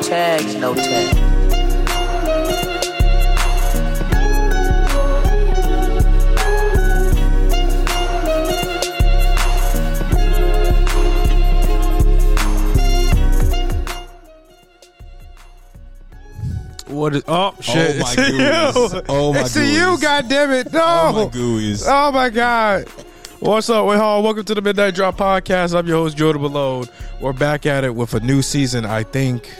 tags, no tag. What is? Oh shit! my It's to goodness. you. Oh, my It's to you. goodness. God damn it! No. Oh, my gooies. Oh my god. What's up, Wait Hall? Welcome to the Midnight Drop Podcast. I'm your host Jordan Malone. We're back at it with a new season. I think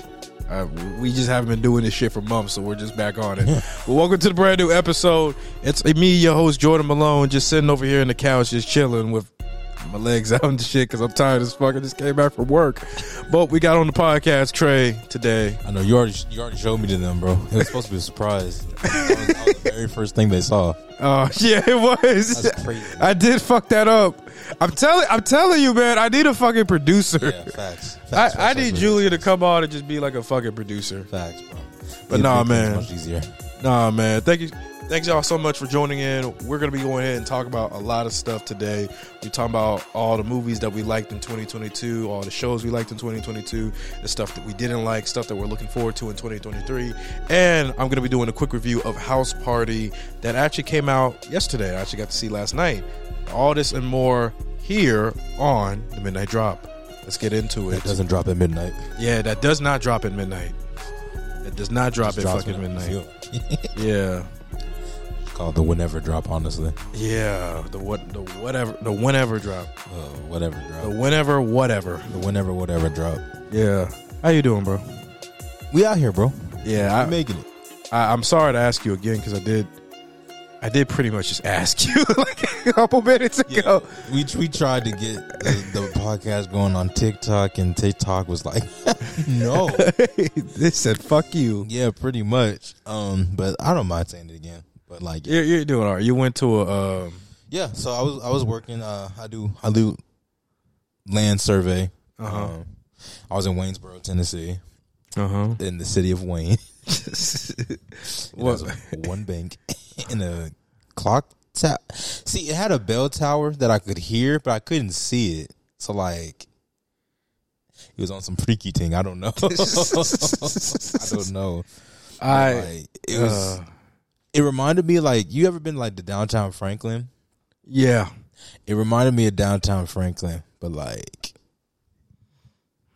uh, we just haven't been doing this shit for months, so we're just back on it. well, welcome to the brand new episode. It's me, your host Jordan Malone, just sitting over here in the couch, just chilling with my legs out and shit because I'm tired as fuck. I just came back from work, but we got on the podcast Trey today. I know you already you already showed me to them, bro. It was supposed to be a surprise. That was, that was the very first thing they saw. Oh yeah, it was. That's crazy. I did fuck that up. I'm telling, I'm telling you, man. I need a fucking producer. Yeah, facts. facts I, facts, I facts, need facts. Julia to come on and just be like a fucking producer. Facts, bro. But It'd nah, make man. things Much easier. Nah, man. Thank you, thanks y'all so much for joining in. We're gonna be going ahead and talk about a lot of stuff today. We're talking about all the movies that we liked in 2022, all the shows we liked in 2022, the stuff that we didn't like, stuff that we're looking forward to in 2023, and I'm gonna be doing a quick review of House Party that actually came out yesterday. I actually got to see last night. All this and more here on the Midnight Drop. Let's get into It it. doesn't drop at midnight. Yeah, that does not drop at midnight. It does not drop It at drops fucking when I midnight. feel it. Yeah, It's called the whenever drop. Honestly, yeah. The what? The whatever. The whenever drop. uh, whatever The drop. whenever whatever. The whenever whatever drop. Yeah. How you doing, bro? We out here, bro. Yeah, We making it. I, I, I'm sorry to ask you again because I did, I did pretty much just ask you like a couple minutes ago. We we tried to get the, the podcast going on TikTok, and TikTok was like, no. they said fuck you. Yeah, pretty much. Um, but I don't mind saying it again. But like, You're, you're doing all right. You went to a. Um, yeah. So I was I was working. Uh, I do I do land survey. Um, I was in Waynesboro, Tennessee, uh huh. in the city of Wayne. It What? has one bank and a clock tower. See, it had a bell tower that I could hear, but I couldn't see it. So like, it was on some freaky thing. I don't know. I don't know. I. Like, it was. uh, it reminded me like you ever been like to downtown Franklin? yeah. It reminded me of downtown Franklin, but like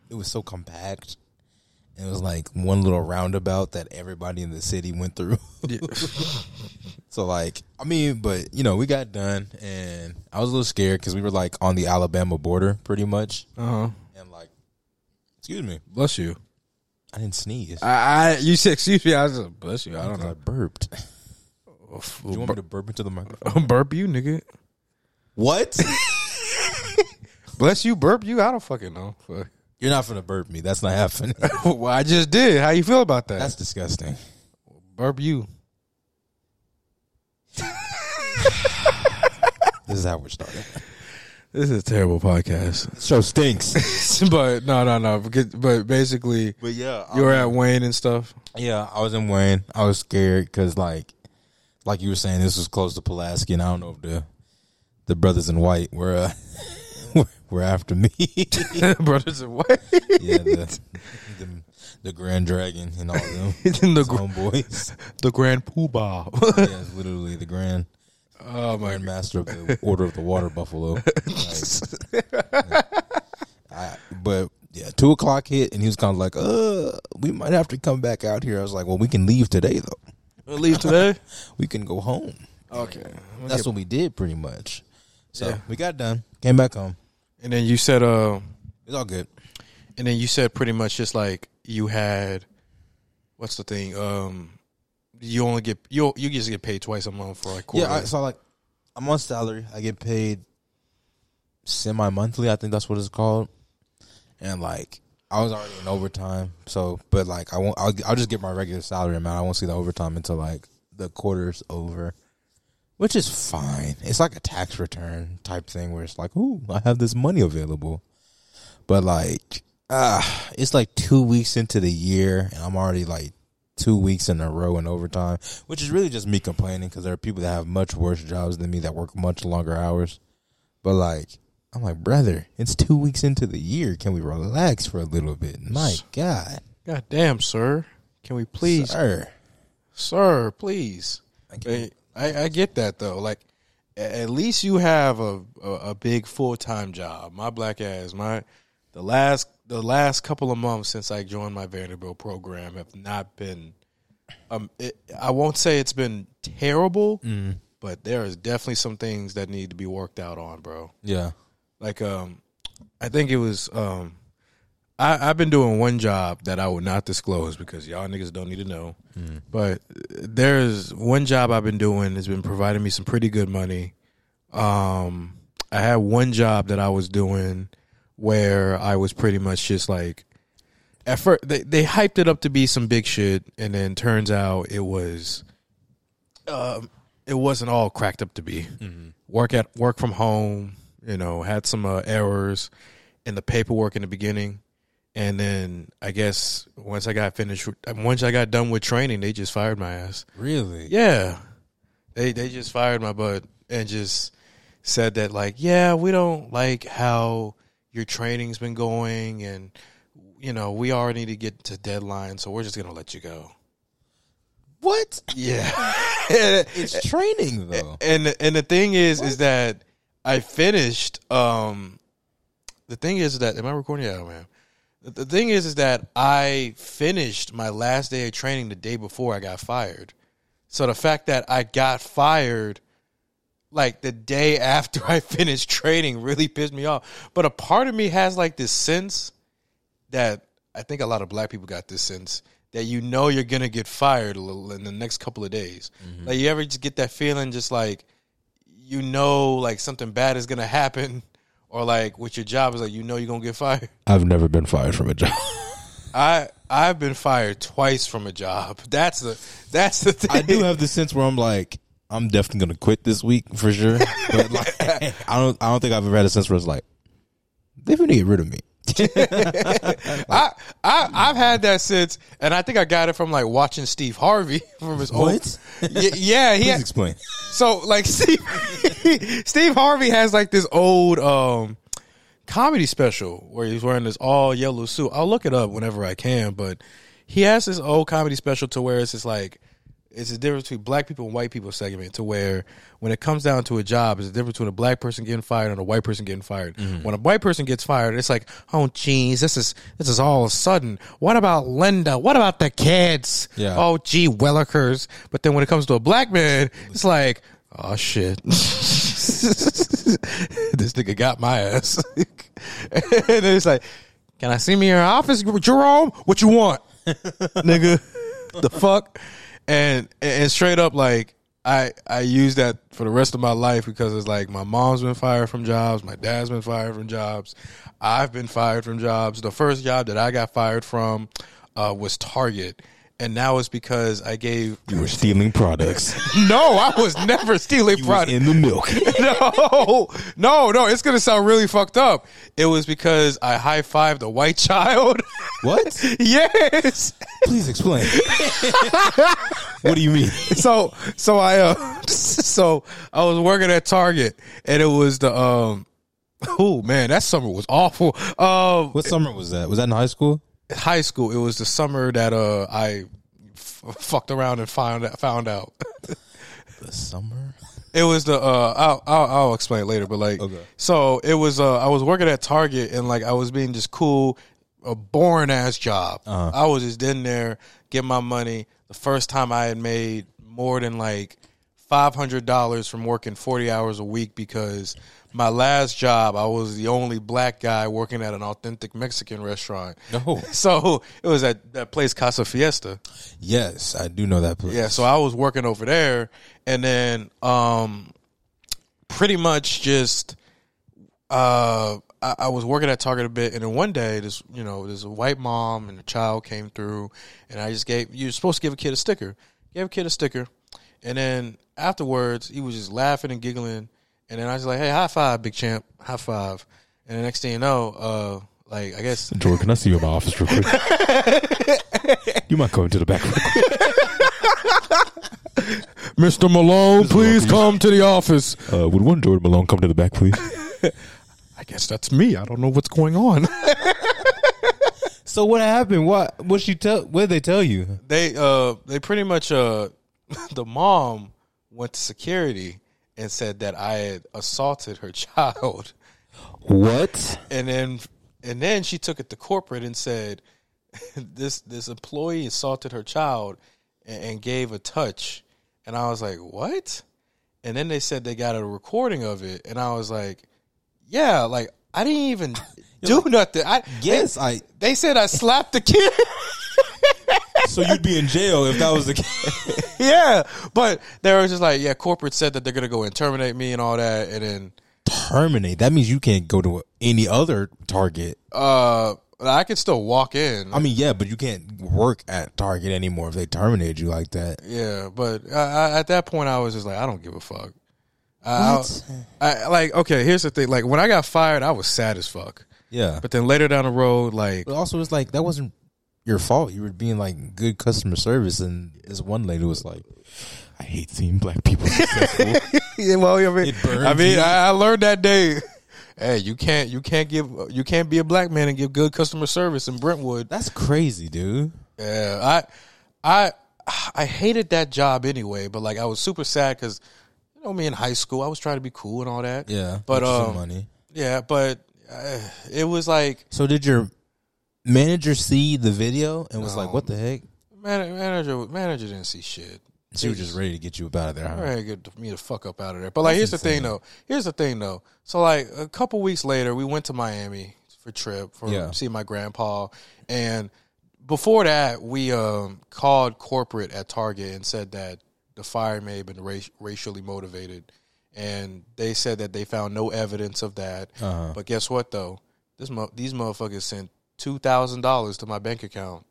it was so compact. It was like one little roundabout that everybody in the city went through. so like, I mean, but you know, we got done, and I was a little scared because we were like on the Alabama border, pretty much, Uh huh. and like, excuse me, Bless you. I didn't sneeze. I, I, I you said excuse me. I was just bless you. I don't I know. burped. Do you want me Bur- to burp into the microphone? burp you, nigga. What? Bless you, burp you. I don't fucking know. Fuck. You're not gonna burp me. That's not happening. well, I just did. How you feel about that? That's disgusting. burp you. This is how we're starting. This is a terrible podcast. This show stinks. but no, no, no. because- But basically, but yeah, I, you were at Wayne and stuff. yeah, I was in Wayne. I was scared because, like, like you were saying, this was close to Pulaski, and I don't know if the the brothers in white were uh, were- were after me. yeah, Brothers and Wayne. the, the the Grand Dragon and all them the, his gr- homeboys. the Grand Poobah. yeah, it's literally the Grand oh, my Grand Master of the Order of the Water Buffalo. Like, yeah. I, but yeah, two o'clock hit, and he was kind of like, "Uh, we might have to come back out here." I was like, "Well, we can leave today, though." God. Leave today? we can go home. okay. That's what we did pretty much. So Yeah. we got done, came back home. And then you said, uh, It's all good. and then you said pretty much just like you had, what's the thing? Um, you only get you you just get paid twice a month for like Yeah, I, so like I'm on salary. I get paid semi monthly. I think that's what it's called. And like I was already in overtime, so but like I won't. I'll, I'll just get my regular salary amount. I won't see the overtime until like the quarter's over, which is fine. It's like a tax return type thing where it's like, ooh, I have this money available, but like ah, it's like two weeks into the year, and I'm already like two weeks in a row in overtime, which is really just me complaining because there are people that have much worse jobs than me that work much longer hours. But like, I'm like, brother, it's two weeks into the year. Can we relax for a little bit? My God. God damn, sir. Can we please, sir, Sir. please? I get I, I, I get that though. Like, a- at least you have a a, a big full time job. My black ass, my the last the last couple of months since I joined my Vanderbilt program have not been. Um, it, I won't say it's been terrible, Mm. but there is definitely some things that need to be worked out on, bro Yeah. like um i think it was um I, i've been doing one job that i will not disclose because y'all niggas don't need to know but there's one job i've been doing has been providing me some pretty good money um i had one job that i was doing where i was pretty much just like at first they, they hyped it up to be some big shit and then turns out it was um it wasn't all cracked up to be work at work from home you know had some uh, errors in the paperwork in the beginning and then i guess once i got finished with- um, once i got done with training they just fired my ass Really? yeah they they just fired my butt and just said that like yeah we don't like how your training's been going and you know we already need to get to deadline so we're just gonna let you go What? yeah It's training though. and and the thing is is that I finished um the thing is that am I recording? Yeah, man. The- The thing is is that I finished my last day of training the day before I got fired. So the fact that I got fired like the day after I finished training really pissed me off. But a part of me has like this sense that I think a lot of black people got this sense that you know you're gonna get fired a little in the next couple of days. Mm-hmm. Like you ever just get that feeling, just like you know, like something bad is gonna happen, or like with your job is like you know you're gonna get fired. I've never been fired from a job. I I've been fired twice from a job. That's the that's the thing. I do have the sense where I'm like, I'm definitely gonna quit this week for sure. But like, I don't, I don't think I've ever had a sense where it's like, they're gonna get rid of me. I, I I've had that since, and I think I got it from like watching Steve Harvey from his old- What? Y- yeah, he Please explain. So like Steve, Steve Harvey has like this old um comedy special where he's wearing this all yellow suit. I'll look it up whenever I can, but he has this old comedy special to where it's just like it's the difference between black people and white people segment to where when it comes down to a job, it's the difference between a black person getting fired and a white person getting fired. When a white person gets fired, it's like, oh jeez, this is this is all sudden. What about Linda? What about the kids? Yeah. Oh gee, Wellickers. But then when it comes to a black man, it's like, oh shit. this nigga got my ass. and then it's like, can I see me in your office, Jerome? What you want? nigga? the fuck? And and straight up like I I use that for the rest of my life because it's like my mom's been fired from jobs, my dad's been fired from jobs, I've been fired from jobs. The first job that I got fired from uh, was Target, and now it's because I gave You were stealing products. no, I was never stealing You was product. in the milk. no, no, no. It's gonna sound really fucked up. It was because I high fived a white child. What? yes. Please explain. what do you mean? so so I uh so I was working at Target and it was the um oh man that summer was awful. Um What summer was that? Was that in high school? high school it was the summer that uh I f- fucked around and found found out. The summer. It was the uh I'll, I'll I'll explain it later, but like Okay. so it was uh I was working at Target and like I was being just cool, a boring ass job. Uh-huh. I was just in there getting my money. The first time I had made more than like five hundred dollars from working forty hours a week because my last job I was the only black guy working at an authentic Mexican restaurant. No. So it was at that place Casa Fiesta. Yes, I do know that place. Yeah, so I was working over there, and then um, pretty much just uh, I, I was working at Target a bit, and then one day this you know this white mom and a child came through, and I just gave you're supposed to give a kid a sticker, gave a kid a sticker, and then afterwards he was just laughing and giggling, and then I was like, hey, high five, big champ, high five, and the next thing you know, uh, like I guess Jordan, can I see you in my office real quick? you might come into the back. real quick. Mr. Malone, please come to the office. Uh, would one Jordan Malone come to the back, please? I guess that's me. I don't know what's going on. So what happened? What what she tell? What did they tell you? they uh they pretty much uh the mom went to security and said that I had assaulted her child What? and then and then she took it to corporate and said this this employee assaulted her child and, and gave a touch and I was like what and then they said they got a recording of it and I was like yeah like I didn't even do nothing I Yes, they, I. they said I slapped the kid So you'd be in jail if that was the case. yeah, but they were just like, yeah, corporate said that they're gonna go and terminate me and all that, and then Terminate. That means you can't go to any other Target. uh, I could still walk in. I mean, yeah, but you can't work at Target anymore if they terminated you like that. yeah, but I, I, at that point, I was just like, I don't give a fuck. I, What? I like okay. Here's the thing. Like when I got fired, I was sad as fuck. Yeah, But then later down the road, like But also, it's like that wasn't your fault. You were being like good customer service, and this one lady was like, "I hate seeing black people successful." Yeah, well, I mean, It burns I, mean you. I, I learned that day. Hey, you can't you can't give you can't be a black man and give good customer service in Brentwood. That's crazy, dude. Yeah, I, I, I hated that job anyway. But like, I was super sad because you know me in high school, I was trying to be cool and all that. Yeah, but Get you um, some money. yeah, but uh, it was like So did your manager see the video and was like, "What the heck?" man, manager manager didn't see shit. She was just ready to get you up out of there. All Huh? right, get me the fuck up out of there. But like, here's the thing though. Here's the thing though. So like, a couple weeks later, we went to Miami for trip for Yeah. see my grandpa, and before that, we um, called corporate at Target and said that the fire may have been ra- racially motivated, and they said that they found no evidence of that. Uh-huh. But guess what though? This mo- these motherfuckers sent two thousand dollars to my bank account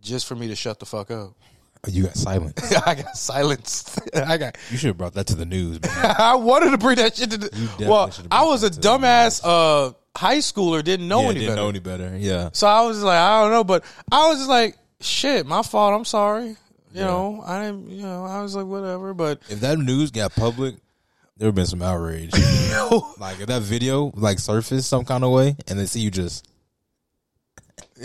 just for me to shut the fuck up. You got silent. I got silenced. I got You should have brought that to the news. man. I wanted to bring that shit to the. definitely Well, should've I brought was a that to the dumbass uh, high schooler, didn't know yeah, any didn't better. know any better. Yeah, so I was just like, I don't know, but I was just like, shit, my fault. I'm sorry. You know, I didn't. You know, I was like, whatever. But if that news got public, there would have been some outrage. like if that video like surfaced some kind of way, and they see you just, oh,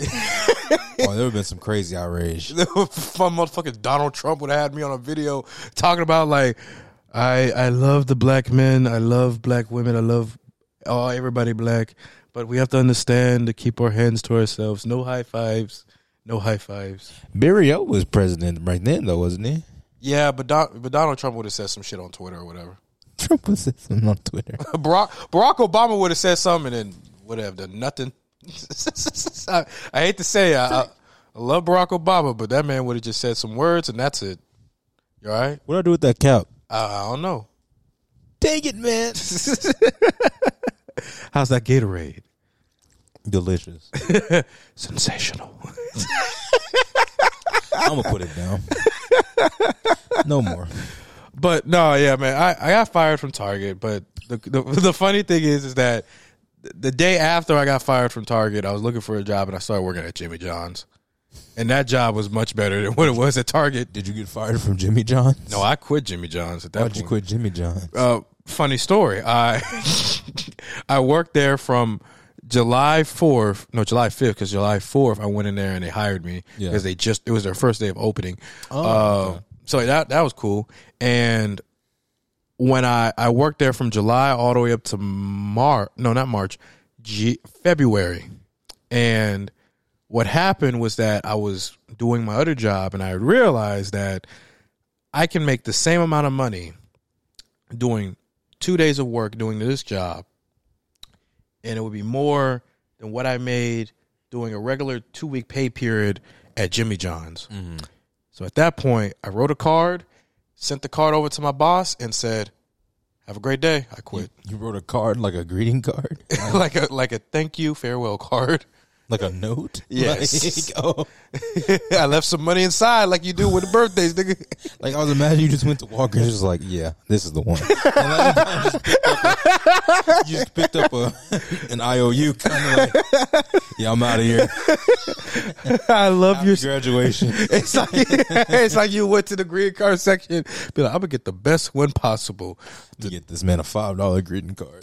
there would have been some crazy outrage. my motherfucking Donald Trump would have had me on a video talking about like, I I love the black men, I love black women, I love oh everybody black, but we have to understand to keep our hands to ourselves. No high fives. No high fives. Barry O was president right then, though, wasn't he? Yeah, but Don, but Donald Trump would have said some shit on Twitter or whatever. Trump was something on Twitter. Barack Barack Obama would have said something and would have done nothing. I, I hate to say I, I, I love Barack Obama, but that man would have just said some words and that's it. You all right? What do I do with that cap? I, I don't know. Take it, man. How's that Gatorade? Delicious. Sensational. I'm gonna put it down. No more. But no, yeah, man, I, I got fired from Target. But the, the the funny thing is, is that the day after I got fired from Target, I was looking for a job and I started working at Jimmy John's, and that job was much better than what it was at Target. Did you get fired from Jimmy John's? No, I quit Jimmy John's at that Why'd you point. quit Jimmy John's? Uh, funny story. I I worked there from July fourth, no July fifth, because July fourth I went in there and they hired me Yeah. because they just it was their first day of opening. uh, So that that was cool. And when I I worked there from July all the way up to March, no, not March, G- February, and what happened was that I was doing my other job and I realized that I can make the same amount of money doing two days of work doing this job, and it would be more than what I made doing a regular two week pay period at Jimmy John's. So at that point, I wrote a card, sent the card over to my boss, and said, "Have a great day. I quit." You wrote a card like a greeting card, like a like a thank you farewell card. like a note. Yes. Like, oh, I left some money inside, like you do with the birthdays, nigga. like I was imagining you just went to Walker's, just like, yeah, this is the one. And like, you just picked up, a, you just picked up a, an IOU, kind of like, yeah, I'm out of here. I love your. Graduation. It's like it's like you went to the green card section. Be like, I'm gonna get the best one possible. to get this man a five dollar greeting card.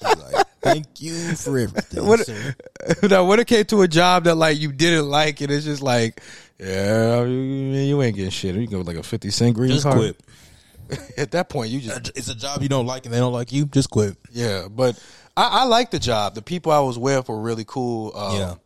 He's like, Thank you for everything. What- sir. now, when it came to a job that like you didn't like, and it's just like, yeah, you, you ain't getting shit. You can go with like a fifty cent green Just card. quit. At that point, you just It's a job you don't like and they don't like you. Just quit. yeah. But I, I like the job. The people I was with were really cool. Um, Yeah.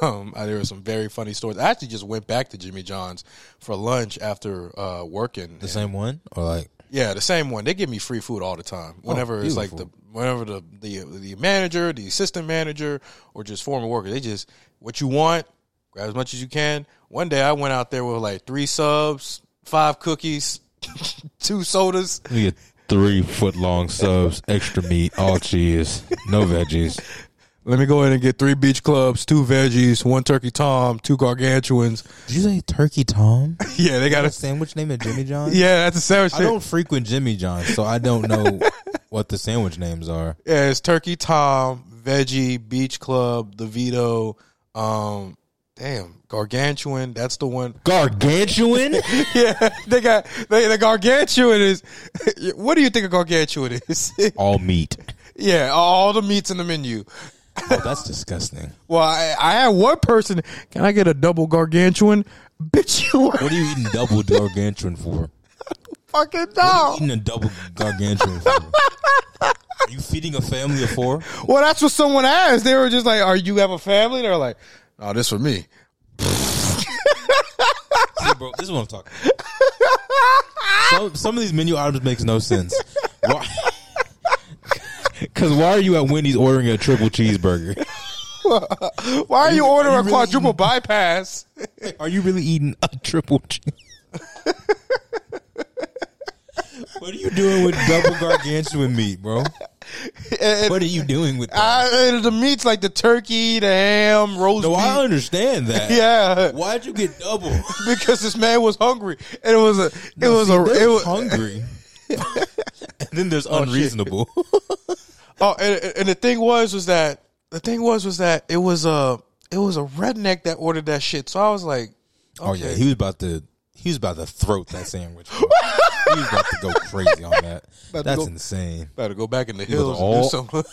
Um, I, there were some very funny stories. I actually just went back to Jimmy John's for lunch after uh, working. The same one or like Yeah, the same one. They give me free food all the time. Whenever it's like the beautiful. whenever the, the the manager, the assistant manager, or just former worker, they just what you want, grab as much as you can. One day I went out there with like three subs, five cookies, two sodas. We get three foot long subs, extra meat, all cheese, no veggies. Let me go in and get three beach clubs, two veggies, one turkey tom, two gargantuans. Did you say Turkey Tom? Yeah, they got a a sandwich named Jimmy John's? yeah. That's a sandwich. I don't frequent Jimmy John's, so I don't know what the sandwich names are. Yeah, it's Turkey Tom, Veggie, Beach Club, The Vito, um, damn, Gargantuan. That's the one. Gargantuan? yeah, they got they, the Gargantuan is. What do you think a Gargantuan is? all meat. yeah, all the meats in the menu. Oh, that's disgusting. Well, I, I had one person. Can I get a double Gargantuan? Bitch, you were What are you eating double gargantuan for? fucking What are dog. you eating a double gargantuan for? Are you feeding a family of four? Well, that's what someone asked. They were just like, "Are you have a family?" They're like, "Oh, this for me." See, bro, this is what I'm talking about. Some, some of these menu items makes no sense. Why, Because why are you at Wendy's ordering a triple cheeseburger? Why are you ordering you a really quadruple bypass? are you really eating a triple cheese? what are you doing with double gargantuan meat, bro? And- What are you doing with that? I, uh, the meats like the turkey, the ham, roast No, I beef. understand that. Yeah, Why'd you get double? because this man was hungry, and it was a, it was See, a, they're it was, hungry. and then there's unreasonable. oh, and, and the thing was was that the thing was was that it was a, it was a redneck that ordered that shit. So I was like, Oh yeah, he was about to he was about to throat that sandwich. bro. he was about to go crazy on that. About to That's go- insane. better go back in the hills and do all- something.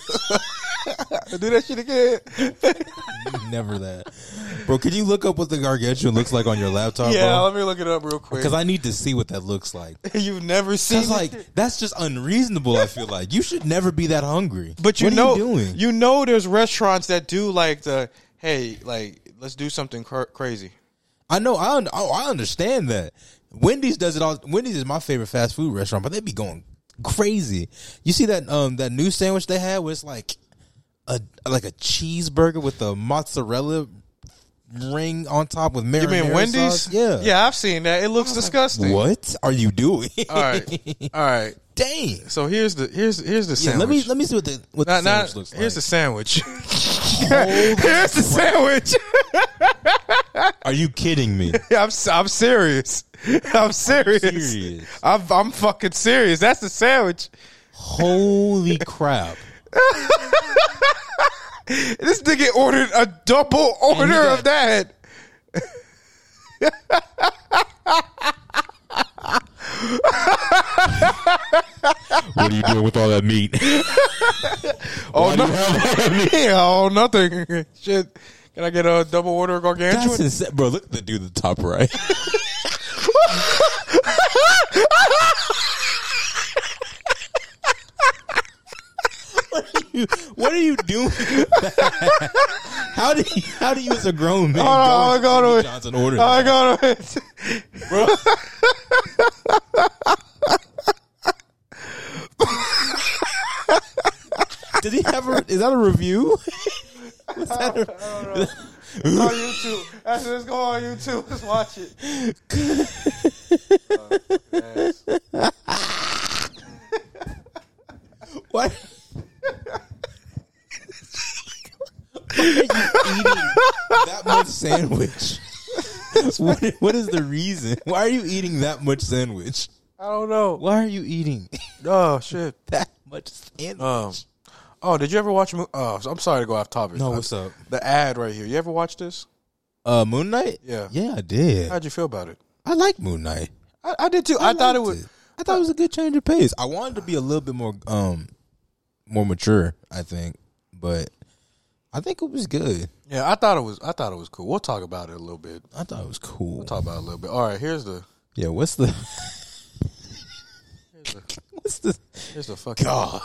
do that shit again. Never that, bro. Could you look up what the gargantuan looks like on your laptop, Yeah, bro? let me look it up real quick. Uh-huh. Because I need to see what that looks like. You've never seen That's like that's just unreasonable. I feel like you should never be that hungry. But you What are know, you, you doing? know, there's restaurants that do like the hey, like let's do something cr- crazy. I know. I un- oh, I understand that. Wendy's does it all. Wendy's is my favorite fast food restaurant, but they be going crazy. You see that um that new sandwich they had was like a like a cheeseburger with a mozzarella ring on top with marinara You mean Wendy's? sauce. Yeah. yeah, I've seen that. It looks disgusting. What are you doing? All right, all right. Dang. So here's the here's here's the Yeah, sandwich. let me let me see what the what Nah, the nah, sandwich looks like. here's the sandwich. here's the sandwich. are you kidding me? I'm s- I'm serious. I'm serious. I'm, serious. I'm fucking serious. That's the sandwich. Holy crap! This nigga ordered a double order he got- of that. What are you doing with all that meat? Oh You no. have all that meat? Yeah, oh nothing. Shit. Can I get a double order of That's gargantuan? insane, bro. Look at the dude at the top right. you- what are you doing? how do you, how do you as a grown man Hold Oh, on, go hold on, into hold on. Jimmy Johnson order? I that? got it. Did he have a? Is that a review? Was that a- on YouTube. That's, let's go on YouTube. Let's watch it. what? Why are you eating that much sandwich? what, what is the reason? Why are you eating that much sandwich? I don't know. Why are you eating Oh shit. that much sandwich? Um. Oh, did you ever watch? a mo- Oh, I'm sorry to go off topic. No, what's up? The ad right here. You ever watch this? Uh, Moon Knight. Yeah. yeah, I did. I, How'd you feel about it? like Moon Knight. I, I did too. I, thought it liked was. I thought it was a good change of pace. I wanted to be a little bit more, um, more mature. I think but I think it was good. Yeah, I thought it was. I thought it was cool. We'll talk about it a little bit. I thought it was cool. We'll talk about it a little bit. All right, here's the Yeah, what's the what's the here's the fucking God?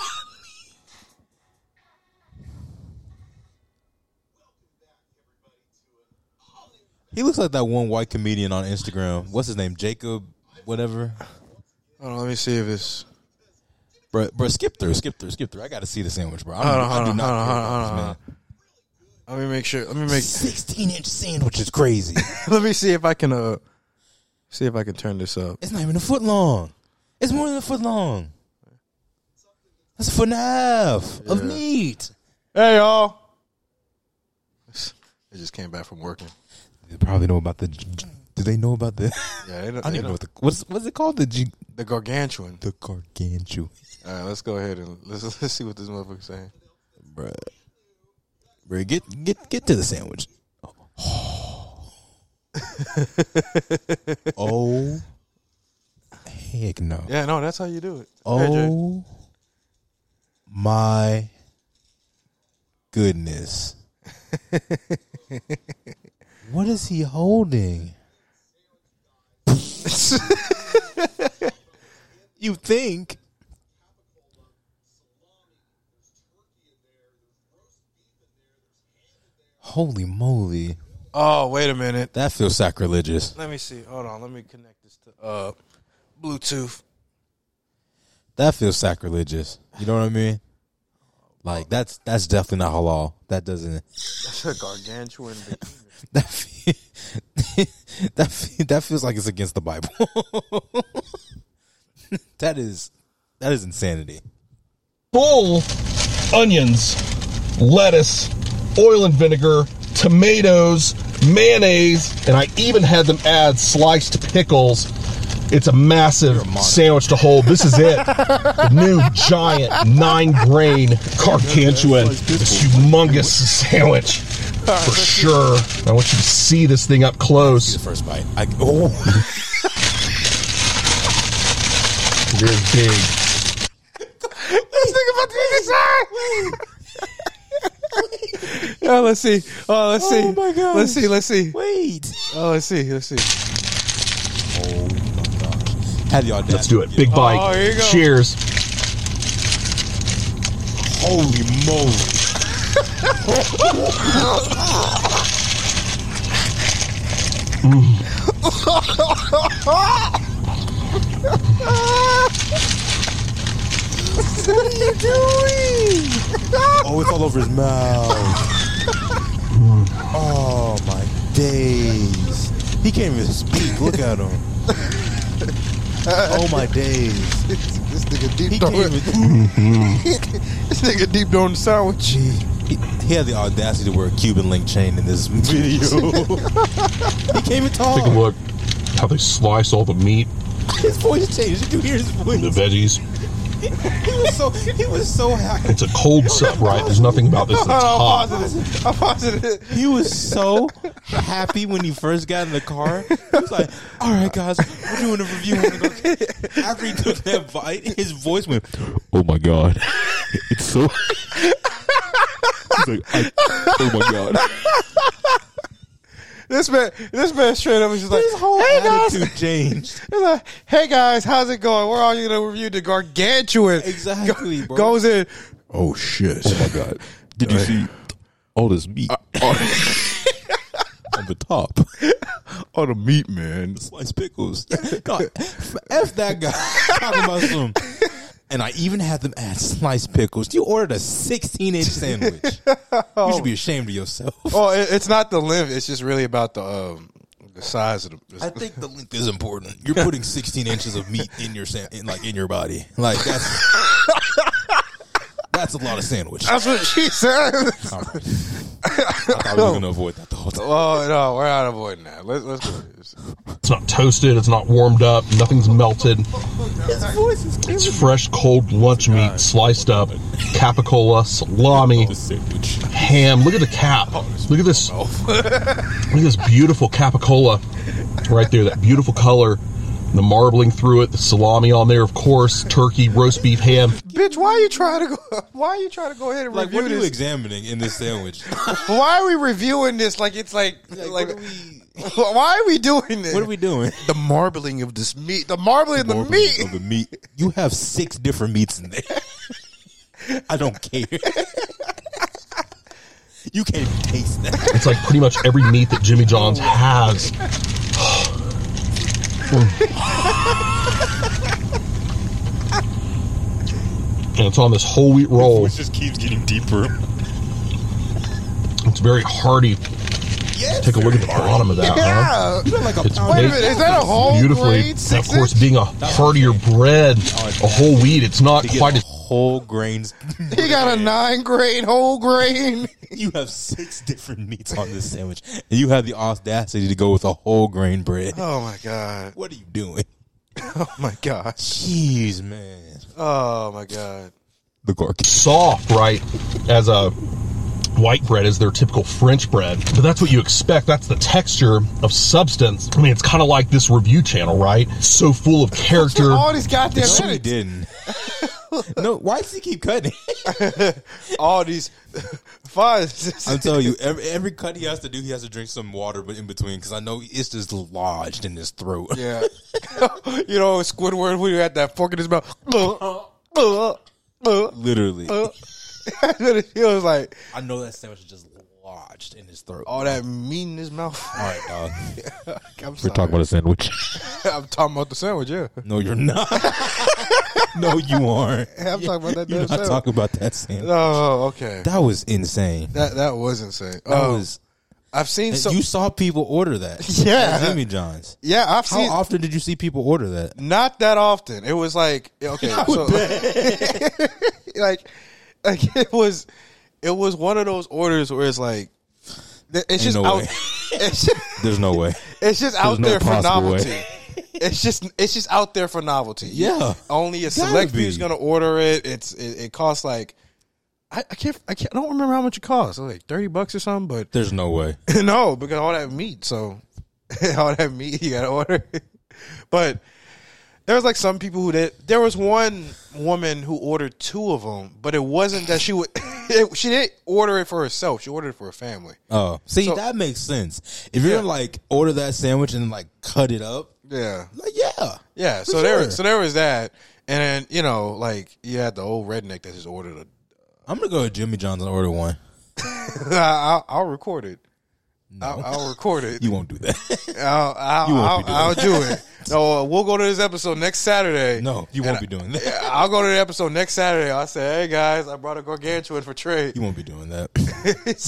He looks like that one white comedian on Instagram. What's his name? Jacob, whatever. Hold on, let me see if it's. Bro, bro, skip through, skip through, skip through. I got to see the sandwich, bro. I, Hold don't, on, hold I do on, not hold on, care hold about on, this, hold on. man. Let me make sure. Let me make. 16 inch sandwich is crazy. let me see if I can. Uh, see if I can turn this up. It's not even a foot long. It's more than a foot long. That's a foot and a half of meat. Hey y'all. I just came back from working. They probably know about the. Do they know about the? Yeah, they, I don't- don't they even know don't- what the what's what's it called the G, the gargantuan. the gargantuan, All right, let's go ahead and let's let's see what this motherfucker's saying. bruh. Bruh, get get get to the sandwich. Oh, heck no. Yeah, no, that's how you do it. Hey, Jay. Oh my goodness. what is he holding? you think? Holy moly. Oh, wait a minute. That feels sacrilegious. Let me see. Hold on. Let me connect this to uh Bluetooth. That feels sacrilegious. You know what I mean? Like that's that's definitely not halal. That doesn't That's a gargantuan. behemoth. That fe- that fe- that feels like it's against the Bible. that is that is insanity. full onions, lettuce, oil and vinegar, tomatoes, mayonnaise, and I even had them add sliced pickles. It's a massive sandwich to hold. This is it. the new giant nine grain gargantuan, this humongous sandwich for sure. I want you to see this thing up close. The first bite. I, oh, You're big. Yeah, let's see. Oh, let's see. Oh my gosh. Let's see. Let's see. wait. Oh, let's see. Let's see. Have y'all done? Let's do it. Big bite. Oh, here you go. Cheers. Holy moly! Oh, it's all over his mouth. oh my days! He can't even speak. Look at him. Oh my days! this nigga deep He can't throwing. even. Mm-hmm. This nigga deep throwing the sandwich. Gee, he, he had the audacity to wear a Cuban link chain in this video. he came and Take a Oh. talk. look how they slice all the meat His voice changed. You could hear his and the voice. veggies. He was so he was so happy. It's a cold sub, right? There's nothing about this that's I'm hot. positive. I'm positive. He was so happy when he first got in the car. He was like, "All right, guys, we're doing a review." We're gonna go." After he took that bite, his voice went. Oh my god, it's so. He's like, I, oh my god. This man, this man straight up was just like, His whole hey guys, attitude changed. He's like, hey guys, how's it going? We're all gonna review the gargantuan. Exactly, bro. Goes in. Oh shit! Oh my god. Did you see all this meat on the top. Oh the meat, man. sliced pickles. God, F that guy talking about some. And I even had them add sliced pickles. You ordered a 16 inch sandwich. You should be ashamed of yourself. Oh, it, it's not the length. It's just really about the um, the size of the. I think the length is important. You're putting 16 inches of meat in your san- in, like in your body. Like that's that's a lot of sandwich. That's what she said. All right. I thought we were gonna avoid that the whole time. Oh no, we're not avoiding that. Let's let's go. to this. It's not toasted. It's not warmed up. Nothing's melted. It's fresh, cold lunch meat sliced up, capicola, salami, The sandwich. ham. Look at the cap. Look at this. Oh, Look at this beautiful capicola right there. That beautiful color. the marbling through it, the salami on there, of course, turkey, roast beef, ham. Bitch, why are you trying to go? Why are you trying to go ahead and Like, review what are you this? examining in this sandwich? why are we reviewing this? Like it's like like, why are we doing this? what are we doing? The marbling of this meat. The marbling of the meat. Of the meat. You have six different meats in there. I don't care. you can't even taste that. It's like pretty much every meat that Jimmy John's has. and it's on this whole wheat roll. Oh, It just keeps getting deeper. It's very hearty. Take a look at the bottom of that. huh? yeah. Like a It's pound Wait a baked minute. Is that a whole beautifully. grade? And Six of course, being a heartier bread, a whole wheat, it's not to get quite as whole grains. He got a nine grade whole grain. you have six different meats on this sandwich, and you have the audacity to go with a whole grain bread. Oh my god. What are you doing? Oh my gosh. Jeez, man. Oh my god. The gork. soft, right, as a white bread as their typical French bread. But that's what you expect. That's the texture of substance. I mean, it's kind of like this review channel, right? So full of character. All these goddamn No, he edits. didn't. no, why does he keep cutting? All these fuzz. I'm telling you, every, every cut he has to do, he has to drink some water, but in between, because I know it's just lodged in his throat. Yeah. you know, Squidward, when you had that fork in his mouth. That's Literally, Oh. what it feels like. I know that sandwich is just lodged in his throat. All All that meat in his mouth. right, dog. I'm, We're sorry. talking about a sandwich. I'm talking about the sandwich, yeah. No, you're not. no, you aren't. I'm talking about that damn You're not sandwich. talking about that sandwich. oh, okay. That was insane. That that was insane. That Oh, was. I've seen so you saw people order that. Yeah. At Jimmy John's. yeah, I've How seen often did you see people order that? not that often. It was like okay, so, like like it was it was one of those orders where it's like th- it's just no out. way. It's just, There's no way. it's just out no there for possible novelty. It's just it's just out there for novelty. Yeah. only a select be. few is gonna order it. It's it, it costs like I, I can't I can't I don't remember how much it costs. Like thirty bucks or something, but There's no way. no, because all that meat. So all that meat you gotta order. but there was like some people who did. There was one woman who ordered two of them, but it wasn't that she would. It, she didn't order it for herself. She ordered it for her family. Oh, see, So- that makes sense. If you're Yeah. gonna like order that sandwich and like cut it up, Yeah, like yeah, yeah. For So there, sure. so there was that, and then you know, like you had the old redneck that just ordered a. I'm gonna go to Jimmy John's and order one. I'll, I'll record it. I'll, I'll record it. You won't do that. I'll, I'll, I'll, won't be I'll do it. No, uh, we'll go to this episode next Saturday. no, you won't be doing that. Yeah, I'll go to the episode next Saturday. I'll say, hey guys, I brought a gargantuan for trade. You won't be doing that.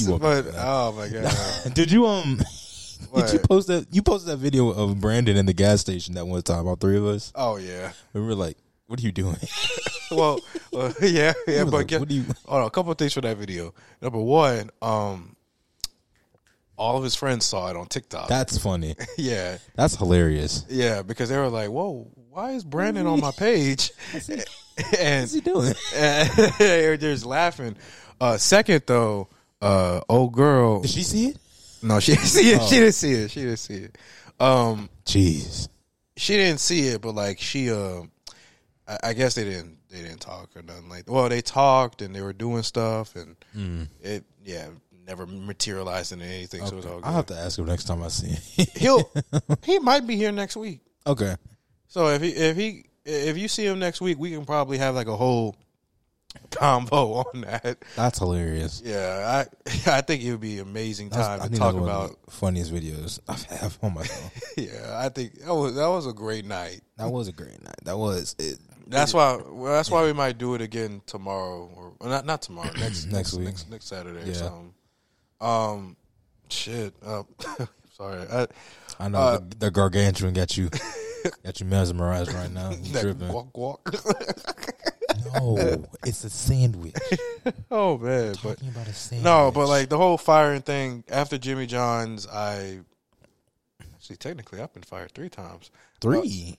won't but do that. oh my god. did you um? Did you What? post that? You posted that video of Brandon in the gas station that one time. All three of us. Oh yeah. We were like, "What are you doing?" Well, uh, yeah, yeah, but like, get, what do you- hold on, a couple of things for that video. Number one, um all of his friends saw it on TikTok. That's funny. yeah. That's hilarious. Yeah, because they were like, Whoa, why is Brandon on my page? and What's he doing? and they were just laughing. Uh second though, uh old girl Did she see it? No, she didn't see it. She didn't see it. She didn't see it. Um Jeez. she didn't see it, but like she, uh, I, I guess they didn't they didn't talk or nothing like. Well, they talked and they were doing stuff, and it yeah never materialized into anything. So it was all I'll good. have to ask him next time I see him. He'll he might be here next week. okay. So if he if he if you see him next week, we can probably have like a whole combo on that. That's hilarious. Yeah, I I think it would be amazing That's- time I to think talk that's one of about. the funniest videos I've had on my phone. Yeah, I think that was that was a great night. that was a great night. That was it. That's why. Well, that's why we might do it again tomorrow, or well, not not tomorrow. Next next week. next, next Saturday or Yeah. something. Um, shit. Uh, sorry. I, I know the, the gargantuan got you got you mesmerized right now. You that tripping. guac guac. No, it's a sandwich. oh man, but Talking about a sandwich. no, but like the whole firing thing after Jimmy John's, I actually technically I've been fired three times. three.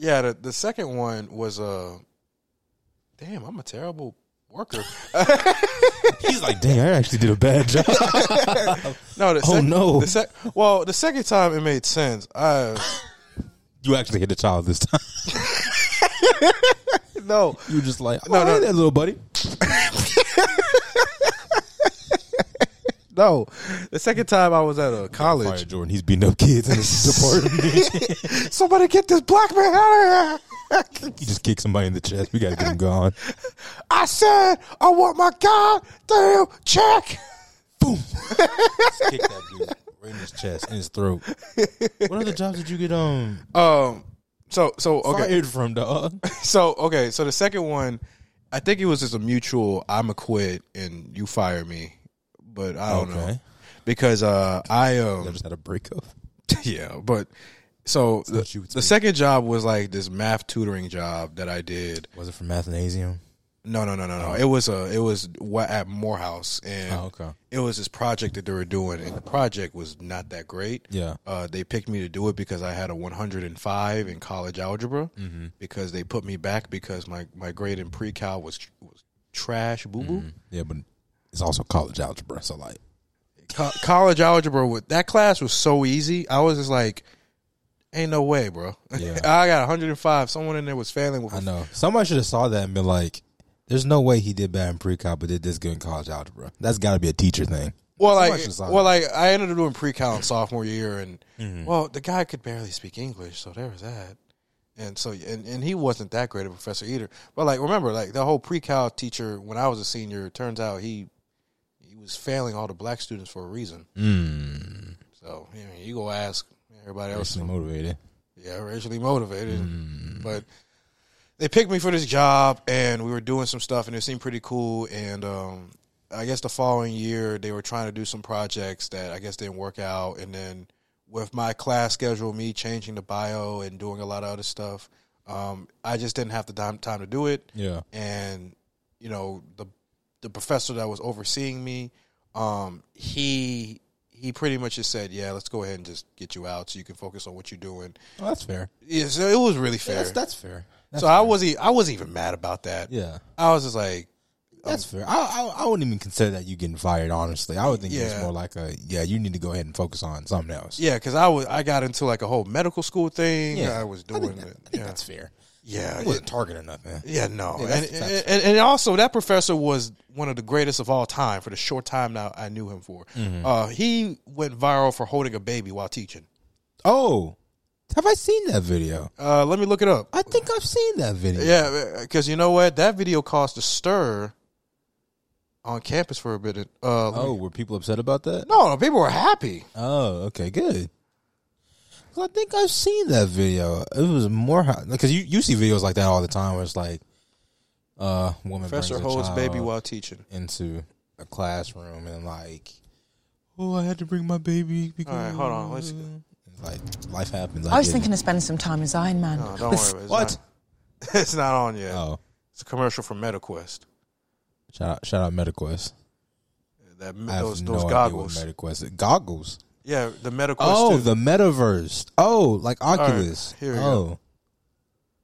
Yeah, the the second one was uh, damn, I'm a terrible worker. He's like, dang, I actually did a bad job. No, the Oh, sec- no. The sec- well, the second time it made sense. I You actually hit a child this time. No, You just like, No, no, no. no, that little buddy. no. The second time I was at a All right, college, Jordan, he's beating up kids in his apartment. somebody get this black man out of here. he just kicked somebody in the chest. We gotta get him gone. I said I want my goddamn check. Boom. just kick that dude right in his chest, in his throat. What other jobs did you get um Um. So so okay. fired from, uh, dog? So okay, so the second one, I think it was just a mutual. I'm a quit and you fire me, but I don't know Okay. because uh, I I um just had a breakup. yeah, but so the, what you would the say. second job was like this math tutoring job that I did. Was it from Mathnasium? No, no, no, no, no. It was a it was wa- at Morehouse and Oh, okay. it was this project that they were doing and the project was not that great. Yeah. Uh, they picked me to do it because I had a 105 in college algebra. Mm-hmm. Because they put me back because my, my grade in pre cal was tr- was trash boo boo. Yeah, but it's also college algebra, so like Co- college algebra with that class was so easy. I was just like, ain't no way, bro. Yeah. I got 105. Someone in there was failing with. I know. Somebody should have saw that and been like, there's no way he did bad in pre cop but did this good in college algebra. That's gotta be a teacher thing. Well, Somebody like, should saw well, like I ended up doing pre cal in sophomore year, and Mm-hmm. well, the guy could barely speak English, so there was that. And so, and, and he wasn't that great a professor either. But like, remember, like the whole pre-cal teacher when I was a senior, turns out he he was failing all the black students for a reason. Mm. So you, know, you go ask everybody else, Personally motivated. yeah, racially motivated. But they picked me for this job, and we were doing some stuff, and it seemed pretty cool. And um, I guess the following year, they were trying to do some projects that I guess didn't work out. And then with my class schedule, me changing the bio and doing a lot of other stuff, um, I just didn't have the time, time to do it Yeah. and you know the the professor that was overseeing me um he he pretty much just said yeah let's go ahead and just get you out so you can focus on what you're doing Well, Oh, that's fair. yeah so it was really fair That's that's fair. That's um, so i wasn't e, i wasn't even mad about that yeah. i was just like That's fair. I, I I wouldn't even consider that you getting fired. Honestly, I would think it's Yeah. more like a yeah. You need to go ahead and focus on something else. yeah because i was i got into like a whole medical school thing Yeah. i was I doing think, that- it I think yeah that's fair. yeah I wasn't targeted enough, man. Yeah, no, Yeah, and, that's- that's- and and also that professor was one of the greatest of all time for the short time now I knew him for. Mm-hmm. Uh, he went viral for holding a baby while teaching. Oh, have I seen that video? Uh, let me look it up. I think I've seen that video. Yeah, because you know what, that video caused a stir on campus for a bit. Uh, Oh, were people upset about that? no, no, people were happy. Oh, okay, good. 'Cause I think I've seen that video. It was more because you you see videos like that all the time where it's like, uh, woman Professor brings a holds baby child while teaching. into a classroom and like, oh, I had to bring my baby because All right, hold on. Let's, like life happens. I, I was get it. thinking of spending some time as Iron Man. no, don't worry. About it. It's What? Not, it's not on yet. Oh, It's a commercial from MetaQuest. shout out, shout out MetaQuest. That I have those, no those idea goggles. what MetaQuest is. Goggles. yeah, the MetaQuest. Oh, too. the metaverse. Oh, like right, Oculus. here we Um, oh.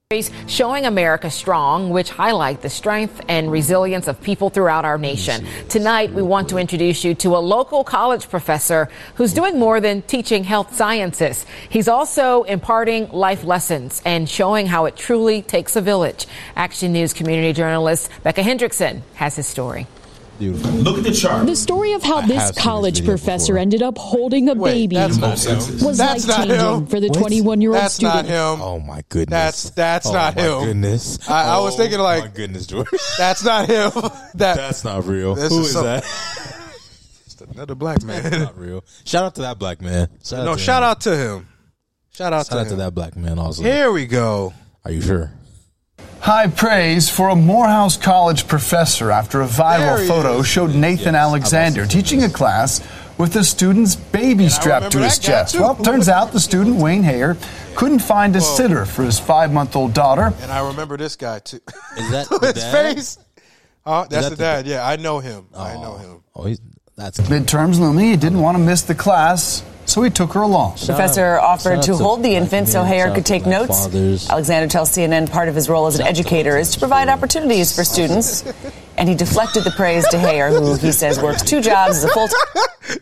stories showing America strong, which highlight the strength and resilience of people throughout our nation. Tonight, we want to introduce you to a local college professor who's doing more than teaching health sciences. He's also imparting life lessons and showing how it truly takes a village. Action News community journalist Becca Hendrickson has his story. Beautiful. Look at the chart. The story of how I have this seen this college video professor before. ended up holding a Wait, baby that's not him. was life That's not him. changing for the 21 year old That's not student. him. Oh my goodness. That's- that's oh not my him. Goodness. I- I was Oh thinking, like- my goodness, George. That's not him. That that's not real. This Who is is some- that? another black That's man. not real. Shout out to that black man. Shout no, to shout him. out to him. Shout out Shout to out him. to that black man also. Here we go. Are you sure? High praise for a Morehouse College professor after a There viral he photo is. showed Yes, Nathan I've Alexander also seen teaching a this. class with a student's baby strapped to remember his that guy, chest. too. Well, turns out the student, Wayne Hayer, couldn't find a sitter for his five month old daughter. And I remember this guy too. Is that His the dad? face. Huh? That's the that the dad. Yeah, I know him. I know him. Oh, he's that's Midterms looming, he didn't want to miss the class, so he took her along. The professor Shout out- shout offered out to to hold the black infant so men, shout Hayer out could to take black notes. fathers. Alexander tells CNN part of his role as an Shout out to educator black is to provide fathers. opportunities for students, and he deflected the praise to Hayer, who he says works two jobs as a full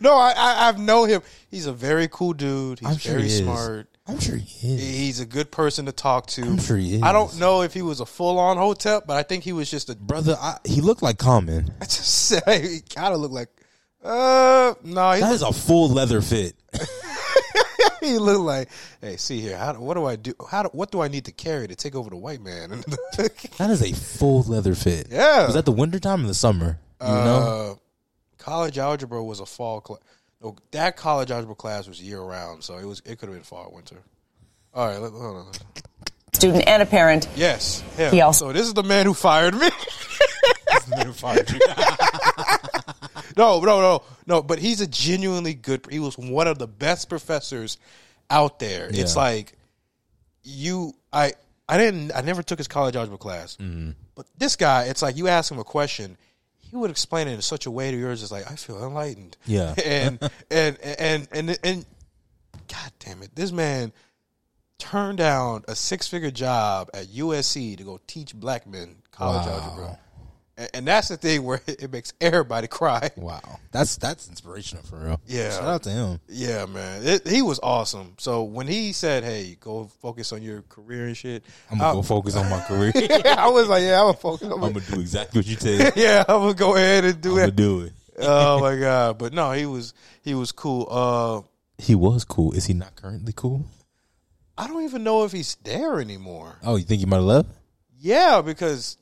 No, I, I I've known him. He's a very cool dude. He's I'm sure very he is. smart. I'm sure he is. He's a good person to talk to. I'm sure he I don't is. know if he was a full on Hotep, but I think he was just a. Brother, I, he looked like Common. I just say he kind of looked like. Uh, no, he, That is a full leather fit. he looked like. Hey, see here. How do, what do I do? How do, what do I need to carry to take over the white man? That is a full leather fit. Yeah. Was that the winter time or the summer? You know? uh, college algebra was a fall class. No, that college algebra class was year round, so it was it could have been fall or winter. All right, let, hold on. Student and a parent. Yes, him. He also- so this is the man who fired me. no, no, no, no. But he's a genuinely good. He was one of the best professors out there. It's Yeah. like you, I, I didn't, I never took his college algebra class. Mm-hmm. But this guy, it's like you ask him a question, he would explain it in such a way to yours. It's like I feel enlightened. Yeah. and and and and and, God damn it, this man turned down a six figure job at USC to go teach black men college algebra. And, and that's the thing where it, it makes everybody cry. Wow. That's that's inspirational for real. Yeah. Shout out to him. Yeah, man, it, he was awesome. So when he said, "Hey, go focus on your career and shit," I'm gonna go focus on my career. I was like, "Yeah, I'm gonna focus." on I'm my- gonna do exactly what you tell. I'm yeah, I'm gonna go ahead and do gonna it. do it. oh my god! But no, he was he was cool. Uh, He was cool. Is he not currently cool? I don't even know if he's there anymore. Oh, you think he might have left? Yeah, because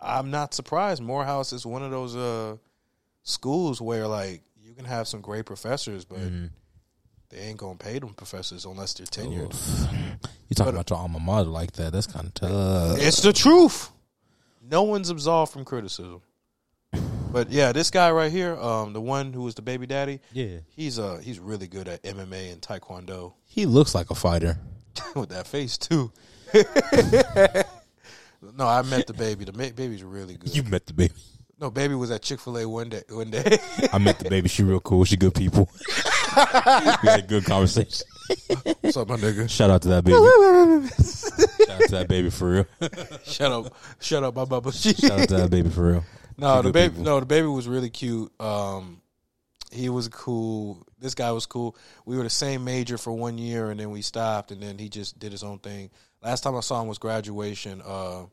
I'm not surprised. Morehouse is one of those uh, schools where like you can have some great professors, but Mm-hmm. they ain't gonna pay them professors unless they're tenured. You uh, talking about your alma mater like that? That's kind of tough. It's the truth. No one's absolved from criticism. But yeah, this guy right here, um, the one who was the baby daddy, Yeah. he's uh he's really good at MMA and Taekwondo He looks like a fighter. with that face too. no, I met the baby. The ma- baby's really good. You met the baby. no, baby was at Chick Fil A one day. One day, I met the baby. She real cool. She good people. we had a good conversation. what's up, my nigga? Shout out to that baby. Shout out to that baby for real. Shut up, shut up, my bubba. Shout out to that baby for real. No, the good baby. people. No, the baby was really cute. Um, he was cool. This guy was cool. We were the same major for one year, and then we stopped, and then he just did his own thing. Last time I saw him was graduation. Uh,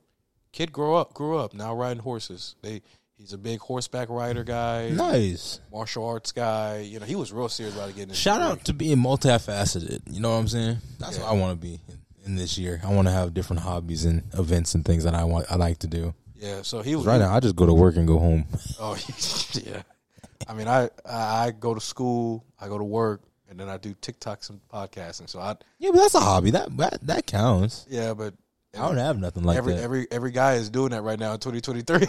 kid grew up, grew up. Now riding horses. They. He's a big horseback rider guy, Nice. martial arts guy. You know, he was real serious about getting. into Shout the out to being multifaceted. You know what I'm saying? That's what I want to be in, in this year. I want to have different hobbies and events and things that I want. I like to do. league. Yeah, so he was Right now, I just go to work and go home. Oh yeah. I mean, I I I go to school, I go to work, and then I do TikToks and podcasting. So I Yeah, but that's a hobby. That that, that counts. yeah, but I don't have nothing like every that. every every guy is doing that right now in 2023.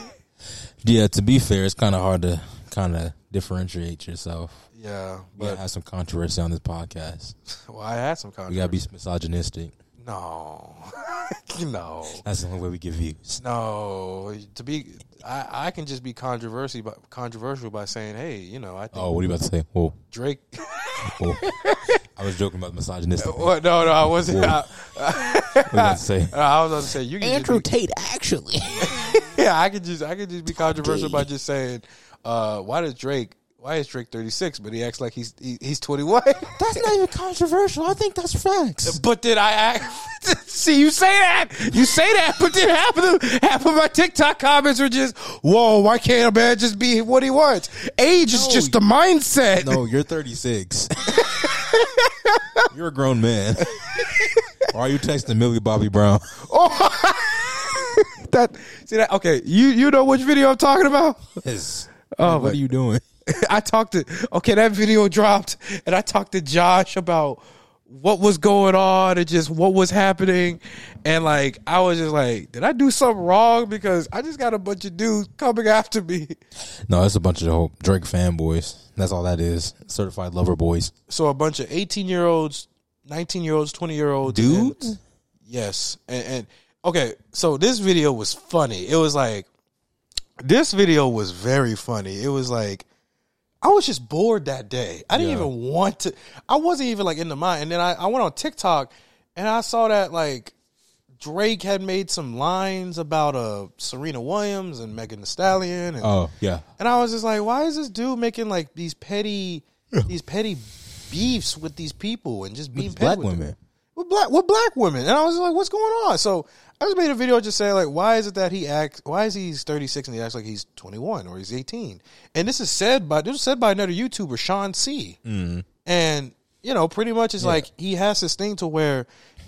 yeah, to be fair, it's kind of hard to kind of differentiate yourself. yeah, We gotta but have some controversy on this podcast. well, I had some We controversy. gotta be misogynistic. no, no, That's the only way we get views. no. To be, I I can just be controversy, but controversial by saying, hey, you know, I think Oh, what are you about to say? Whoa, Drake. whoa. I was joking about misogynistic. What what? No, no, I wasn't. I, are you about to say? I was about to say you can just be Tate, actually. Yeah, I could just I could just be controversial by just saying, uh, why does Drake why is Drake thirty six but he acts like he's he, he's twenty one? That's not even controversial. I think that's facts. but did I act? See, you say that you say that, but then half of the, half of my TikTok comments were just, "Whoa, why can't a man just be what he wants? Age is just the mindset." No, you're 36. you're a grown man. Why are you texting Millie Bobby Brown? that see that okay? You you know which video I'm talking about? Yes. Oh, what are you doing? I talked to okay, that video dropped, and I talked to Josh about what was going on and just what was happening, and like I was just like, did I do something wrong? Because I just got a bunch of dudes coming after me. No, that's a bunch of whole Drake fanboys. That's all that is. Certified lover boys. So a bunch of eighteen year olds, nineteen year olds, twenty year olds, Dudes? and- yes, and, and okay, so this video was funny. It was like this video was very funny. It was like I was just bored that day. I didn't even want to. I wasn't even like in the mind. And then I, I went on TikTok and I saw that like Drake had made some lines about uh Serena Williams and Megan Thee Stallion. And, Oh, yeah. and I was just like, why is this dude making like these petty, these petty beefs with these people and just being petty Black with them? women. with black with black women, and I was like, what's going on? So I just made a video just saying like, why is it that he acts? Why is he thirty six and he acts like he's twenty one or he's eighteen? And this is said by this was said by another YouTuber, Sean C. And you know, pretty much it's like he has this thing to where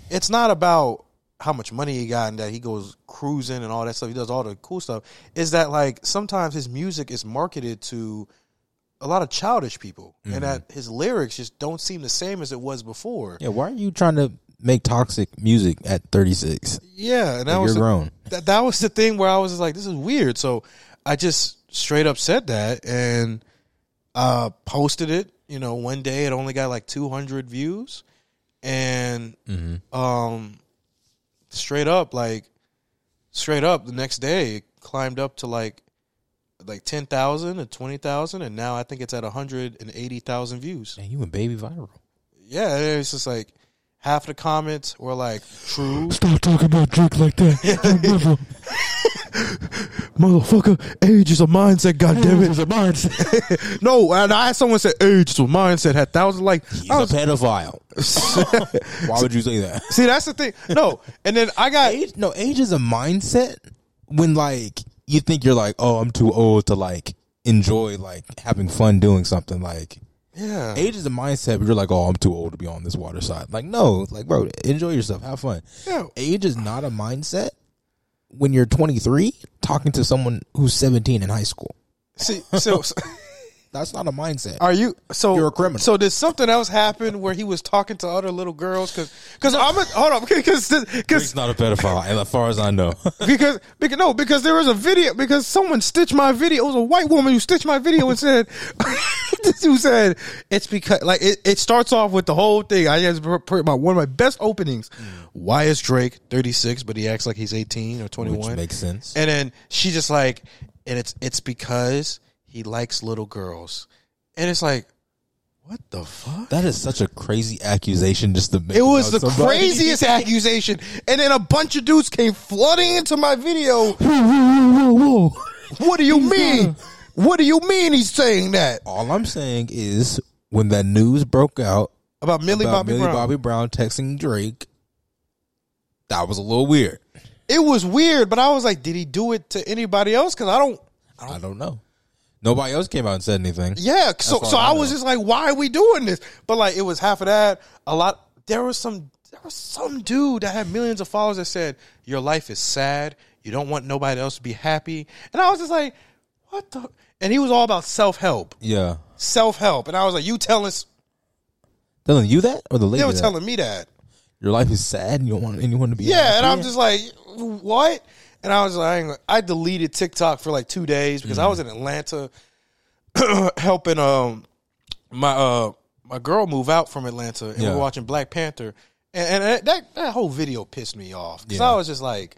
it's not about how much money he got and that he goes cruising and all that stuff. He does all the cool stuff. Is that like sometimes his music is marketed to a lot of childish people, and that his lyrics just don't seem the same as it was before. Yeah, why are you trying to make toxic music at 36? Yeah, and that You're was the, grown. That that was the thing where I was just like, this is weird. So I just straight up said that and uh posted it. You know, one day it only got like 200 views, and Mm-hmm. um, straight up like straight up the next day it climbed up to like like 10,000 or 20,000 and now I think it's at 180,000 views. Man, you went baby viral. Yeah, it's just like half the comments were like true. Stop talking about Drake like that. You'll never. Motherfucker, age is a mindset, goddammit. Age is a mindset. No, and I had someone say age to mindset had thousands like He's I was, a pedophile. Why would you say that? see that's the thing. No, and then I got Age, no, age is a mindset when like you think you're like, oh, I'm too old to like enjoy like having fun doing something. Like yeah. age is a mindset, but you're like, oh, I'm too old to be on this water side. Like no, like bro, enjoy yourself, have fun. Yeah. Age is not a mindset when you're 23 talking to someone who's 17 in high school. See, so, so That's not a mindset. are you? So You're a criminal. So did something else happen where he was talking to other little girls? Because because I'm a, hold on because because Drake's not a pedophile, as far as I know. because because no because there was a video because someone stitched my video. It was a white woman who stitched my video and said who said it's because like it, it starts off with the whole thing. I just put my one of my best openings. Mm. Why is Drake 36 but he acts like he's 18 or 21? Which makes sense. And then she just like and it's it's because he likes little girls. And it's like what the fuck? That is such a crazy accusation just to make. It was the about somebody. craziest accusation. And then a bunch of dudes came flooding into my video. What do uh, you mean? What do you mean he's saying that? All I'm saying is when that news broke out About Millie about Bobby Millie Brown. Bobby Brown texting Drake, that was a little weird. It was weird, but I was like, did he do it to anybody else? Because I don't. I don't know. Nobody else came out and said anything. Yeah. So all so I, I was know. just like, why are we doing this? But like, it was half of that. A lot. There was some. There was some dude that had millions of followers that said, "Your life is sad. You don't want nobody else to be happy." And I was just like, what the? And he was all about self help, Yeah. self help. And I was like, you telling? s- Telling you that or the lady? They were that? telling me that. your life is sad and you don't want anyone to be. Yeah, happy. and I'm just like, what? And I was like, I, ain't gonna- I deleted TikTok for like two days because I was in Atlanta helping um my uh my girl move out from Atlanta, and we Yeah. were watching Black Panther, and, and that that whole video pissed me off because I was just like,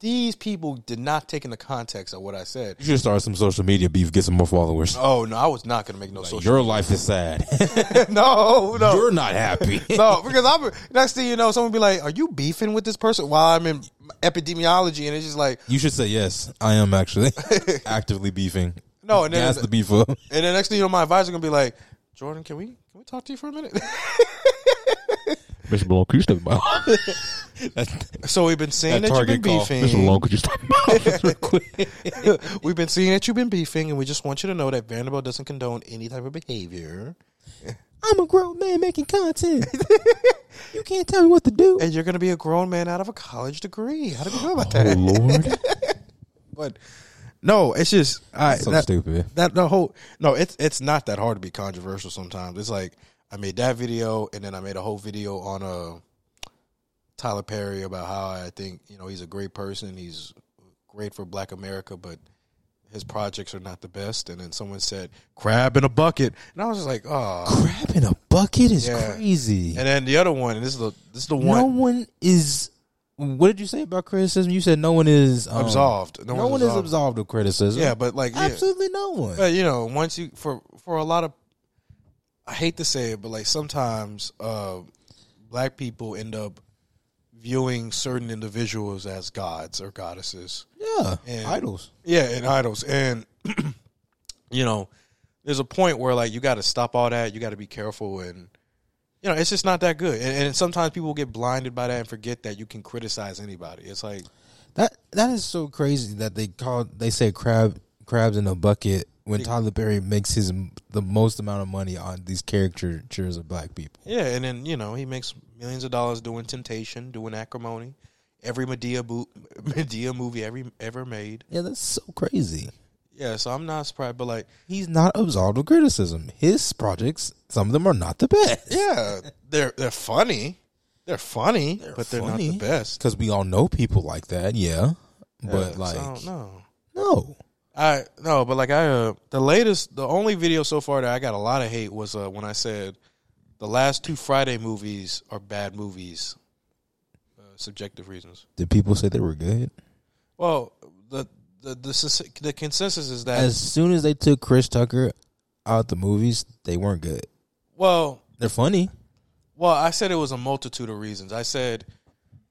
these people did not take into context of what I said. You should start some social media beef, get some more followers. Oh no, I was not gonna make no social. your life is sad. No, no. You're not happy. no, because I'm next thing you know, someone be like, "Are you beefing with this person?" While I'm in epidemiology, and it's just like, You should say yes. I am actually actively beefing. No, and then- gas the beef up. And the next thing you know, my advisor gonna be like, Jordan, can we can we talk to you for a minute? Mr. Malone, could you step out? so we've been seeing that, That you've been target call. Mr. beefing. Malone, could you step out real quick? we've been seeing that you've been beefing, and we just want you to know that Vanderbilt doesn't condone any type of behavior, I'm a grown man making content. you can't tell me what to do. and you're gonna be a grown man out of a college degree. How do we feel about Oh, that? Lord. But no, it's just I, so that, stupid. That the whole no, it's it's not that hard to be controversial. Sometimes it's like I made that video, and then I made a whole video on uh, Tyler Perry about how I think you know he's a great person. He's great for Black America, but his projects are not the best. And then someone said crab in a bucket, and I was just like, oh. Crap in a bucket is Yeah. crazy. And then the other one, and this is the this is the no one one is. What did you say about criticism? You said no one is um, absolved. No, one is absolved of criticism. Yeah, but like yeah. absolutely no one. But you know, once you for for a lot of, I hate to say it, but like sometimes uh, black people end up viewing certain individuals as gods or goddesses. yeah, And- idols. Yeah, and idols, and you know, there's a point where like you got to stop all that. You got to be careful and you know, it's just not that good. And, and sometimes people get blinded by that and forget that you can criticize anybody. It's like, That that is so crazy that they call they say crab crabs in a bucket when Tyler Perry makes his the most amount of money on these caricatures of black people. yeah, and then you know he makes millions of dollars doing Temptation, doing Acrimony, every Medea bo- Medea movie every ever made. Yeah, that's so crazy. Yeah, so I'm not surprised, but like, He's not absolved of criticism. His projects, some of them are not the best. yeah, they're they're funny, they're funny, but they're not funny. the best. because we all know people like that. Yeah, but Yeah, like so I don't know. no, I no, but like I uh, the latest, the only video so far that I got a lot of hate was uh, when I said the last two Friday movies are bad movies, uh, subjective reasons. did people say they were good? Well, the the the, sus- the consensus is that As soon as they took Chris Tucker out the movies, they weren't good. well, They're funny. well, I said it was a multitude of reasons. I said.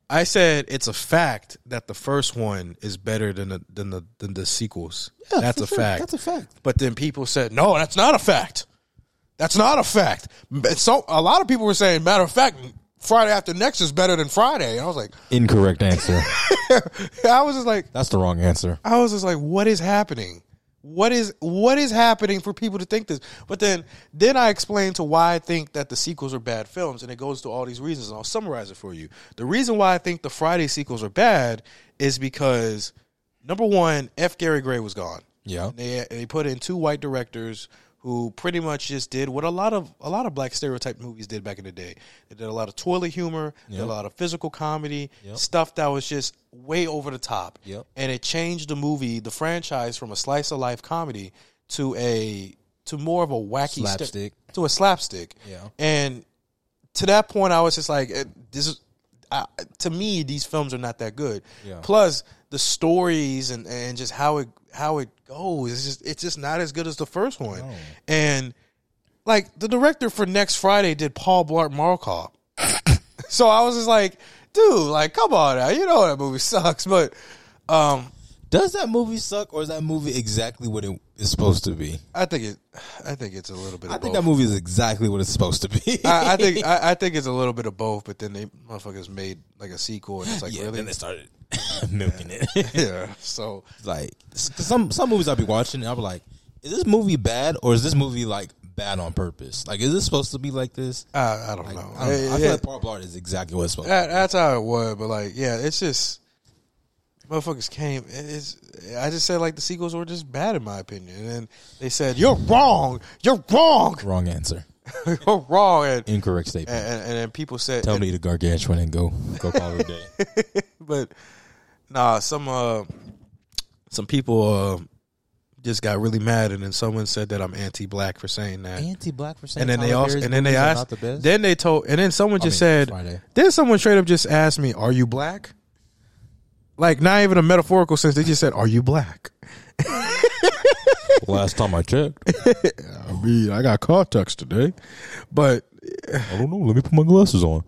I said it's a fact that the first one is better than the than the than the sequels. that's a fact. That's a fact. But then people said, "No, that's not a fact. That's not a fact." But So a lot of people were saying, "Matter of fact, Friday after next is better than Friday." And I was like, Incorrect answer. I was just like, That's the wrong answer. I was just like, "What is happening? What is what is happening for people to think this?" But then then I explained to why I think that the sequels are bad films, and it goes to all these reasons. And I'll summarize it for you. The reason why I think the Friday sequels are bad is because number one, F. Gary Gray was gone. Yeah. They they put in two white directors who pretty much just did what a lot of a lot of black stereotype movies did back in the day. They did a lot of toilet humor, did a lot of physical comedy, stuff that was just way over the top. Yep. And it changed the movie, the franchise from a slice of life comedy to a to more of a wacky ste- Slapstick. to a slapstick. Yeah. And to that point, I was just like, eh, this is. I, to me, these films are not that good. Plus, the stories and, and just how it how it goes, it's just it's just not as good as the first one. And like the director for Next Friday did Paul Blart Mall Cop, so I was just like, dude, like come on, now. you know that movie sucks. But um, Does that movie suck, or is that movie exactly what it is supposed to be? I think it, I think it's a little bit. Of I think both. that movie is exactly what it's supposed to be. I, I think I, I think it's a little bit of both, but then they motherfuckers made like a sequel, and it's like yeah, really, then they started milking it. yeah. So like s- some some movies I'll be watching, and I'll be like, "Is this movie bad, or is this movie like bad on purpose? Like, is this supposed to be like this?" I, I don't know. I, don't know. I Yeah, feel like Paul Blart is exactly what it's supposed. to that, that's how it was, but like, yeah, it's just motherfuckers came. It's I just said like the sequels were just bad in my opinion, and then they said you're wrong, you're wrong, be. Wrong answer. you're wrong, and and, Incorrect statement. and, and then people said, Tell me to eat a gargantuan and go go call it a day. but nah, some uh, some people uh, just got really mad, and then someone said that I'm anti-black for saying that. Anti-black for saying and then they also and then they asked then they told and then someone just mean, said Friday. then someone straight up just asked me are you black like not even a metaphorical sense they just said are you black last time I checked. i mean i got car tux today but I don't know. Let me put my glasses on.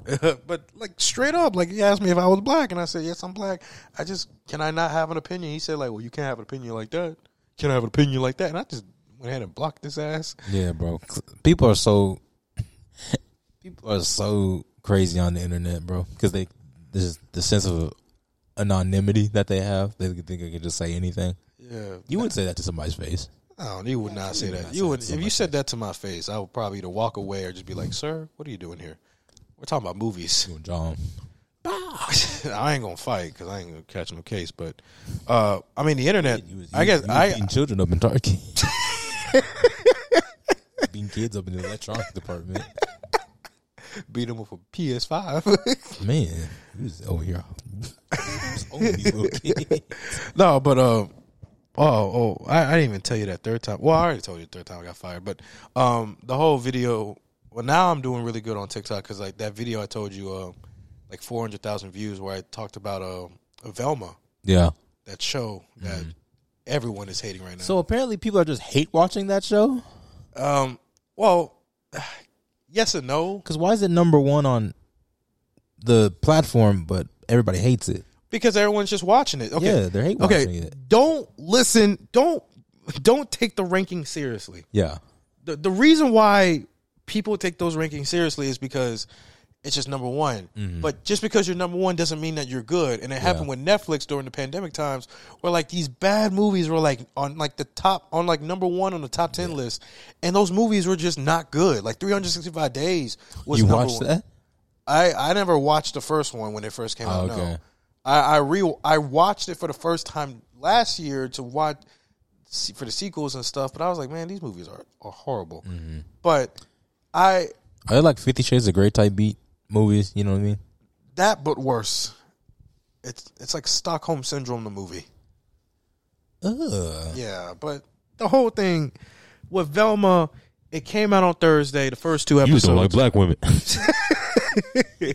but like straight up like he asked me if i was black and i said yes i'm black i just can i not have an opinion he said like well you can't have an opinion like that can i have an opinion like that and i just went ahead and blocked his ass Yeah, bro. People are so people are so crazy on the internet, bro, because they there's the sense of anonymity that they have. They think they can just say anything. yeah You wouldn't say that to somebody's face. Oh, you would not say that. not You say would that if to you my said that to my face, I would probably either walk away or just be like, "Sir, what are you doing here? We're talking about movies. You and John. I ain't gonna fight because I ain't gonna catch no case." But uh, I mean, the internet. You was- I you- guess you was I beating children up in Turkey. beating kids up in the electronics department. beat him with a PS Five. Man, he was over here. He was over these little kids. no, but um, oh, oh, I, I didn't even tell you that third time. Well, I already told you the third time I got fired. But um, the whole video. Well, now I'm doing really good on TikTok because like that video I told you, uh, like 400,000 views where I talked about uh, Velma. Yeah. that show that everyone is hating right now. Mm-hmm. So apparently people are just hate watching that show. um, well, yes and no, Because why is it number one on the platform, but everybody hates it? because everyone's just watching it. Okay, Yeah, they're hate okay. watching it. Don't listen. Don't don't take the ranking seriously. Yeah. The the reason why people take those rankings seriously is because it's just number one. Mm-hmm. But just because you're number one doesn't mean that you're good. And it happened with Netflix during the pandemic times, where like these bad movies were like on like the top on like number one on the top ten list, and those movies were just not good. Like 365 Days was You number watched one. that? I I never watched the first one when it first came out. No, okay. I I re I watched it for the first time last year to watch see- for the sequels and stuff. But I was like, man, these movies are are horrible. But I Are they like Fifty Shades of Grey type beat movies? You know what I mean? that but worse. It's it's like Stockholm syndrome the movie. Ugh. Yeah, but the whole thing with Velma, it came out on Thursday. The first two You episodes. don't like black women.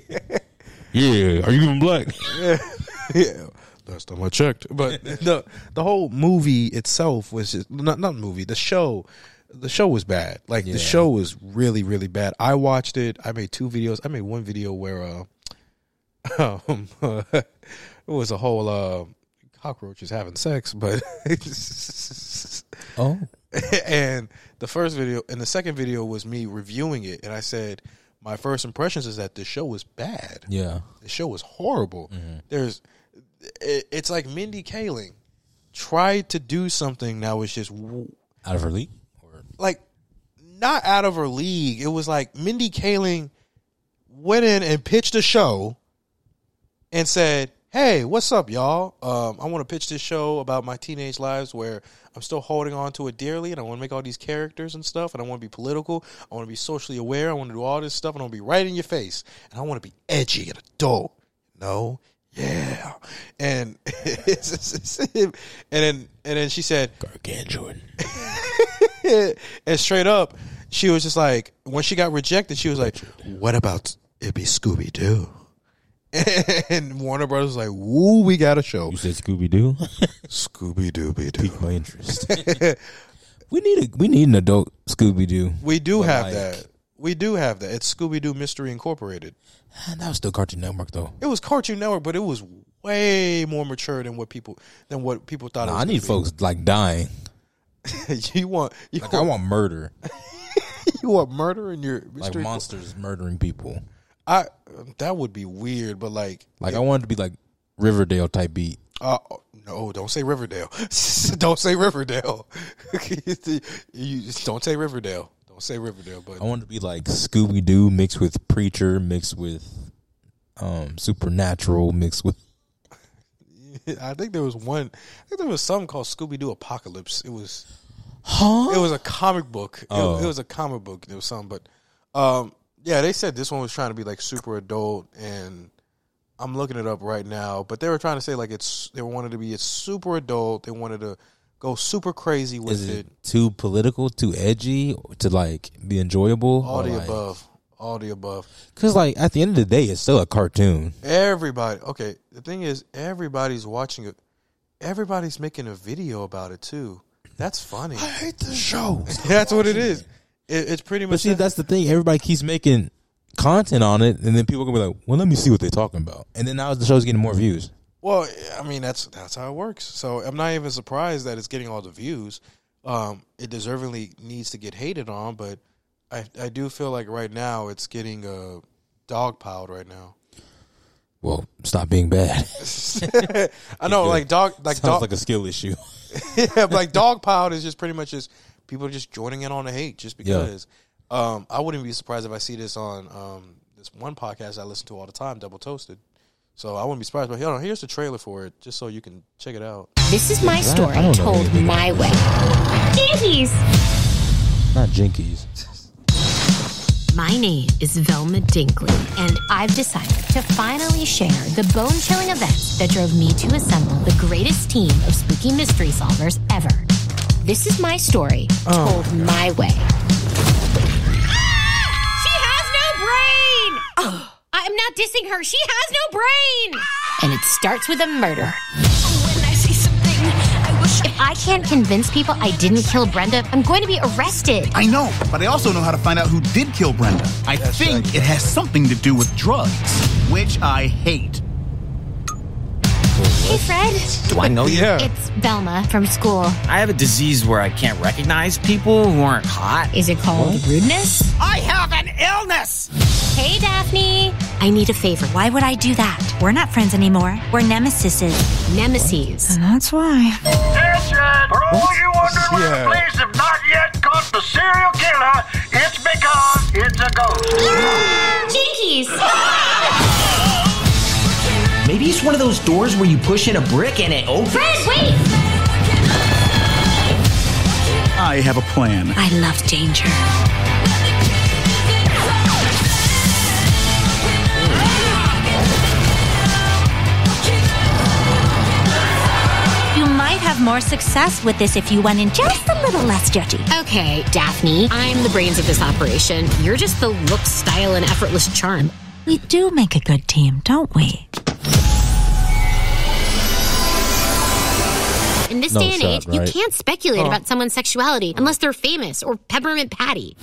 yeah, are you even black? yeah. Last time I checked, but the the whole movie itself was just not not movie. The show, the show was bad. Like the show was really really bad. I watched it. I made two videos. I made one video where uh, um, it was a whole uh, cockroaches having sex, but Oh, and the first video and the second video was me reviewing it, and I said my first impressions is that the show was bad yeah. the show was horrible. There's, it, it's like Mindy Kaling tried to do something that was just w- Out of her league. Or- like not out of her league. It was like Mindy Kaling went in and pitched a show and said, "Hey, what's up, y'all? Um, I want to pitch this show about my teenage lives where I'm still holding on to it dearly, and I want to make all these characters and stuff, and I want to be political, I want to be socially aware, I want to do all this stuff, and I want to be right in your face, and I want to be edgy and adult. No, yeah, and it's, it's- it's- and then and then she said, Gargantuan. and straight up, she was just like, when she got rejected, she was like, "What about it be Scooby Doo?" And Warner Brothers was like, "Woo, we got a show, You said Scooby Doo. Scooby Dooby Doo." piqued my interest. Oh, we need a we need an adult Scooby Doo. We do have like- that. We do have that. It's Scooby Doo Mystery Incorporated. That was still Cartoon Network though. It was Cartoon Network, but it was way more mature than what people than what people thought. it Nah, was I need gonna folks like dying. be. you want you Like I want, want murder, you want murder in your like mystery. monsters murdering people. I that would be weird, but like Like I wanted to be like Riverdale type beat. Uh, no, don't say Riverdale. don't say Riverdale. you just don't say Riverdale. Don't say Riverdale. I But wanted to be like Scooby Doo mixed with Preacher, mixed with um Supernatural, mixed with I think there was one. I think there was something called Scooby Doo Apocalypse. It was. Huh? Oh. It was a comic book. It, it was a comic book. There was some, but um, yeah, they said this one was trying to be like super adult, and I'm looking it up right now. But they were trying to say like it's they wanted to be it's super adult. They wanted to go super crazy with Is it. it too political, too edgy, to like be enjoyable? All the above. All the above. Because like at the end of the day, it's still a cartoon. Everybody. Okay, the thing is, everybody's watching it. Everybody's making a video about it too. That's funny. hate the show. That's what it is. It, it's pretty But much. see, that's the thing. Everybody keeps making content on it, and then people are gonna be like, "Well, let me see what they're talking about." And then now the show's getting more views. well, I mean, that's that's how it works. So I'm not even surprised that it's getting all the views. Um, it deservedly needs to get hated on, but I I do feel like right now it's getting uh, dogpiled right now. Well, stop being bad. I know, like dog, like Sounds dog, like a skill issue. yeah, but, like dogpiled is just pretty much just people are just joining in on the hate just because. Um, I wouldn't be surprised if I see this on um, this one podcast I listen to all the time, Double Toasted. So I wouldn't be surprised. But hold on, here's the trailer for it, just so you can check it out. This is my story I don't know told anything. my way. Jinkies! Not jinkies. My name is Velma Dinkley, and I've decided to finally share the bone chilling events that drove me to assemble the greatest team of spooky mystery solvers ever. This is my story Oh told my way. Ah! She has no brain! I'm not dissing her. She has no brain! And it starts with a murder. When I see something, I wish If I can't convince people I didn't kill Brenda, I'm going to be arrested. I know, but I also know how to find out who did kill Brenda. I think it has something to do with drugs, which I hate. Hey, Fred? Do I know you? Yeah. It's Velma from school. I have a disease where I can't recognize people who aren't hot. Is it called rudeness? I have an illness! Hey, Daphne. I need a favor. Why would I do that? We're not friends anymore. We're nemesises. Nemesis. And that's why. Attention! For all you wondering why Yeah. the police have not yet caught the serial killer, it's because it's a ghost. Jinkies! Maybe it's one of those doors where you push in a brick and it opens. Fred, wait! I have a plan. I love danger. You might have more success with this if you went in just a little less judgy. Okay, Daphne, I'm the brains of this operation. You're just the look, style, and effortless charm. We do make a good team, don't we? In this No day and shot, age, you right? can't speculate Oh. about someone's sexuality unless they're famous or Peppermint Patty.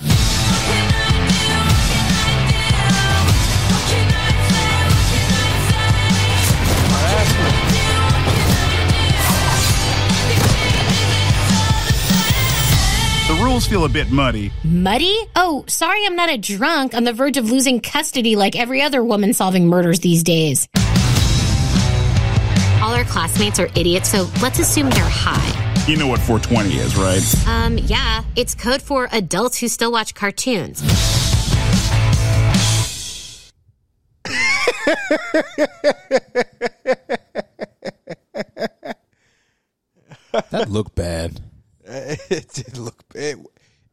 The rules feel a bit muddy. Muddy? Oh, sorry, I'm not a drunk on the verge of losing custody like every other woman solving murders these days. All our classmates are idiots, so let's assume they're high. You know what 420 is, right? Um, yeah, it's code for adults who still watch cartoons. That looked bad. it did look it,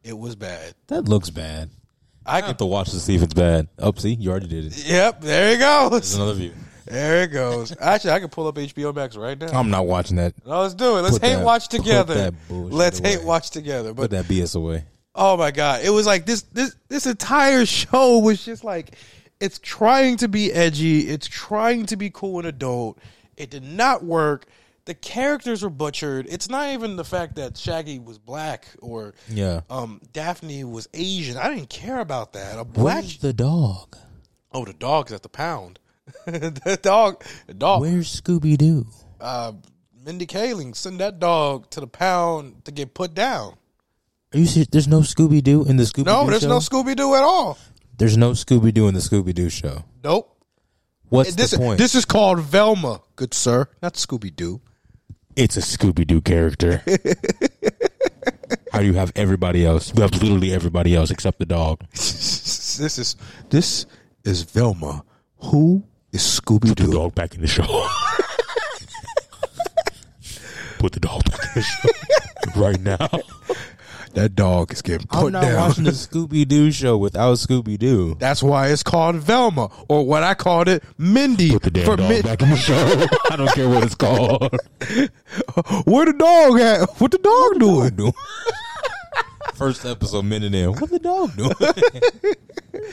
it was bad. That looks bad. I have to watch to see if it's bad. Oh, see, you already did it. Yep, there it goes. There's another view. There it goes. Actually, I can pull up HBO Max right now. I'm not watching that. No, let's do it. Let's Put hate that- watch put together. that bullshit Let's hate away. watch together. But Put that BS away. Oh my god, it was like this this this entire show was just like it's trying to be edgy, it's trying to be cool and adult. It did not work. The characters were butchered. It's not even the fact that Shaggy was black or Yeah. um Daphne was Asian. I didn't care about that. A black Where's the dog? Oh, the dog's at the pound. the dog the dog Where's Scooby Doo? uh Mindy Kaling send that dog to the pound to get put down. Are you serious? There's no Scooby Doo in the Scooby Doo No, there's show? no Scooby Doo at all. There's no Scooby Doo in the Scooby Doo show. Nope. What's this, the point? This is called Velma, good sir, not Scooby Doo. It's a Scooby Doo character. How do you have everybody else? You have literally everybody else except the dog. This is this is Velma. Who is Scooby Doo? Dog back in the show. Put the dog back in the show right now. That dog is getting I'm put not down. watching the Scooby Doo show without Scooby Doo. That's why it's called Velma, or what I called it, Mindy. Put the damn dog back in the show. I don't care what it's called. Where the dog at? What the dog doing? First episode, minute in. What the dog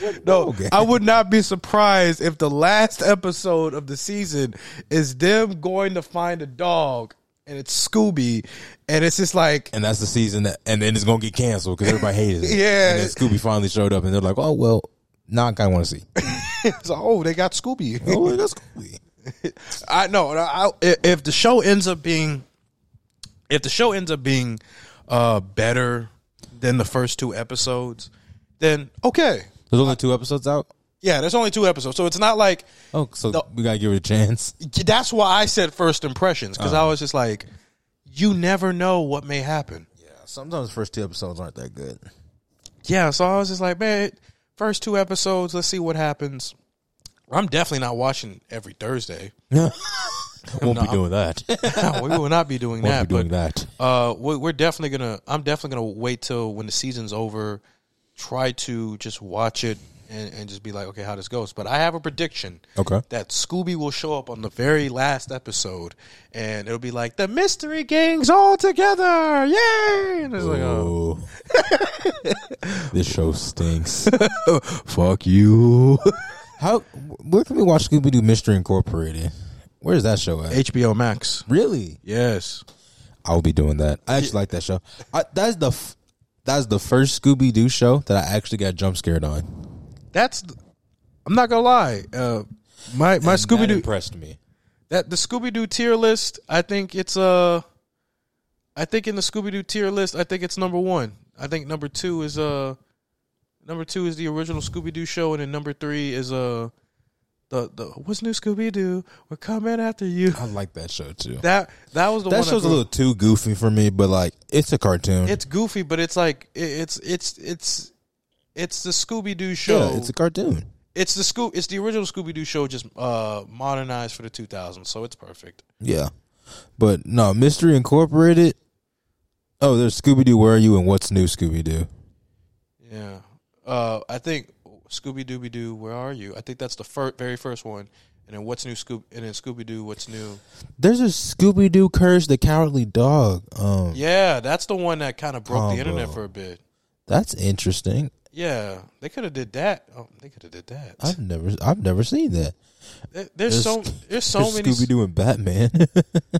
doing? No, I would not be surprised if the last episode of the season is them going to find a dog, and it's Scooby, and it's just like And that's the season that, and then it's gonna get canceled because everybody hated it. Yeah. And then Scooby finally showed up, and they're like, "Oh well, now I kind of want to see." it's like, oh, they got Scooby. Oh, that's Scooby. I know. I, I- if the show ends up being, if the show ends up being, uh, better than the first two episodes, then okay. There's only two episodes out. Yeah, there's only two episodes, so it's not like Oh, so No. we gotta give it a chance. that's why I said first impressions because Uh-huh. I was just like, you never know what may happen. Sometimes the first two episodes aren't that good. Yeah, so I was just like, man, first two episodes, let's see what happens. I'm definitely not watching every Thursday. Won't be No. doing that. we will not be doing Won't that. be doing but, that. Uh, we- we're definitely gonna. I'm definitely gonna wait till when the season's over. Try to just watch it and, and just be like, okay, how this goes. But I have a prediction. Okay. That Scooby will show up on the very last episode, and it'll be like the mystery gang's all together, yay! And it's like, oh, Oh. this show stinks. Fuck you. How? Where can we watch Scooby Doo Mystery Incorporated? Where is that show at? HBO Max. Really? Yes. I'll be doing that. I actually like that show. I, that's the f- that's the first Scooby Doo show that I actually got jump scared on. that's. I'm not gonna lie. Uh, my my Scooby Doo impressed me. That the Scooby Doo tier list, I think it's uh I think in the Scooby Doo tier list, I think it's number one. I think number two is uh number two is the original Scooby Doo show, and then number three is uh the the what's new Scooby Doo? We're coming after you. I like that show too. That that was the that one show's I a grew- little too goofy for me, but like it's a cartoon. It's goofy, but it's like it- it's it's it's it's the Scooby Doo show. Yeah, it's a cartoon. It's the Scoo. It's the original Scooby Doo show, just uh modernized for the 2000s. So it's perfect. Yeah, but no, Mystery Incorporated. Oh, there's Scooby Doo. Where are you? And what's new, Scooby Doo? Yeah. Uh, I think Scooby Dooby Doo, where are you? I think that's the fir- very first one. And then what's new Scoob? And then Scooby Doo, what's new? There's a Scooby Doo Curse the Cowardly Dog. Um, Yeah, that's the one that kind of broke the internet combo. for a bit. that's interesting. Yeah, they could have did that. Oh, they could have did that. I've never, I've never seen that. There- There's, so there's so many Scooby Doo and Batman.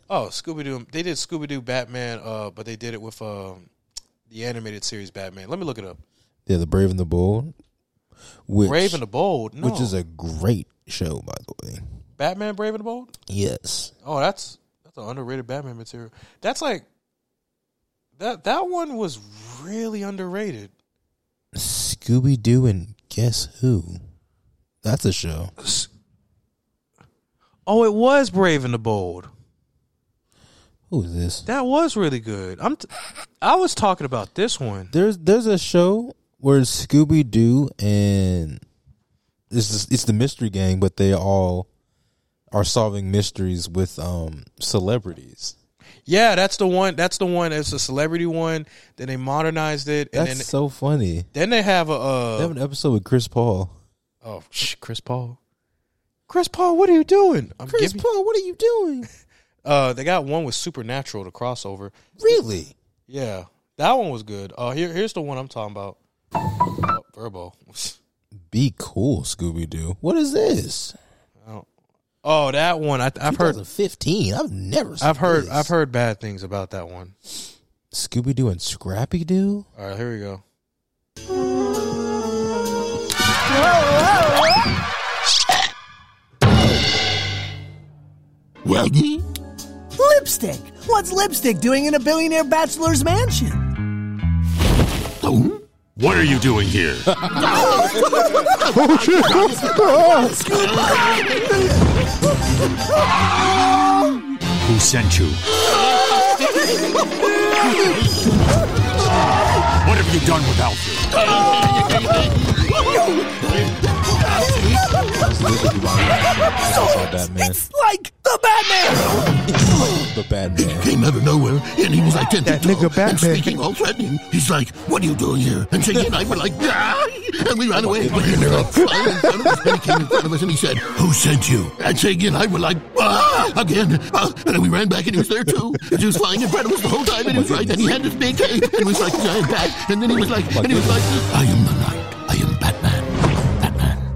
Oh, Scooby Doo. They did Scooby Doo Batman, uh, but they did it with um, the animated series Batman. Let me look it up. yeah, the Brave and the Bold. Which, Brave and the Bold, which is no. a great show, by the way. Batman Brave and the Bold. Yes, Oh, that's that's an underrated Batman material. That's like that that one was really underrated. Scooby Doo and Guess Who? That's a show. Oh, it was Brave and the Bold. Who is this? That was really good. I'm t- I was talking about this one. There's there's a show where Scooby Doo and it's just, it's the mystery gang, but they all are solving mysteries with um celebrities. Yeah, that's the one. That's the one. It's a celebrity one. Then they modernized it, and That's then so funny. then they have a They uh, have an episode with Chris Paul. oh sh- Chris Paul. Chris Paul, what are you doing? I'm Chris giving- Paul, what are you doing? Uh, they got one with Supernatural to crossover. Really? Yeah, that one was good. Uh, here, here's the one I'm talking about. Oh, Verbo. Be cool, Scooby Doo. What is this? Oh, that one. I, I've heard. 2015. I've never. Seen I've heard. this. I've heard bad things about that one. Scooby Doo and Scrappy Doo. All right, here we go. Well, lipstick. What's lipstick doing in a billionaire bachelor's mansion? What are you doing here? oh shit! Who sent you? What have you done with Alfred? It's like the Batman. The Batman. Came out of nowhere, and he was identical. That nigga And Batman. speaking all threatening, he's like, "What are you doing here?" And Shaggy and I were like, "Ah!" And we ran away. But he like, flying in front of us, then he came in front of us, and he said, "Who sent you?" And Shaggy and I were like, "Ah!" Again. Ah! And then we ran back, and he was there too. And he was flying in front of us the whole time, and he was right. And he had this big cape, and he was like a giant bat. And then he was like, and he was like, "I am the knight. I am Batman. Batman."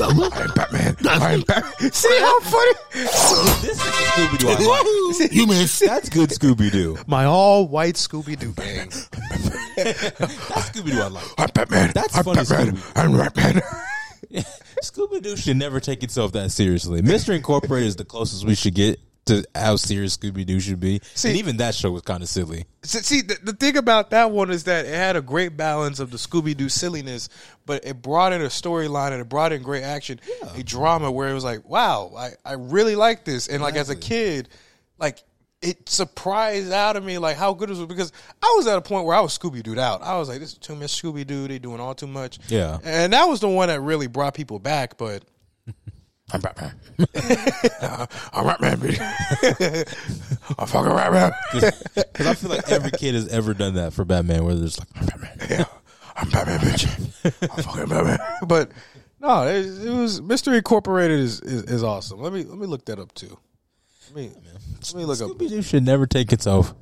I'm Batman. I'm Batman. See how funny? This is Scooby Doo. I like. You missed. That's good Scooby Doo. My all white Scooby Doo gang. That's Scooby Doo I like. I'm Batman. That's funny. Scooby. I'm Batman. Scooby Doo should never take itself that seriously. Mystery Incorporated is the closest we should get to how serious Scooby Doo should be. and even that show was kind of silly. See, see, the, the thing about that one is that it had a great balance of the Scooby Doo silliness, but it brought in a storyline and it brought in great action, a drama where it was like, wow, I, I really like this. And like as a kid, like it surprised out of me like how good it was because I was at a point where I was Scooby Dooed out. I was like, this is too much Scooby Doo. They doing all too much. Yeah. And that was the one that really brought people back, but. I'm Batman. I'm Batman, baby. I'm fucking Batman. Because I feel like every kid has ever done that for Batman, where they're just like, I'm Batman. Yeah, I'm Batman, bitch. I'm fucking Batman. but no, it, it was Mystery Incorporated is, is is awesome. Let me let me look that up too. Let me let me look up. Scooby Doo should never take itself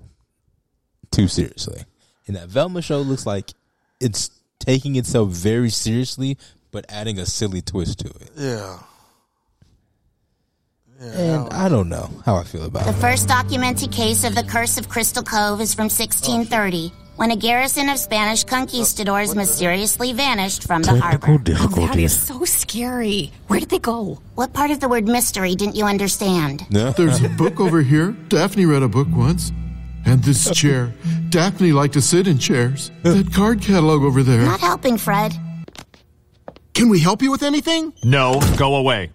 too seriously. And that Velma show looks like it's taking itself very seriously, but adding a silly twist to it. Yeah. And I don't know how I feel about The it. first documented case of the curse of Crystal Cove is from 1630, when a garrison of Spanish conquistadors mysteriously vanished from the harbor. Technical difficulties. So scary. Where did they go? What part of the word mystery didn't you understand? There's a book over here. Daphne read a book once. And this chair. Daphne liked to sit in chairs. That card catalog over there. Not helping, Fred. Can we help you with anything? No, go away.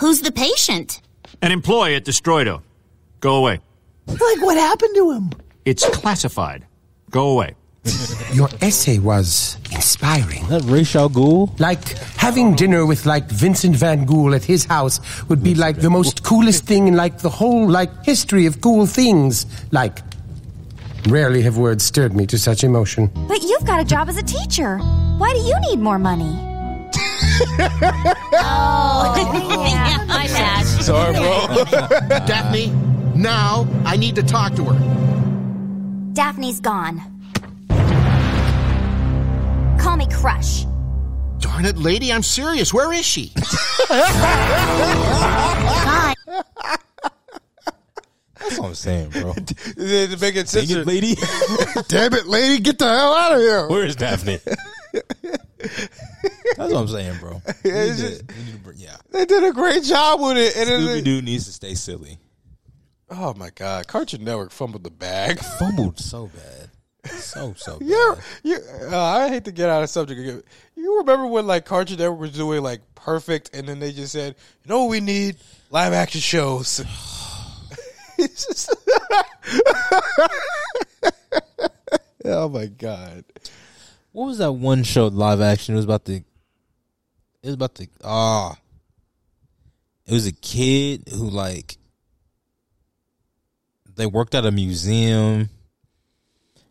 Who's the patient? An employee at Destroido. Go away. Like, what happened to him? It's classified. Go away. Your essay was inspiring. That Ra's al Ghul? Like having dinner with like Vincent Van Gogh at his house would be like the most coolest thing in like the whole like history of cool things. Like rarely have words stirred me to such emotion. But you've got a job as a teacher. Why do you need more money? oh, yeah, my bad. Sorry, bro. Daphne, now I need to talk to her. Daphne's gone. Call me Crush. Darn it, lady, I'm serious. Where is she? God. That's what I'm saying, bro. to make it Dang it, lady. Damn it, lady, get the hell out of here. Where is Daphne? That's what I'm saying, bro. We need to- we need to bring- yeah. They did a great job with it. And then Scooby Doo needs to stay silly. oh my god, Cartoon Network fumbled the bag. Fumbled so bad, so so. Bad. Yeah, you, uh, I hate to get out of subject again. You remember when like Cartoon Network was doing like perfect, and then they just said, "You know what we need? Live action shows." It's just- oh my god! What was that one show live action? It was about the. It was about the ah. it was a kid who like. They worked at a museum.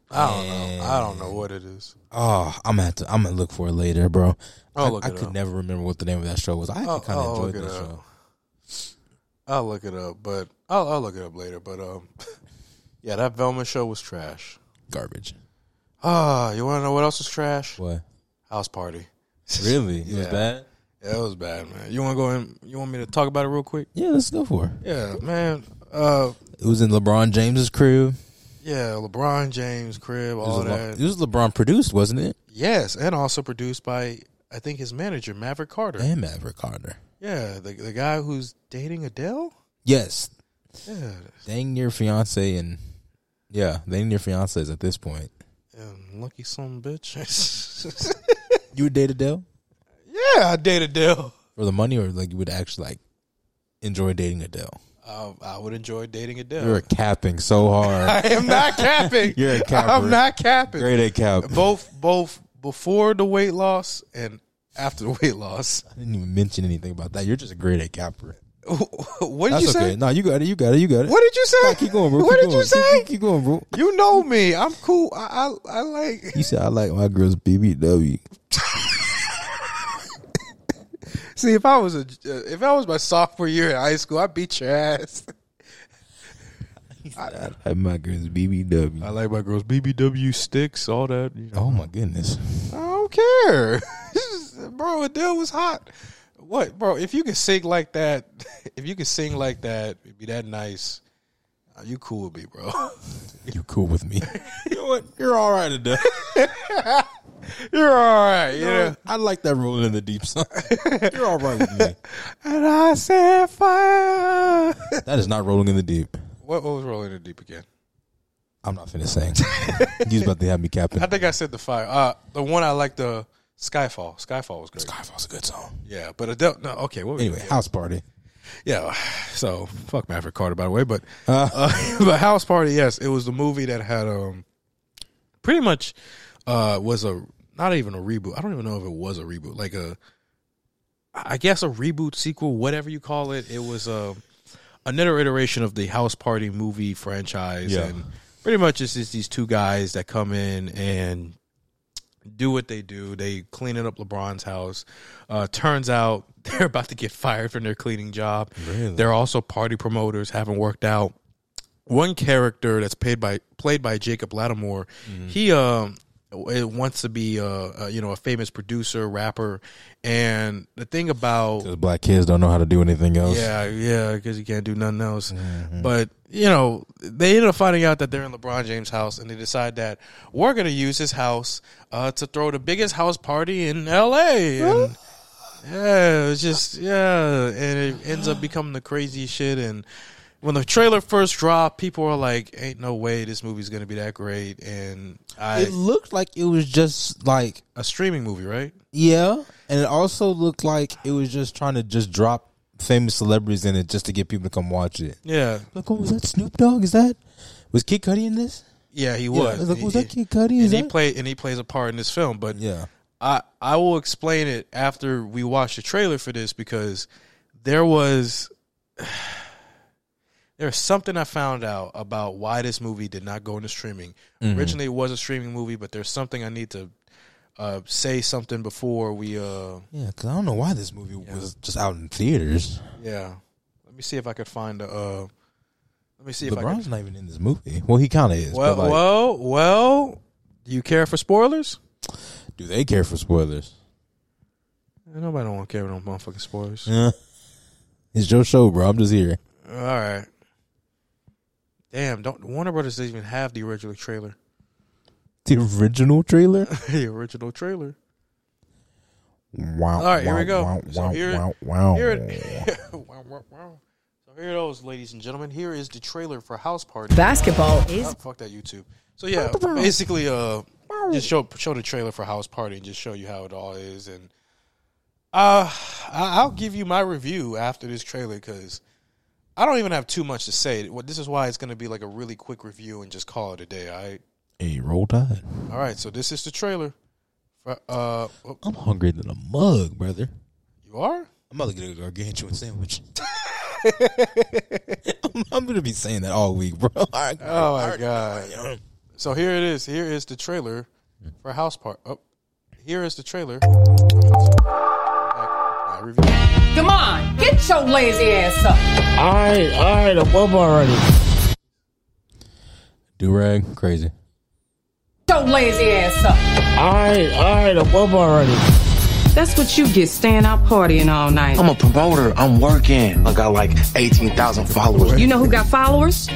I don't know. I don't know what it is. Oh, I'm gonna have to. I'm gonna look for it later, bro. I'll I, look I it could up. never remember what the name of that show was. I I'll- kind I'll of enjoyed look it that up. show. I'll look it up, but I'll, I'll look it up later. But um, yeah, that Velma show was trash. Garbage. Ah, you want to know what else was trash? What? House party. Really? It was bad? Yeah, it was bad, man. You want to go in? You want me to talk about it real quick? Yeah, let's go for it. Yeah, man. Uh, It was in LeBron James's crib. yeah, LeBron James crib, It was, all Le- that. it was LeBron produced, wasn't it? yes, and also produced by I think his manager Maverick Carter. And Maverick Carter. Yeah, the the guy who's dating Adele. Yes. Yeah, Dang near fiance and yeah, dang near fiancees at this point. and lucky son of a bitch. You would date Adele yeah, I dated Adele. for the money, or like you would actually like enjoy dating Adele? I, Um, I would enjoy dating Adele. You're capping so hard. I am not capping. You're a capper. I'm not capping. Great at cap. Both both before the weight loss and after the weight loss. I didn't even mention anything about that. You're just a great at capper. what did That's you say? okay. No, you got it. You got it. You got it. What did you say? Nah, keep going, bro. What Keep did you going. say? Keep, keep going, bro. You know me. I'm cool. I I, I like. You said I like my girls BBW. See, if I was a if I was my sophomore year in high school, I'd beat your ass. I like my girls BBW. I like my girls BBW sticks, all that. you know. Oh my goodness. I don't care, bro. Adele was hot. What, bro? If you can sing like that, if you can sing like that, be that nice. uh, You cool with me, bro. You cool with me? you know what? You're all right, Adele. You're all right. Yeah. I like that rolling in the deep song. You're all right with me. and I said fire. That is not rolling in the deep. what, what was rolling in the deep again? I'm not finna sing. He's about to have me capping. I think I said the fire. Uh, the one I like, the Skyfall. Skyfall was great. Skyfall's a good song. Yeah, but Adele. No, okay. What were we Anyway, doing? house party. yeah. So fuck Maverick Carter, by the way. But uh, but House Party, yes, it was the movie that had um pretty much uh was a not even a reboot. I don't even know if it was a reboot, like a I guess a reboot, sequel, whatever you call it. It was um another iteration of the House Party movie franchise, Yeah. and pretty much it's just these two guys that come in and do what they do. They clean it up LeBron's house. Uh, turns out they're about to get fired from their cleaning job. Really? They're also party promoters, haven't worked out. One character that's paid by played by Jacob Lattimore, he um it wants to be a, a you know a famous producer, rapper, and the thing about Black kids don't know how to do anything else. yeah, yeah, because you can't do nothing else. Mm-hmm. But you know, they ended up finding out that they're in LeBron James' house, and they decide that we're going to use his house uh, to throw the biggest house party in L.A. And, yeah, it's just yeah, and it ends up becoming the craziest shit. And when the trailer first dropped, people were like, "Ain't no way this movie's going to be that great." And I it looked like it was just like a streaming movie, right? Yeah, and it also looked like it was just trying to just drop famous celebrities in it just to get people to come watch it. Yeah, Like, oh, was that Snoop Dogg? Is that was Kid Cudi in this? Yeah, he Yeah, was. I was like, He- was that Kid Cudi? Is and he that- played and he plays a part in this film. But yeah, I I will explain it after we watch the trailer for this because there was there's something I found out about why this movie did not go into streaming. Mhm. Originally, it was a streaming movie, but there's something I need to uh, say something before we. Uh, Yeah, because I don't know why this movie was just out in theaters. yeah, let me see if I could find. Uh, let me see if I LeBron's could. not even in this movie. Well, he kind of is. Well, but like, well, well. Do you care for spoilers? do they care for spoilers? Nobody don't want to care about no motherfucking spoilers. Yeah. It's your show, bro. I'm just here. All right. Damn, don't Warner Brothers doesn't even have the original trailer. The original trailer. the original trailer. Wow. All right, here wow, we go. Wow. So wow, here- wow, wow. here it- wow, wow, wow. So here it is, ladies and gentlemen. Here is the trailer for House Party. Basketball is- Ah, fuck that YouTube. So yeah, basically, uh, just show show the trailer for House Party and just show you how it all is. And uh, I- I'll give you my review after this trailer because I don't even have too much to say. Well, This is why it's going to be like a really quick review and just call it a day. All right. Hey, roll tide. All right, so this is the trailer. For, uh, oh, I'm hungrier than a mug, brother. you are? I'm about to get a gargantuan sandwich. I'm, I'm gonna be saying that all week, bro. I- Oh I my already- god! So here it is. Here is the trailer for House Party. Oh, here is the trailer. Come on, get your lazy ass up. All right, all right, I'm up already. Do rag, crazy. Your lazy ass up. All right, all right, I'm up already. That's what you get staying out partying all night. I'm a promoter. I'm working. I got like 18,000 followers. You know who got followers?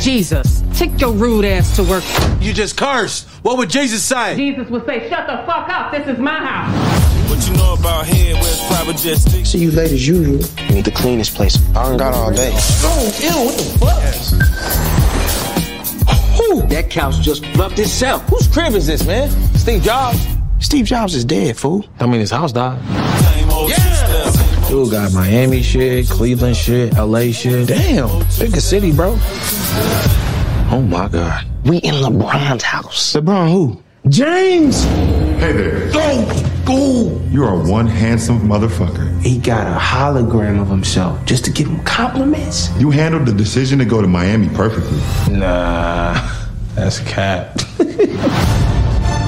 Jesus. Take your rude ass to work. You just cursed. What would Jesus say? Jesus would say, shut the fuck up. This is my house. What you know about here with private jet See you late as usual. You need to clean this place. I don't got all day. Oh, ew, what the fuck? Who? That couch just fluffed itself. Whose crib is this, man? Steve Jobs? Steve Jobs is dead, fool. I mean, his house died. Yeah. Dude got Miami shit, Cleveland shit, LA shit. Damn, pick a city, bro. Oh my God. We in LeBron's house. LeBron who? James! Hey there. Go! Go! You are one handsome motherfucker. He got a hologram of himself just to give him compliments. You handled the decision to go to Miami perfectly. Nah, that's cap.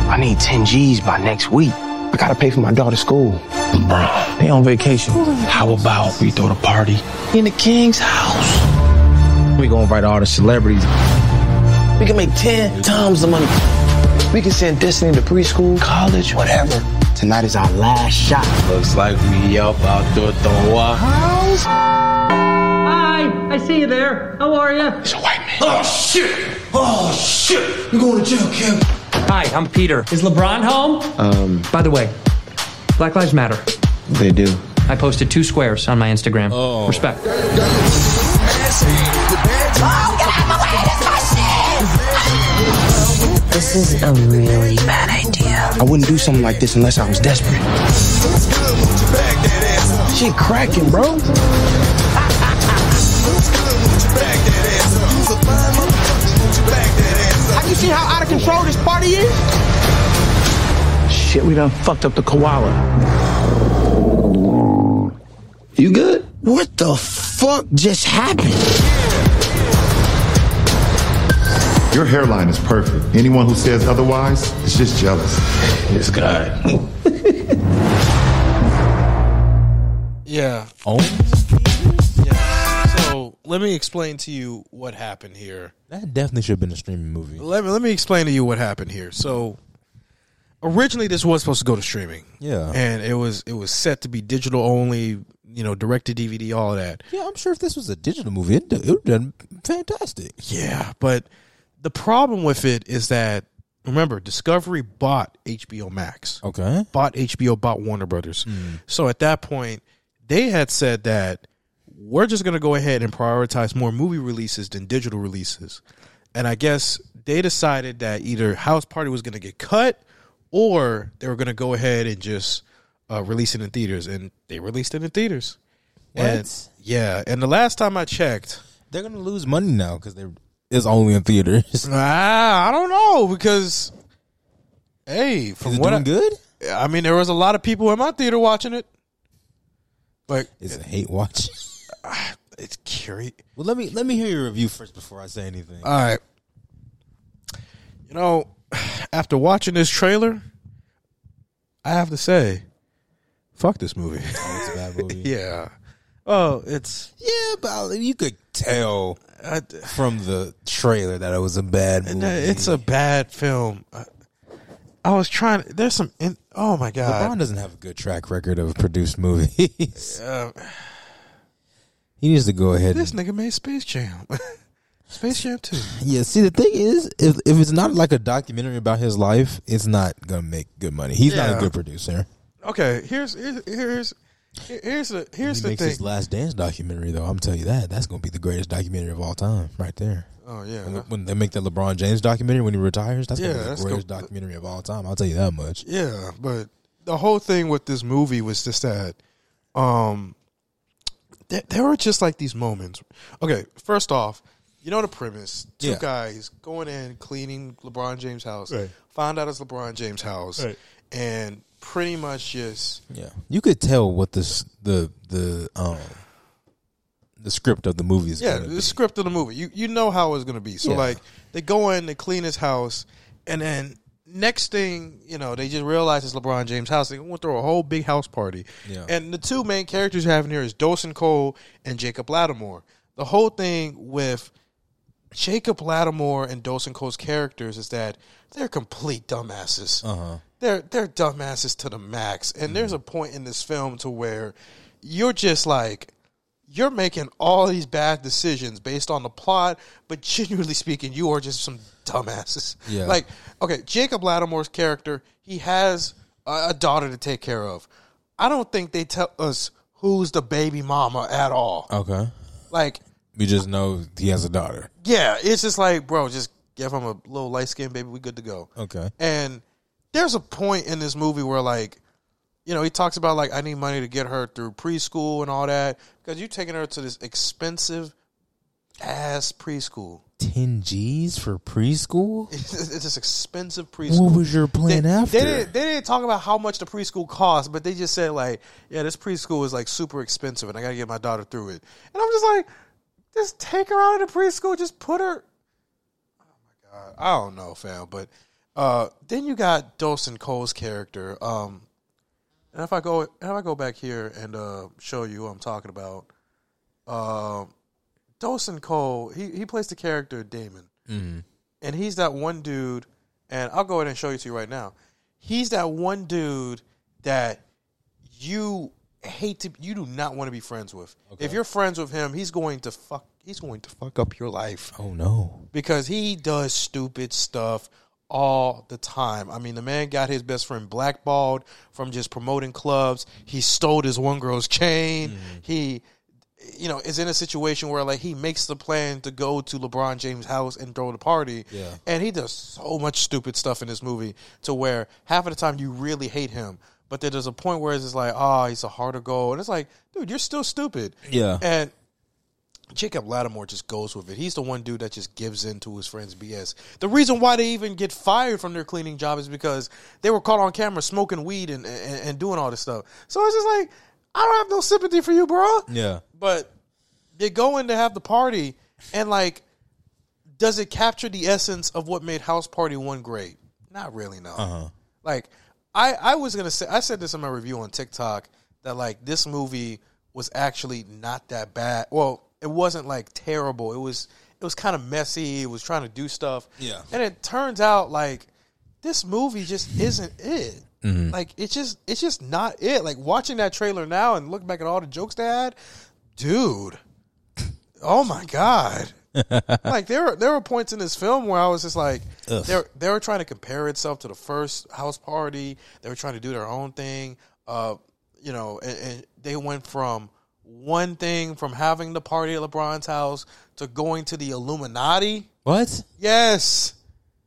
I need 10 G's by next week. I gotta pay for my daughter's school. Bro, they on vacation. How about we throw the party in the king's house? We gonna invite all the celebrities. We can make 10 times the money. We can send Destiny to preschool, college, whatever. Tonight is our last shot. Looks like we up out there throwing house. Hi, I see you there. How are you? It's a white man. Oh shit! Oh shit! You're going to jail, Kim. Hi, I'm Peter. Is LeBron home? Um. By the way, Black Lives Matter. They do. I posted two squares on my Instagram. Oh. Respect. This is a really bad idea. I wouldn't do something like this unless I was desperate. Shit cracking, bro. You see how out of control this party is? Shit, we done fucked up the koala. You good? What the fuck just happened? Your hairline is perfect. Anyone who says otherwise is just jealous. This guy. Yeah. Oh. Yeah. So let me explain to you what happened here. That definitely should have been a streaming movie. Let me let me explain to you what happened here. So originally this was supposed to go to streaming. Yeah. And it was it was set to be digital only, you know, direct to DVD, all that. Yeah, I'm sure if this was a digital movie, it would have done fantastic. Yeah, but the problem with it is that remember, Discovery bought HBO Max. Okay. Bought HBO, bought Warner Brothers. Mm. So at that point, they had said that we're just going to go ahead and prioritize more movie releases than digital releases. And I guess they decided that either House Party was going to get cut or they were going to go ahead and just uh, release it in theaters. And they released it in theaters. And, What? yeah. And the last time I checked, they're going to lose money now because they're it's only in theaters. Ah, I don't know because, hey, from it what doing I, good? I mean, there was a lot of people in my theater watching it. But is it hate watch? it's curious. Well, let me let me hear your review first before I say anything. All right. You know, after watching this trailer, I have to say, fuck this movie. it's a bad movie. yeah. Oh, it's yeah, but I- you could tell from the trailer that it was a bad movie. No, It's a bad film. I, I was trying. There's some. In, oh my god. LeBron doesn't have a good track record of produced movies. Uh, he needs to go ahead. this and- nigga made Space Jam. Space Jam Two. yeah, see, the thing is, if if it's not like a documentary about his life, it's not gonna make good money. He's not Yeah. a good producer. Okay. Here's here's here's here's the here's he the makes thing. his last dance documentary though. I'm telling you that that's gonna be the greatest documentary of all time, right there. Oh, yeah. When- when they make that LeBron James documentary when he retires, that's Yeah, gonna be that's the greatest gonna- documentary of all time. I'll tell you that much. Yeah, but the whole thing with this movie was just that um there, there were just like these moments. Okay, first off, you know the premise. Two Yeah. guys going in cleaning LeBron James' house. Right. Found out it's LeBron James' house Right. and pretty much just Yeah, you could tell what this the the um the script of the movie is. yeah, gonna the script of the movie. You you know how it's gonna be. So Yeah. like they go in, they clean his house, and then next thing you know, they just realize it's LeBron James' house. They went through a whole big house party. Yeah. And the two main characters you have in here is Dawson Cole and Jacob Lattimore. The whole thing with Jacob Lattimore and Dawson Cole's characters is that they're complete dumbasses. Uh-huh. Mm-hmm. They're they're dumbasses to the max. And there's a point in this film to where you're just like you're making all these bad decisions based on the plot, but genuinely speaking, you are just some dumbasses. Yeah. Like, okay, Jacob Lattimore's character, he has a, a daughter to take care of. I don't think they tell us who's the baby mama at all. Okay, Like, we just know he has a daughter. yeah, it's just like, bro, just give him a little light skin baby, we good to go. Okay, And there's a point in this movie where like, you know, he talks about like I need money to get her through preschool and all that because you're taking her to this expensive ass preschool. ten G's for preschool. it's this expensive preschool. What was your plan they, after? They didn't, they didn't talk about how much the preschool cost, but they just said like, yeah, this preschool is like super expensive, and I gotta get my daughter through it. And I'm just like, just take her out of the preschool, just put her. Oh my god, I don't know, fam. But uh, then you got Dawson Cole's character. Um, and if I go, and if I go back here and uh, show you who I'm talking about, um, Dawson Cole, he he plays the character Damon Mhm. and he's that one dude. And I'll go ahead and show you to you right now. He's that one dude that you hate to, you do not want to be friends with. If you're friends with him, he's going to fuck, he's going to fuck up your life Oh no, because he does stupid stuff all the time. I mean, the man got his best friend blackballed from just promoting clubs. He stole his one girl's chain. Mm-hmm. He, you know, is in a situation where like he makes the plan to go to LeBron James' house and throw the party. Yeah. And he does so much stupid stuff in this movie to where half of the time you really hate him. But then there's a point where it's just like, oh, he's a harder goal. And it's like, dude, you're still stupid. Yeah. And Jacob Lattimore just goes with it. He's the one dude that just gives in to his friends' BS. The reason why they even get fired from their cleaning job is because they were caught on camera smoking weed and, and, and doing all this stuff. So it's just like, I don't have no sympathy for you, bro. yeah, But they go in to have the party, and like, does it capture the essence of what made House Party 1 great? Not really, no. uh huh, Like I I was gonna say I said this in my review on TikTok that like this movie was actually not that bad. Well, it wasn't like terrible. It was it was kind of messy. It was trying to do stuff. Yeah. And it turns out like this movie just isn't it. Mhm. Like it's just it's just not it. Like watching that trailer now and looking back at all the jokes they had, dude. Oh my god. like there were there were points in this film where I was just like Ugh. they were- they were trying to compare itself to the first house party. They were trying to do their own thing. Uh, you know, and, and they went from one thing from having the party at LeBron's house to going to the Illuminati. What? Yes.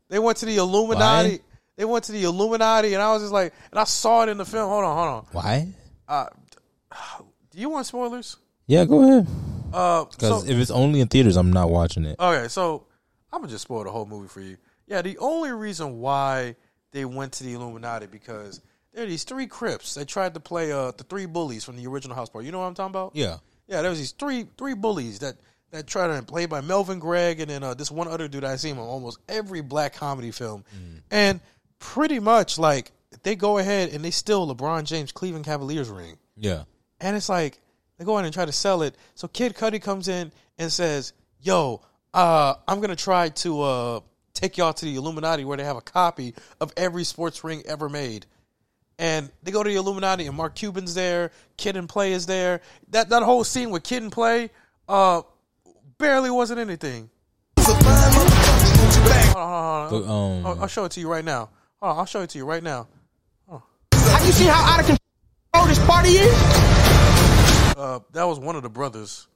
They went to the Illuminati. Why? They went to the Illuminati, and I was just like, and I saw it in the film. Hold on, hold on. Why? Uh, do you want spoilers? Yeah, go ahead. Uh, so, Because if it's only in theaters, I'm not watching it. okay, so I'm gonna just spoil the whole movie for you. Yeah, the only reason why they went to the Illuminati because there are these three Crips. They tried to play uh the three bullies from the original House Party. You know what I'm talking about? Yeah. Yeah, there was these three three bullies that that tried to play by Melvin Gregg and then uh, this one other dude I seen on almost every black comedy film, and pretty much like they go ahead and they steal LeBron James Cleveland Cavaliers ring, Yeah. and it's like they go in and try to sell it. So Kid Cudi comes in and says, "Yo, uh, I'm gonna try to uh, take y'all to the Illuminati where they have a copy of every sports ring ever made." and they go to the Illuminati, and Mark Cuban's there, Kid and Play is there. That that whole scene with Kid and Play, uh, barely wasn't anything. Hold on, hold on, hold on. But, um, I'll, I'll show it to you right now. Hold on, I'll show it to you right now. Oh. Have you seen how out of control this party is? Uh, that was one of the brothers.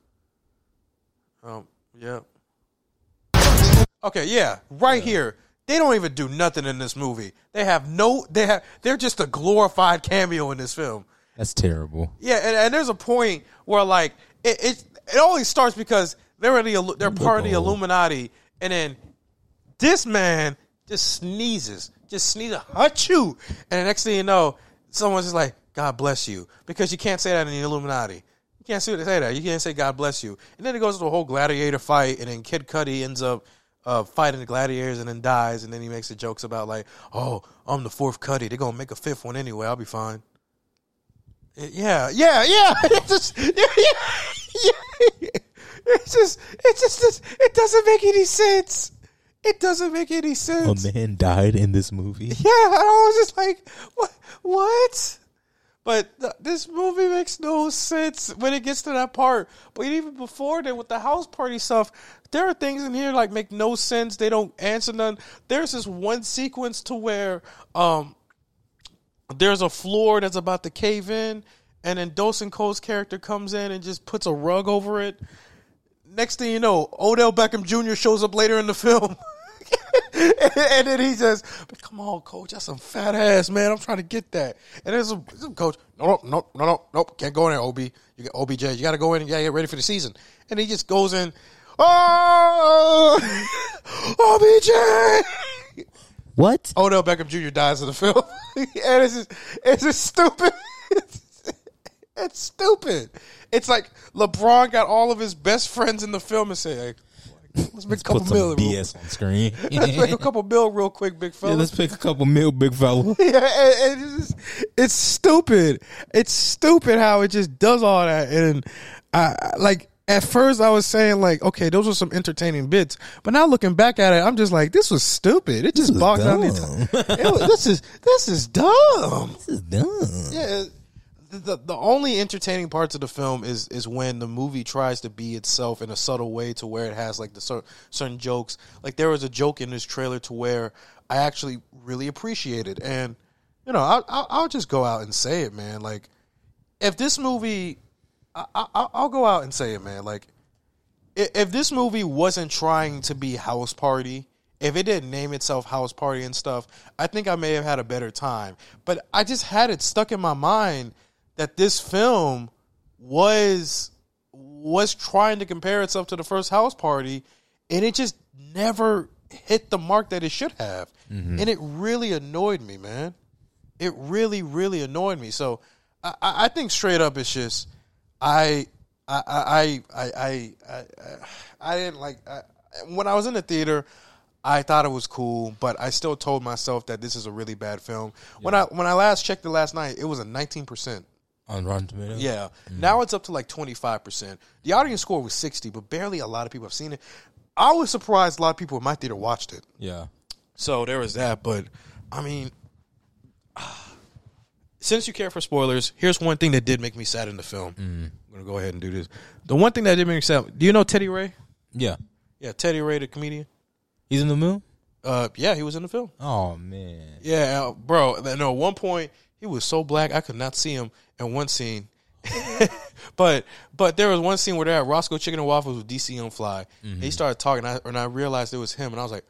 Um, yeah. Okay, yeah, right here. They don't even do nothing in this movie. They have no. They have. They're just a glorified cameo in this film. That's terrible. Yeah, and, and there's a point where like it, it it only starts because they're in the Illu- they're part of the Illuminati, and then this man just sneezes, just sneezes, achoo, and the next thing you know, someone's just like, "God bless you," because you can't say that in the Illuminati. You can't say say that. You can't say "God bless you," and then it goes to a whole gladiator fight, and then Kid Cudi ends up. Uh, fighting the gladiators and then dies and then he makes the jokes about like oh I'm the fourth Cuddy they're gonna make a fifth one anyway I'll be fine yeah, yeah, yeah. It's just, yeah, yeah, yeah. It's just, it's just, it's- it doesn't make any sense. It doesn't make any A sense. Oh, man died in this movie. Yeah, and I was just like, what? What? But th- this movie makes no sense when it gets to that part. But even before then, with the house party stuff, there are things in here like make no sense. They don't answer none. There's this one sequence to where um, there's a floor that's about to cave in, and then Dawson Cole's character comes in and just puts a rug over it. Next thing you know, Odell Beckham Jr. shows up later in the film. and, and then he says, "But come on, coach, that's some fat ass man. I'm trying to get that." And there's a, there's a coach, no, no, no, no, no, nope, can't go in there, Ob. You got OBJ. You got to go in and you gotta get ready for the season. And he just goes in, oh, OBJ. What? Odell Beckham Jr. dies in the film, and it's just, it's just stupid. it's stupid. It's like LeBron got all of his best friends in the film and say, "Hey, let's make a couple Put some million." BS on screen. Let's make a couple bill real quick, big Yeah, fella. let's pick a couple mil, big fella. Yeah, and- and it's, just- it's stupid. It's stupid how it just does all that. And I I- like at first I was saying like, okay, those were some entertaining bits, but now looking back at it, I'm just like, this was stupid. It just bogged down the entire. It was- this is this is dumb. This is dumb. Yeah. it- The, the only entertaining parts of the film is is when the movie tries to be itself in a subtle way to where it has like the cer- certain jokes. Like there was a joke in this trailer to where I actually really appreciated, and you know I, I, I'll just go out and say it, man. Like if this movie, I, I, I'll go out and say it, man. Like i- if this movie wasn't trying to be House Party, if it didn't name itself House Party and stuff, I think I may have had a better time. But I just had it stuck in my mind that this film was was trying to compare itself to the first House Party, and it just never hit the mark that it should have, Mhm. and it really annoyed me, man. It really, really annoyed me. So I, I I think straight up, it's just I I I I I I, I, I didn't like I, when I was in the theater. I thought it was cool, but I still told myself that this is a really bad film. When I when I last checked it last night, it was a nineteen percent. On Rotten Tomatoes? Yeah. Now it's up to like 25%. The audience score was 60, but barely a lot of people have seen it. I was surprised a lot of people in my theater watched it. Yeah. So there was that, but I mean, since you care for spoilers, here's one thing that did make me sad in the film. I'm gonna go ahead and do this. The one thing that did make me sad. Do you know Teddy Ray? Yeah. Yeah, Teddy Ray, the comedian. He's in the film. Uh, yeah, he was in the film. Oh man. Yeah, uh, bro. No, at one point he was so black I could not see him in one scene. but but there was one scene where they had Roscoe Chicken and Waffles with DC on Fly. Mhm. He started talking, and I, and I realized it was him, and I was like,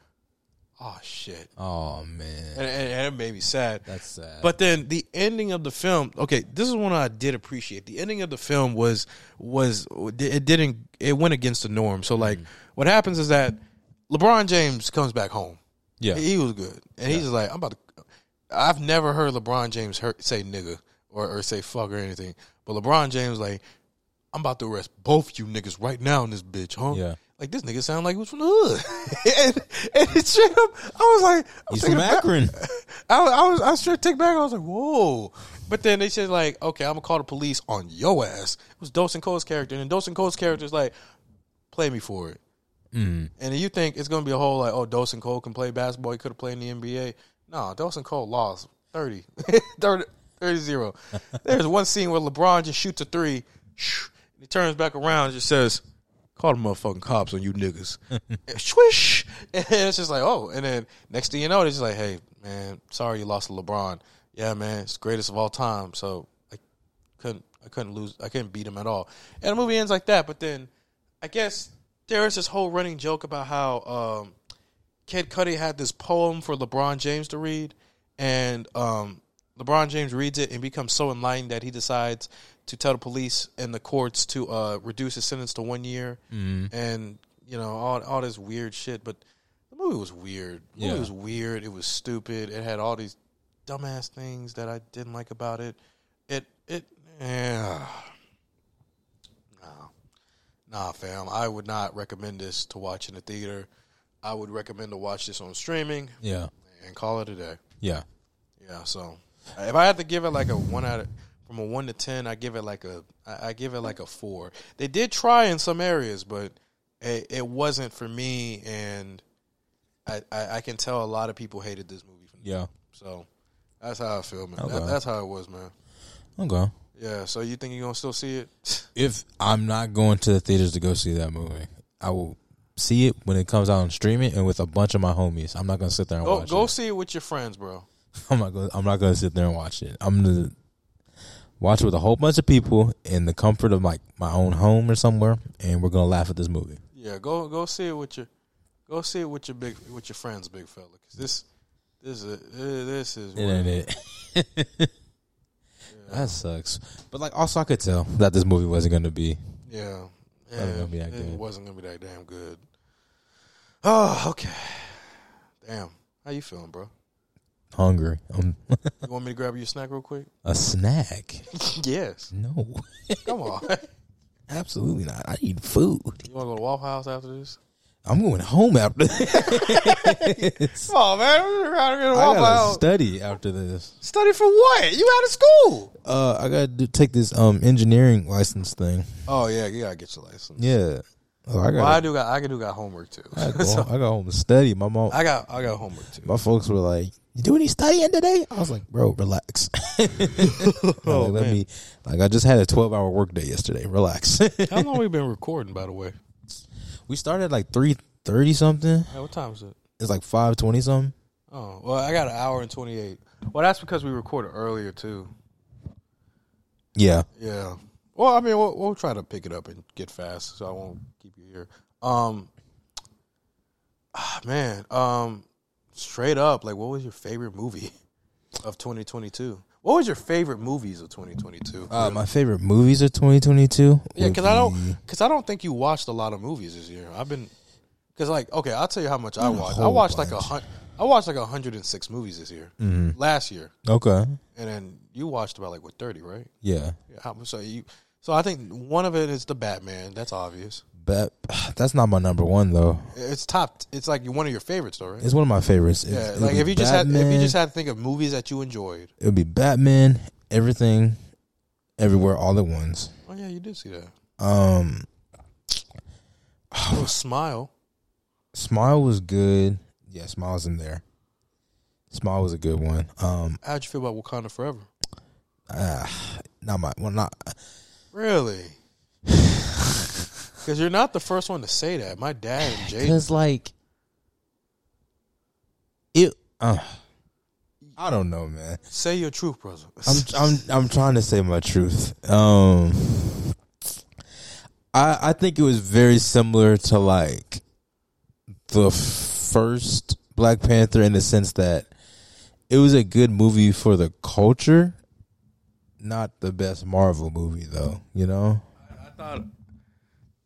"Oh shit!" Oh man. And, and, and it made me sad. That's sad. But then the ending of the film. Okay, this is one I did appreciate. The ending of the film was was it didn't it went against the norm. So Mm-hmm. like, what happens is that LeBron James comes back home. Yeah. he, he was good, and he's just like, "I'm about to." I've never heard LeBron James hurt, say nigga or, or say fuck or anything, but LeBron James like, "I'm about to arrest both you niggas right now in this bitch, huh?" Yeah. Like this nigga sound like he was from the hood, and, and it's straight up. I was like, I was He's from thinking about- Akron. I, was- I was I straight take back. I was like, whoa. But then they said like, okay, I'm gonna call the police on your ass. It was Dawson Cole's character, and then Dawson Cole's character is like, play me for it. Mm. And you think it's gonna be a whole like, oh, Dawson Cole can play basketball. He could have played in the NBA. No, Dawson Cole lost 30, 30, 30. There's one scene where LeBron just shoots a three. shh, and He turns back around and just says, "Call the motherfucking cops on you niggas." And Swish, and it's just like, oh. And then next thing you know, they're just like, "Hey, man, sorry you lost to LeBron. Yeah, man, it's the greatest of all time. So I couldn't, I couldn't lose, I couldn't beat him at all." And the movie ends like that. But then I guess there is this whole running joke about how um, Kid Cudi had this poem for LeBron James to read, and um, LeBron James reads it and becomes so enlightened that he decides to tell the police and the courts to uh, reduce his sentence to one year, Mhm. and you know all all this weird shit. But the movie was weird. The movie Yeah. was weird. It was stupid. It had all these dumbass things that I didn't like about it. It it yeah. Nah, fam. I would not recommend this to watch in the theater. I would recommend to watch this on streaming Yeah. and call it a day. Yeah. Yeah. So, if I had to give it like a one out of from a one to ten, I give it like a I I give it like a four. They did try in some areas, but it, it wasn't for me, and I, I I can tell a lot of people hated this movie. Yeah. So that's how I feel, man. That, Okay. that's how it was, man. Okay. Yeah. So you think you're gonna still see it? If I'm not going to the theaters to go see that movie, I will see it when it comes out on streaming and with a bunch of my homies. I'm not gonna sit there and Go watch go it. see it with your friends, bro. I'm not gonna I'm not gonna sit there and watch it. I'm gonna watch it with a whole bunch of people in the comfort of like my own home or somewhere, and we're gonna laugh at this movie. Yeah, go go see it with your go see it with your big with your friends, big fella. 'Cause this this is eh, this is It ain't it. That sucks. But like also I could tell that this movie wasn't gonna be yeah yeah wasn't gonna be that it good. wasn't gonna be that damn good. Oh okay, damn. How you feeling, bro? hungry. Um, You want me to grab you a snack real quick? a snack. yes. No. Come on. Absolutely not. I need food. You want to go to Waffle House after this? I'm going home after Come on, man. We're out here I to Waffle gotta House. study after this. Study for what? You out of school? Uh, I gotta do, take this um engineering license thing. Oh yeah, you gotta get your license. Uh, Yeah. Oh, I got. well, I do got I do got homework too. I go, So, I go home to study. My mom. I got I got homework too. My folks were like, "You do any studying today?" I was like, "Bro, relax." Oh, Like, let man. me. Like, I just had a twelve-hour workday yesterday. Relax. How long we been recording, by the way? we started at like three thirty something. Hey, what time is it? It's like five twenty something. Oh, well, I got an hour and 28. Well, that's because we recorded earlier, too. Yeah. Yeah. Well, I mean, we'll, we'll try to pick it up and get fast, so I won't keep you here. Um, ah, man, um, straight up, like, what was your favorite movie of 2022? What was your favorite movies of 2022? Uh, my favorite movies of twenty twenty-two. Yeah, because I don't because I don't think you watched a lot of movies this year. I've been because like okay, I'll tell you how much I Not a watched. I whole watched like a hun- I watched like hundred and six movies this year. Mhm. Last year, Okay. and then you watched about like what thirty, right? Yeah. How, so you so I think one of it is the Batman. That's obvious. But that's not my number one though. It's top. It's like one of your favorites, though, right? It's one of my favorites. It- yeah, it'll like be if you just had if you Batman. just had to think of movies that you enjoyed. It would be Batman, everything, everywhere, all at once. Oh yeah, you did see that. Um, Oh, Smile. Smile was good. Yeah, Smile's in there. Small was a good one. Um, How'd you feel about Wakanda Forever? uh, not my well, not Really? Because you're not the first one to say that. My dad and Jay. because like it. Uh, I don't know, man. Say your truth, brother. I'm I'm I'm trying to say my truth. Um, I I think it was very similar to like the first Black Panther in the sense that it was a good movie for the culture, not the best Marvel movie though. You know? I thought.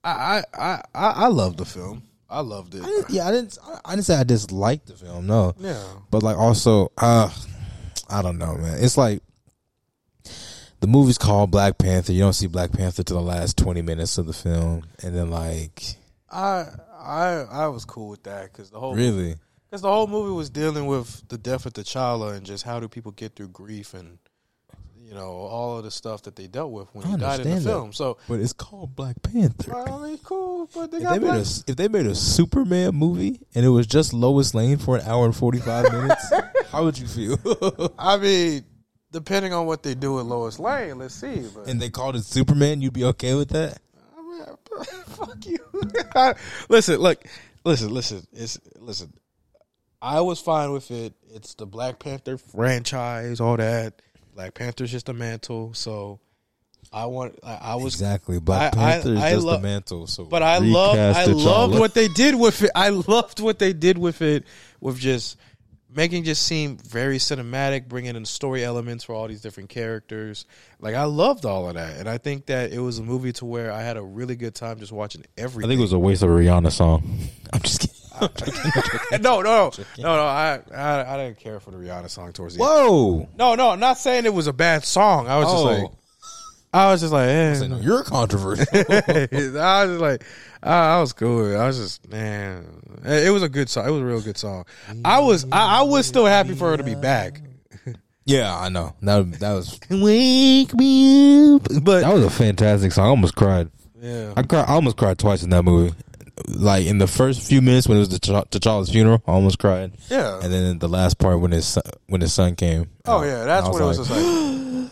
I I I I I loved the film. I loved it. yeah, I didn't. I, I didn't say I disliked the film. No. Yeah. But like also, uh, I don't know, man. It's like the movie's called Black Panther. You don't see Black Panther till the last twenty minutes of the film, and then like I I I was cool with that because the whole Really? because the whole movie was dealing with the death of T'Challa and just how do people get through grief and you know all of the stuff that they dealt with when I he died in the understand that. film. So But it's called Black Panther. Well, I mean, cool, but they If got they, made a, black. s- if they made a Superman movie and it was just Lois Lane for an hour and forty five minutes, how would you feel? I mean, depending on what they do with Lois Lane, let's see. But and they called it Superman, you'd be okay with that? fuck you. I- listen, look, listen, listen. It's listen. I was fine with it. It's the Black Panther franchise, all that. Black Panther's just a mantle, so I want. I, I was Exactly. Black I- I- Panther is I just lo- the mantle. So but I love, I recast T'Challa. loved what they did with it. I loved what they did with it, with just making it just seem very cinematic, bringing in story elements for all these different characters. Like I loved all of that, and I think that it was a movie to where I had a really good time just watching I everything. think it was a waste of a Rihanna song. I'm just kidding. no, no, no, no, no. I, I, I didn't care for the Rihanna song towards the end. Whoa! No, no, I'm not saying it was a bad song. I was Oh. just like, I was just like, eh. you're controversial. I was just like, I, I was cool. I was just, man, Eh, it it was a good song. It was a real good song. I was, I, I was still happy for her to be back. Yeah, I know. That that was Wake me up. But that was a fantastic song. I almost cried. Yeah. I cried. I almost cried twice in that movie. Like in the first few minutes when it was the T'Challa's funeral, I almost cried. Yeah. and then the last part when his son, when his son came. Oh yeah, that's I what it was. like, Just like,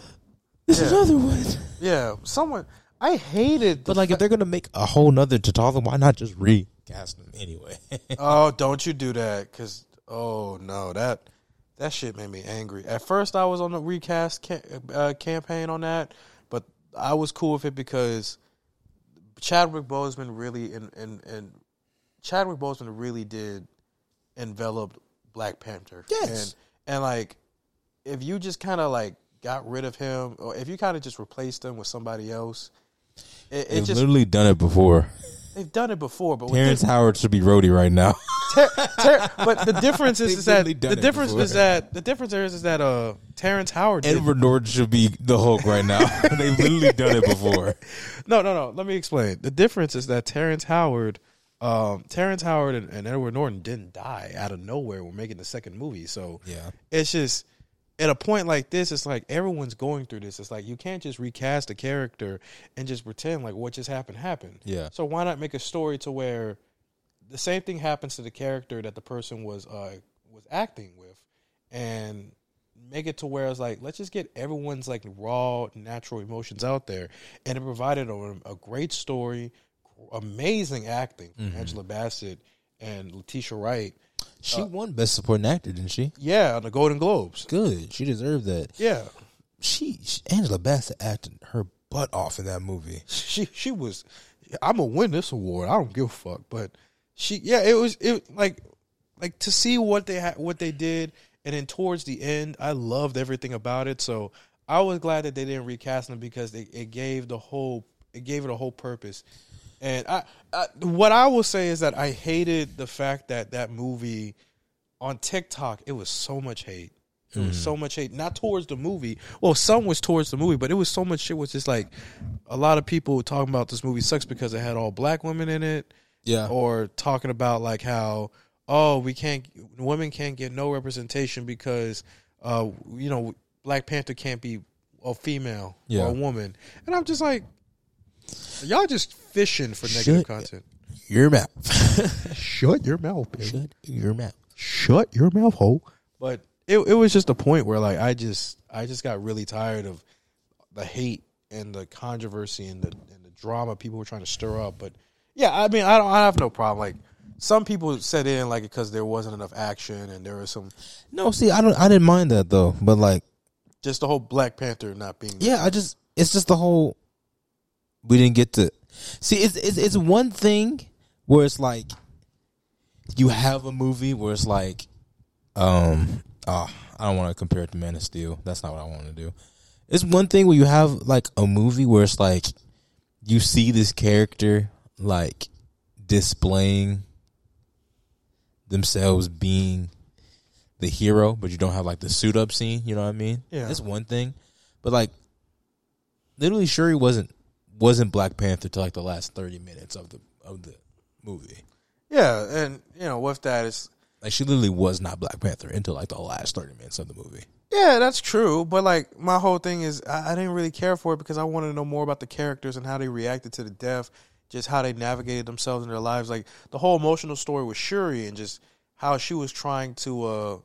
This is another one. Yeah, someone I hated. But like, if they're gonna make a whole nother T'Challa, why not just recast him anyway? oh, don't you do that? Because oh no, that that shit made me angry. At first, I was on the recast ca- uh, campaign on that, but I was cool with it because Chadwick Boseman really and and and Chadwick Boseman really did envelop Black Panther. Yes. and, and like if you just kind of like got rid of him, or if you kind of just replaced him with somebody else, it, it They've just literally done it before. they've done it before. But with Terrence this- Howard should be Rhodey right now. Ter- Ter- but the difference is, They've is that literally done the it difference before. is that the difference there is is that uh Terrence Howard did. Edward Norton should be the Hulk right now. They've literally done it before. no no no let me explain the difference is that Terrence Howard um Terrence Howard and, and Edward Norton didn't die out of nowhere when making the second movie so Yeah. it's just at a point like this it's like everyone's going through this it's like you can't just recast a character and just pretend like what just happened happened Yeah. so why not make a story to where the same thing happens to the character that the person was uh was acting with and make it to where it's like let's just get everyone's like raw natural emotions out there and it provided a, a great story amazing acting from Mhm. angela bassett and letitia wright She Uh, won Best Supporting Actor, didn't she? yeah on the golden globes Good. She deserved that. yeah She, she Angela Bassett acted her butt off in that movie. she she was I'm gonna win this award. I don't give a fuck. But she yeah, it was it like like to see what they had what they did and then towards the end, I loved everything about it. So I was glad that they didn't recast them because it, it gave the whole it gave it a whole purpose. And I, I what I will say is that I hated the fact that that movie on TikTok, it was so much hate. It was Mm. so much hate, not towards the movie. Well, some was towards the movie, but it was so much shit. Was just like a lot of people were talking about this movie sucks because it had all black women in it. Yeah. or talking about like how oh we can't women can't get no representation because uh you know Black Panther can't be a female Yeah. or a woman, and I'm just like y'all just fishing for negative Shut content. Your mouth. Shut your mouth, baby. Shut your mouth. Shut your mouth hole. But it it was just a point where like I just I just got really tired of the hate and the controversy and the and the drama people were trying to stir up. But yeah, I mean I don't I have no problem. Like some people set in like because there wasn't enough action and there was some No, see, I don't. I didn't mind that though, but like, just the whole Black Panther not being yeah, I just it's just the whole we didn't get to see. It's it's, it's one thing where it's like you have a movie where it's like, um, ah, I don't want to compare it to Man of Steel. That's not what I want to do. It's one thing where you have like a movie where it's like you see this character like displaying themselves being the hero, but you don't have like the suit up scene. You know what I mean? Yeah. that's one thing. But like, literally, Shuri wasn't wasn't Black Panther till like the last thirty minutes of the of the movie. yeah, and you know with that it's Like she literally was not Black Panther until like the last thirty minutes of the movie. Yeah, that's true. But like my whole thing is I, I didn't really care for it because I wanted to know more about the characters and how they reacted to the death, just how they navigated themselves in their lives. Like the whole emotional story with Shuri and just how she was trying to uh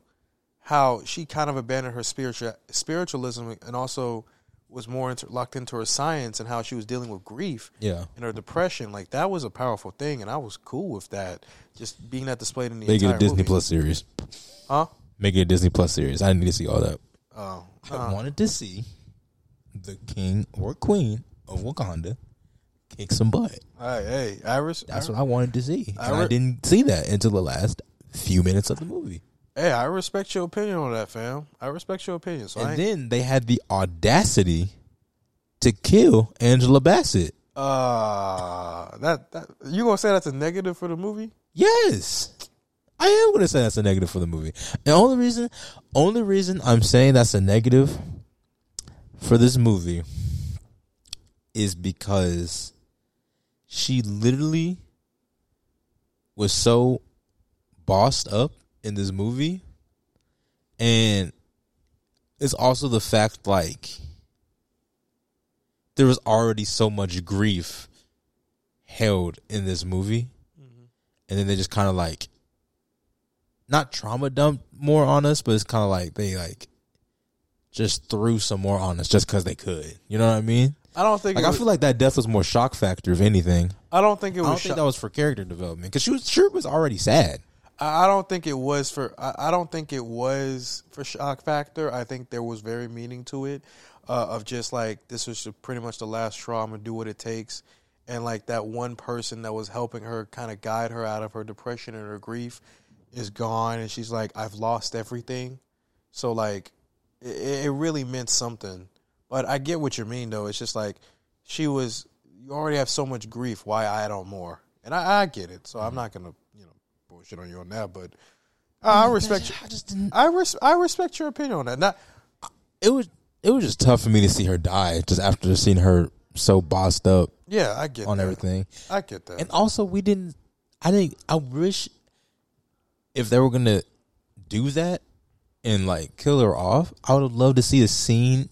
how she kind of abandoned her spiritual spiritualism and also was more into, locked into her science and how she was dealing with grief Yeah. and her depression. Like that was a powerful thing and I was cool with that. Just being that displayed in the Make it entire a Disney movie. Plus series. Huh? Make it a Disney Plus series. I need to see all that. Oh, I wanted to see the king or queen of Wakanda kick some butt. Hey, hey, Iris. That's what I wanted to see. And I re- didn't see that until the last few minutes of the movie. Hey, I respect your opinion on that, fam. I respect your opinion. So I And ain't- then they had the audacity to kill Angela Bassett. uh that, that you gonna say that's a negative for the movie? Yes. I am gonna say that's a negative for the movie. And only reason only reason I'm saying that's a negative for this movie is because she literally was so bossed up in this movie and it's also the fact like there was already so much grief held in this movie Mm-hmm. and then they just kind of like not trauma dumped more on us but it's kind of like they like just threw some more on us just because they could you know what i mean I don't think like it i was- feel like that death was more shock factor if anything I don't think it i was. don't think sho- that was for character development because she was sure was already sad I I don't think it was for. I I don't think it was for shock factor. I think there was very meaning to it, uh, of just like this was pretty much the last straw. I'm gonna do what it takes, and like that one person that was helping her kind of guide her out of her depression and her grief is gone, and she's like, I've lost everything. So like, it, it really meant something. But I get what you mean though. It's just like she was. You already have so much grief. Why add on more? And I, I get it. So I'm not gonna bullshit on you on that, but I I respect. you. I Mm, just didn't. I, res- I respect your opinion on that. Not it was it was just tough for me to see her die just after seeing her so bossed up Yeah, I get on that. everything I get that. And also, we didn't. I think I wish if they were gonna do that and like kill her off, I would have loved to see a scene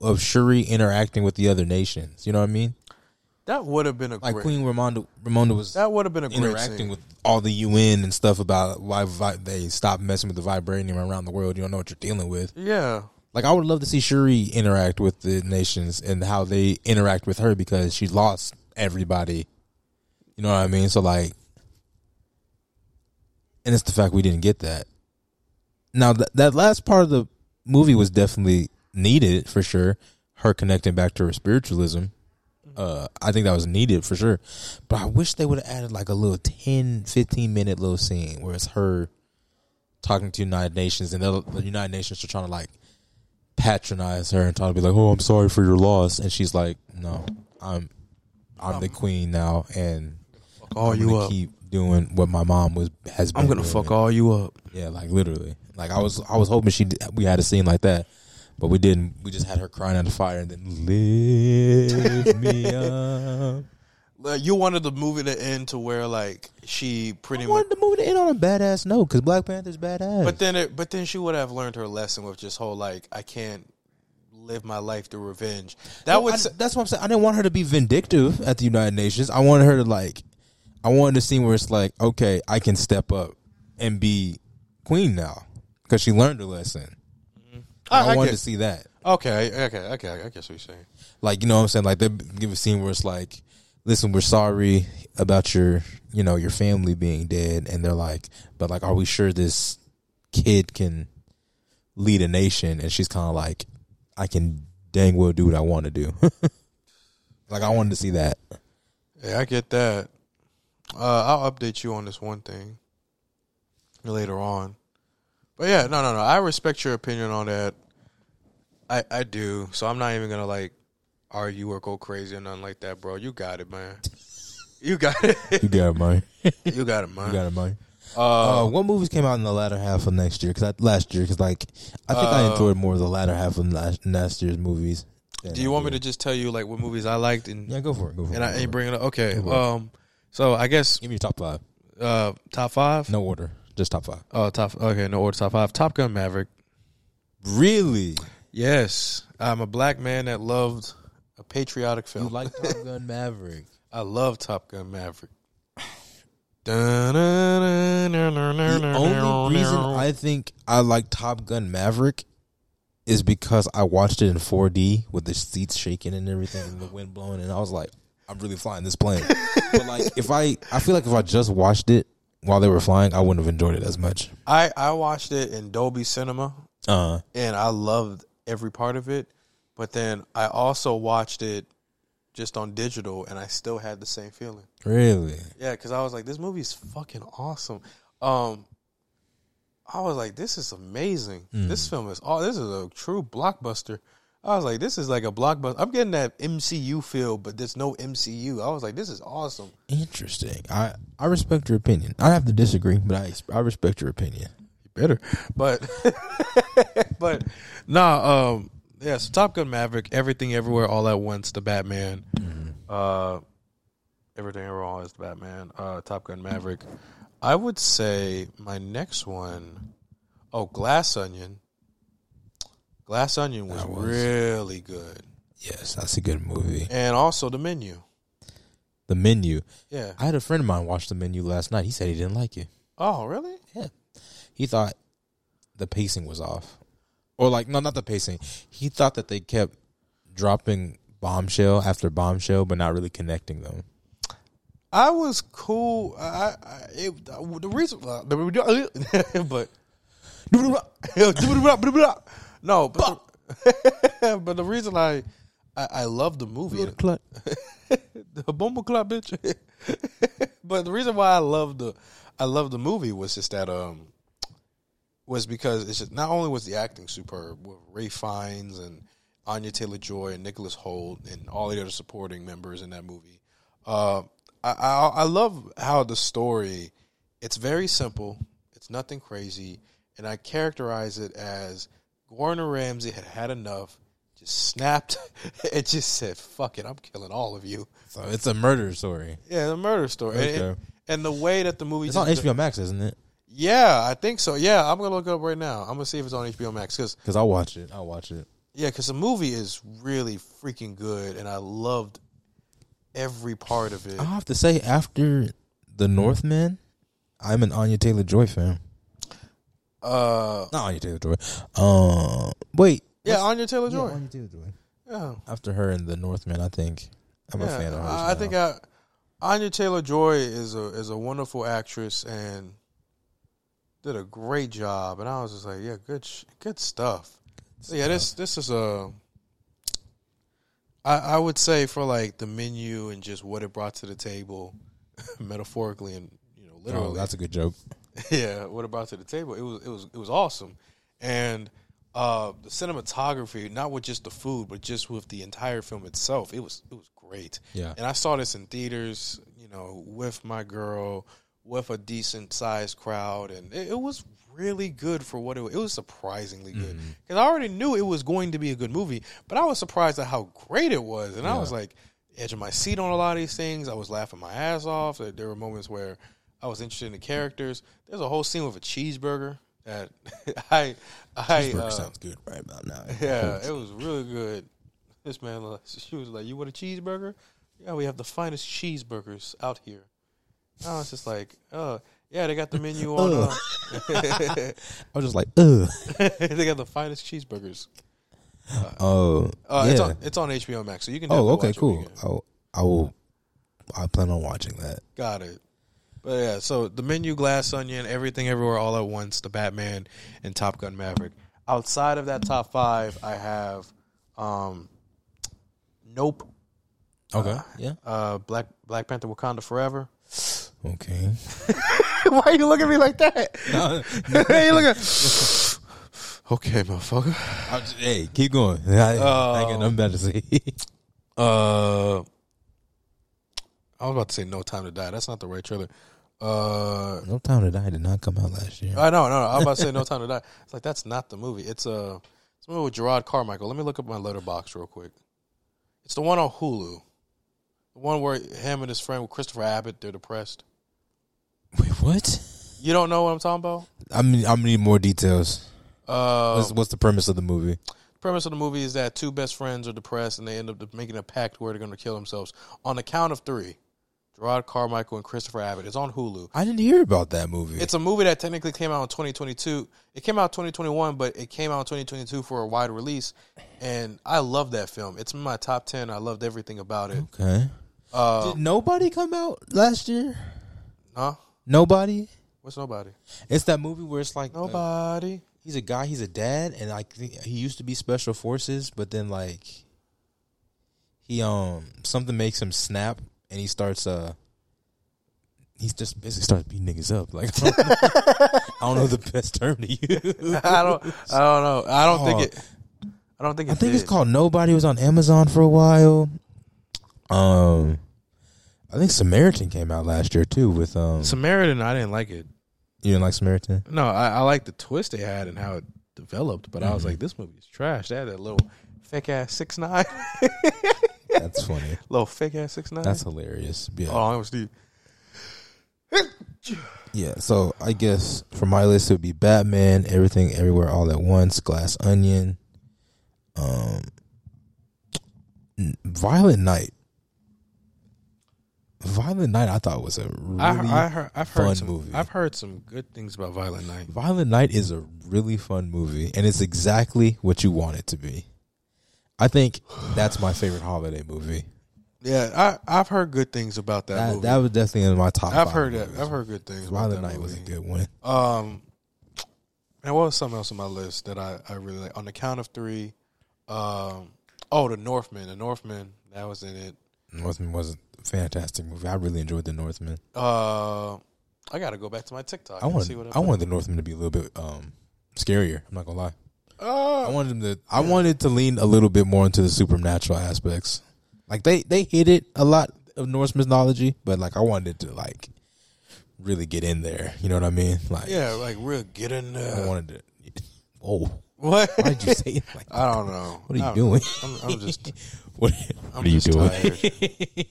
of Shuri interacting with the other nations. You know what I mean? that would have been a Like great, Queen Ramonda, Ramonda was that would have been a great interacting scene. with all the UN and stuff about why vi- they stopped messing with the vibranium around the world. You don't know what you're dealing with. Yeah, Like I would love to see Shuri interact with the nations and how they interact with her because she lost everybody. You know what I mean? So like and it's the fact we didn't get that. Now th- that last part of the movie was definitely needed for sure. Her connecting back to her spiritualism. Uh I think that was needed for sure. But I wish they would have added like a little 10 15 minute little scene where it's her talking to United Nations and they'll- the United Nations are trying to like patronize her and try to be like, "Oh, I'm sorry for your loss," and she's like, "No, I'm, I'm the queen now, and all I'm you gonna up. Keep doing what my mom was has. Been I'm gonna doing. fuck all you up. Yeah, like literally, like I was, I was hoping she d- we had a scene like that, but we didn't. We just had her crying at the fire and then lift me up. Like, you wanted the movie to end to where like she pretty much. wanted the movie to end on a badass note because Black Panther's badass. But then, it, but then she would have learned her lesson with just whole like I can't live my life through revenge. That No, would I- s- that's what I'm saying. I didn't want her to be vindictive at the United Nations. I wanted her to like. I wanted a scene where it's like, okay, I can step up and be queen now because because she learned her lesson. I, wanted to see that. Okay, okay, okay. I guess what you're saying. Like you know what I'm saying? Like they give a scene where it's like, listen, we're sorry about your you know your family being dead, and they're like, but like, are we sure this kid can lead a nation? And she's kind of like, I can dang well do what I want to do. like I wanted to see that. Yeah, I get that. Uh, I'll update you on this one thing later on. But yeah, no, no, no. I respect your opinion on that. I I do. So I'm not even gonna like argue or go crazy or nothing like that, bro. You got it, man. You got it. You got it, man. you got it, man. You got it, man. Uh, Uh, what movies came out in the latter half of next year? Because last year, because like I think I Uh, enjoyed more of the latter half of last, last year's movies. Do you want me to just tell you like what movies I liked and yeah, go for it. Go for and it. I go for ain't bringing it up? Okay. Go for it. Um. So I guess give me your top five. Uh, top five. No order, just top five. Oh, top. Okay, no order. Top five. Top Gun Maverick. Really? Yes. I'm a black man that loved a patriotic film. You like Top Gun Maverick? I love Top Gun Maverick. The only reason I think I like Top Gun Maverick is because I watched it in 4D with the seats shaking and everything and the wind blowing, and I was like, I'm really flying this plane. but like, if I, I feel like if I just watched it while they were flying, I wouldn't have enjoyed it as much. I I watched it in Dolby Cinema, Uh, and I loved every part of it. But then I also watched it just on digital, and I still had the same feeling. really? Yeah, because I was like, this movie is fucking awesome. Um, I was like, this is amazing. Mm. This film is all. This is a true blockbuster. I was like, this is like a blockbuster. I'm getting that MCU feel, but there's no MCU. I was like, this is awesome. Interesting. I, I respect your opinion. I have to disagree, but I, I respect your opinion. better. But but nah, um yeah, so Top Gun Maverick, everything everywhere all at once, the Batman. Uh everything everywhere all is the Batman. Uh Top Gun Maverick. I would say my next one oh Glass Onion. Glass Onion was, really good. Yes, that's a good movie. And also the menu. The menu. Yeah. I had a friend of mine watch the menu last night. He said he didn't like it. Oh, really? Yeah. He thought the pacing was off. Or like no, not the pacing. He thought that they kept dropping bombshell after bombshell but not really connecting them. I was cool. I, I it, the reason, uh, but no, but the, but the reason I I, I love the movie, the bumble club bitch. but the reason why I love the I love the movie was just that um was because it's just not only was the acting superb with Ray Fiennes and Anya Taylor Joy and Nicholas Holt and all the other supporting members in that movie. Uh, I, I I love how the story. It's very simple. It's nothing crazy, and I characterize it as Gordon Ramsay had had enough. Just snapped. It just said, "Fuck it, I'm killing all of you." So it's a murder story. Yeah, the murder story. And- Okay. And, and the way that the movie It's on just- HBO Max, isn't it? Yeah, I think so. Yeah, I'm gonna look it up right now. I'm gonna see if it's on HBO Max because Because I'll watch it. I'll watch it. yeah, because the movie is really freaking good, and I loved every part of it. I have to say, after the Northman, I'm an Anya Taylor Joy fan. Uh, Not Anya Taylor Joy. Uh, wait. yeah, Anya Taylor Joy. Anya Taylor Joy. Yeah. After her and the Northman, I think I'm a Yeah, fan of hers. I, I think I, Anya Taylor Joy is a is a wonderful actress and did a great job. And I was just like, yeah, good sh- good stuff. So yeah, this this is a. I I would say for like the menu and just what it brought to the table, metaphorically and you know literally. Oh, that's a good joke. yeah, what it brought to the table? It was it was it was awesome, and uh, the cinematography, not with just the food, but just with the entire film itself, it was it was great. Yeah. and I saw this in theaters, you know, with my girl, with a decent sized crowd, and it, it was really good for what it was. It was surprisingly good Mm-hmm. because I already knew it was going to be a good movie, but I was surprised at how great it was, and I was like edge of my seat on a lot of these things. I was laughing my ass off. There, there were moments where I was interested in the characters. There's a whole scene with a cheeseburger that I I Cheeseburger uh, sounds good right about now. yeah, it was really good. This man, like, she was like, "You want a cheeseburger? Yeah, we have the finest cheeseburgers out here." I was just like, "Uh, Yeah, they got the menu on. Uh, I was just like, ugh. they got the finest cheeseburgers. Oh, Uh, yeah. It's on it's on HBO Max, so you can. definitely oh, okay, watch it. cool. I'll, I will. I plan on watching that. Got it. But yeah, so the menu, Glass Onion, Everything Everywhere All at Once, The Batman, and Top Gun Maverick. Outside of that top five, I have um, Nope. Okay, yeah. Uh, Black Black Panther: Wakanda Forever. Okay. Why are you looking at me like that? Hey, look at- okay, motherfucker. I'll just- hey, keep going. I, Oh. I ain't got nothing better to say. uh, I was about to say No Time to Die. That's not the right trailer. Uh, no Time to Die did not come out last year. I know, no, no. I was about to say No Time to Die. It's like that's not the movie. It's a it's a movie with Gerard Carmichael. Let me look up my letterbox real quick. It's the one on Hulu. The one where him and his friend Christopher Abbott they're depressed. What? You don't know what I'm talking about? I'm. I'm gonna need more details. Uh, what's, what's the premise of the movie? premise of the movie is that two best friends are depressed and they end up making a pact where they're going to kill themselves on the count of three. Gerard Carmichael and Christopher Abbott. It's on Hulu. I didn't hear about that movie. It's a movie that technically came out in 2022. It came out 2021, but it came out in 2022 for a wide release. And I love that film. It's in my top 10. I loved everything about it. Okay. Uh, Did nobody come out last year? Huh? Nobody. What's nobody? It's that movie where it's like uh, Nobody. he's a guy. He's a dad, and like he used to be special forces, but then like he um something makes him snap, and he starts uh he just basically starts beating niggas up. Like I don't know, I don't know the best term to use. I don't. I don't know. I don't think Oh. it. I don't think. It I think it's did. called Nobody. It was on Amazon for a while. Um, I think Samaritan came out last year too. With um, Samaritan. I didn't like it. you didn't like Samaritan? No, I, I like the twist they had and how it developed, but Mm-hmm. I was like, this movie is trash. They had that little fake ass six nine. That's funny. little fake ass six nine. That's hilarious. Yeah. Oh, I was deep. Yeah, so I guess for my list it would be Batman, Everything Everywhere All at Once, Glass Onion, um Violent Night. Violent Night I thought was a really I, I heard, I've fun heard some. movie. I've heard some good things about Violent Night. Violent Night is a really fun movie and it's exactly what you want it to be. I think that's my favorite holiday movie. Yeah, I, I've heard good things about that, That, movie. that was definitely in my top I've five heard that. movies. I've heard good things. about Violent that Night was a movie. good one. Um, and what was something else on my list that I, I really like? On the count of three, um, oh, the Northman. The Northman that was in it. Northman was a fantastic movie. I really enjoyed The Northman. Uh, I got to go back to my TikTok. I and want see what I wanted the Northman to be a little bit um scarier. I'm not gonna lie. Oh, I wanted them to I wanted to lean a little bit more into the supernatural aspects. Like they they hit it a lot of Norse mythology, but like I wanted to like really get in there. You know what I mean? Like yeah, like uh, real get in there. I wanted to. Oh, What? Why did you say it like? I don't know. What are you I'm- doing? I'm, I'm just. What, I'm what are you just doing? tired.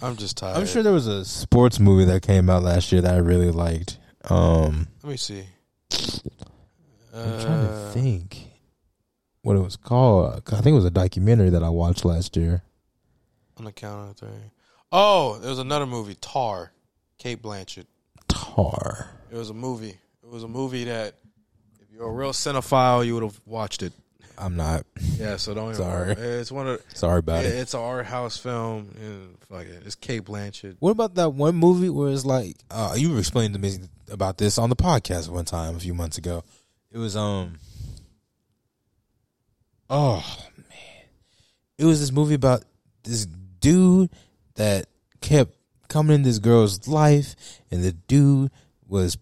I'm just tired. I'm sure there was a sports movie that came out last year that I really liked. Um, Let me see. I'm trying Uh, to think what it was called. I think it was a documentary that I watched last year. On the count of three. Oh, there was another movie, Tar. Kate Blanchett. Tar. It was a movie. It was a movie that if you're a real cinephile, you would have watched it. I'm not. Yeah, so don't even Sorry. worry. It's one of Sorry about it. It's an art house film. And fuck it. It's Kate Blanchett. What about that one movie where it's like uh, you were explaining to me about this on the podcast one time a few months ago? It was um, oh man, it was this movie about this dude that kept coming in this girl's life, and the dude was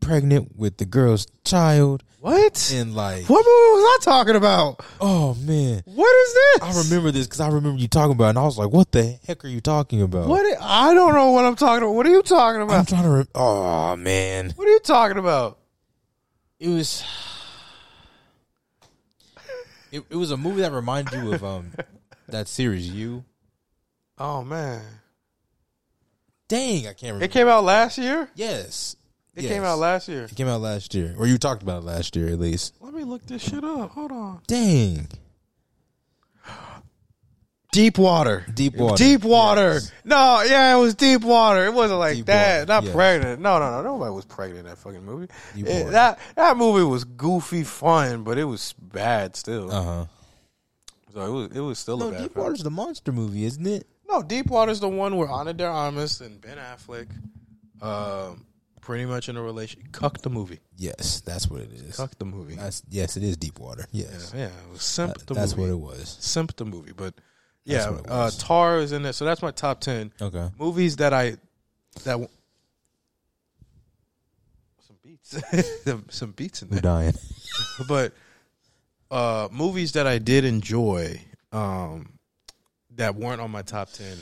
pregnant with the girl's child. What? And like What movie was I talking about? Oh man, What is this? I remember this because I remember you talking about, it, and I was like, "What the heck are you talking about?" What? I don't know what I'm talking about. What are you talking I'm about? trying to. Re- oh man. What are you talking about? It was. It, it was a movie that reminded you of um that series you. Oh man, Dang, I can't remember. it came out last year. Yes, it Yes. came out last year. It came out last year, or you talked about it last year at least. Let me look this shit up. Hold on. Dang. Deep water. Deep water. Deep water. No, yeah, it was deep water. It wasn't like that. Not pregnant. No, no, no. Nobody was pregnant in that fucking movie. Deep It- water. that that movie was goofy fun, but it was bad still. Oh. Uh Uh-huh. huh. So it was it was still a No, bad Deep film. Water's the monster movie, isn't it? No, Deepwater's the one where Ana de Armas and Ben Affleck, um, pretty much in a relation. Cuck the movie. Yes, that's what it is. Cuck the movie. That's yes, it is deep water. Yes, Yeah, yeah, it was simp That- the that's movie. what it was. Simp the movie, but That's yeah, what it uh, Tar is in there. So that's my top ten. Okay. movies that I that w- some beats, Some- some beats in there. We're dying. but uh, movies that I did enjoy um, that weren't on my top ten: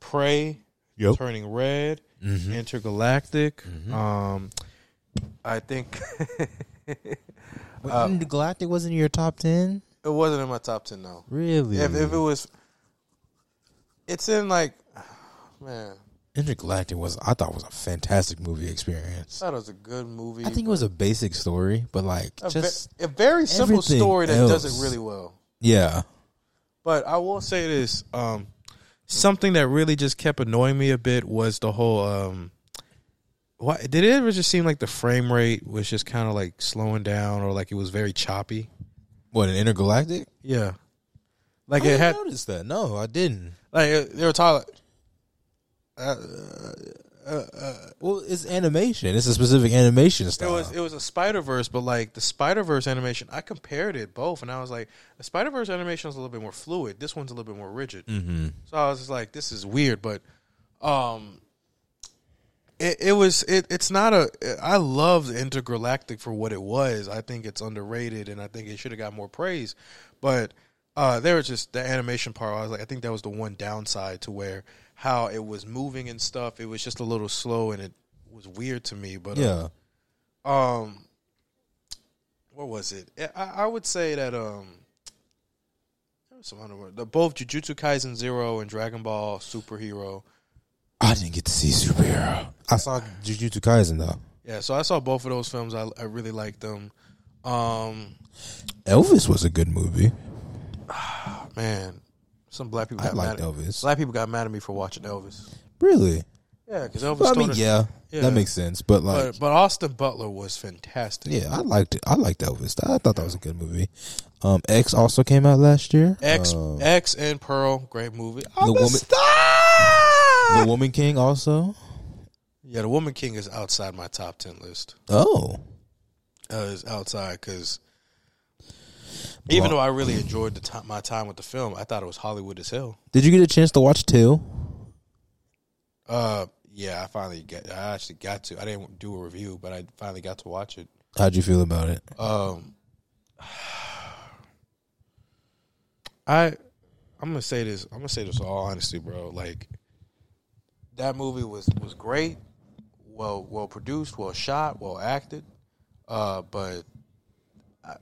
Prey, Yep. Turning Red, Intergalactic. Um, I think uh, Galactic wasn't in your top ten. it wasn't in my top ten. No, Really? If, if it was, it's in like, man, Intergalactic was I thought was a fantastic movie experience. I thought it was a good movie. I think it was a basic story, but like a, ve- just a very simple everything story that does else. it really well. yeah. But I will say this: um, something that really just kept annoying me a bit was the whole. Um, why did it ever just seem like the frame rate was just kind of like slowing down, or like it was very choppy? What an intergalactic? Yeah, like I it didn't had. notice that. No, I didn't. Like uh, they were talking. Well, it's animation. It's a specific animation It style. was it was a Spider Verse, but like the Spider Verse animation, I compared it both, and I was like, the Spider Verse animation is a little bit more fluid. This one's a little bit more rigid. Mhm. So I was just like, this is weird, but um, it it was it it's not a. I love Intergalactic for what it was. I think it's underrated, and I think it should have got more praise, but. Uh, there was just the animation part. I was like, I think that was the one downside to where how it was moving and stuff. It was just a little slow, and it was weird to me. But uh, yeah. um what was it I- i, I would say that um there was some other word the, both jujutsu kaisen zero and dragon ball superhero I didn't get to see superhero. I saw Jujutsu Kaisen though. yeah so i saw both of those films i, I really liked them um Elvis was a good movie. man some black people I got liked mad at, Elvis. black people got mad at me for watching elvis Really? yeah because elvis Well, I mean, started- yeah, that makes sense, but, like- but, but austin butler was fantastic Yeah, I liked it. I liked Elvis. I thought that was a good movie. Um, X also came out last year. X Um, X and Pearl, great movie. I'm the a woman. The Woman King also. Yeah, The Woman King is outside my top 10 list. Oh. Uh, is outside because even Bro- though I really enjoyed the time, my time with the film, I thought it was Hollywood as hell. Did you get a chance to watch Till? Uh, yeah, I finally got. I actually got to. I didn't do a review, but I finally got to watch it. How'd you feel about it? Um, I I'm gonna say this. I'm gonna say this with all honesty, bro. Like that movie was was great, well well produced, well shot, well acted. Uh, but A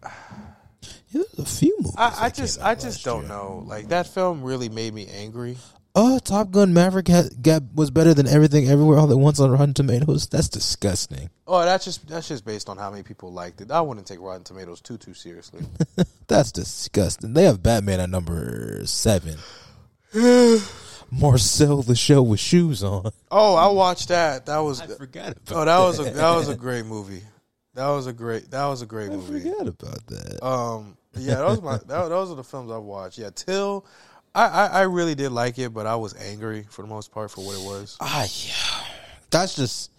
few movies. I, I just I just don't know. Like that film really made me angry. Oh, Top Gun Maverick had, got was better than everything everywhere all at once on Rotten Tomatoes. That's disgusting. Oh, that's just that's just based on how many people liked it. I wouldn't take Rotten Tomatoes too too seriously. That's disgusting. They have Batman at number seven. Marcel the show with shoes on. Oh, I watched that. That was I forgot about Oh, that was a that. that was a great movie. That was a great that was a great movie. forgot about that. Um yeah, those my that, those are the films I've watched. Yeah, Till I, I I really did like it, but I was angry for the most part for what it was. Ah, yeah. That's just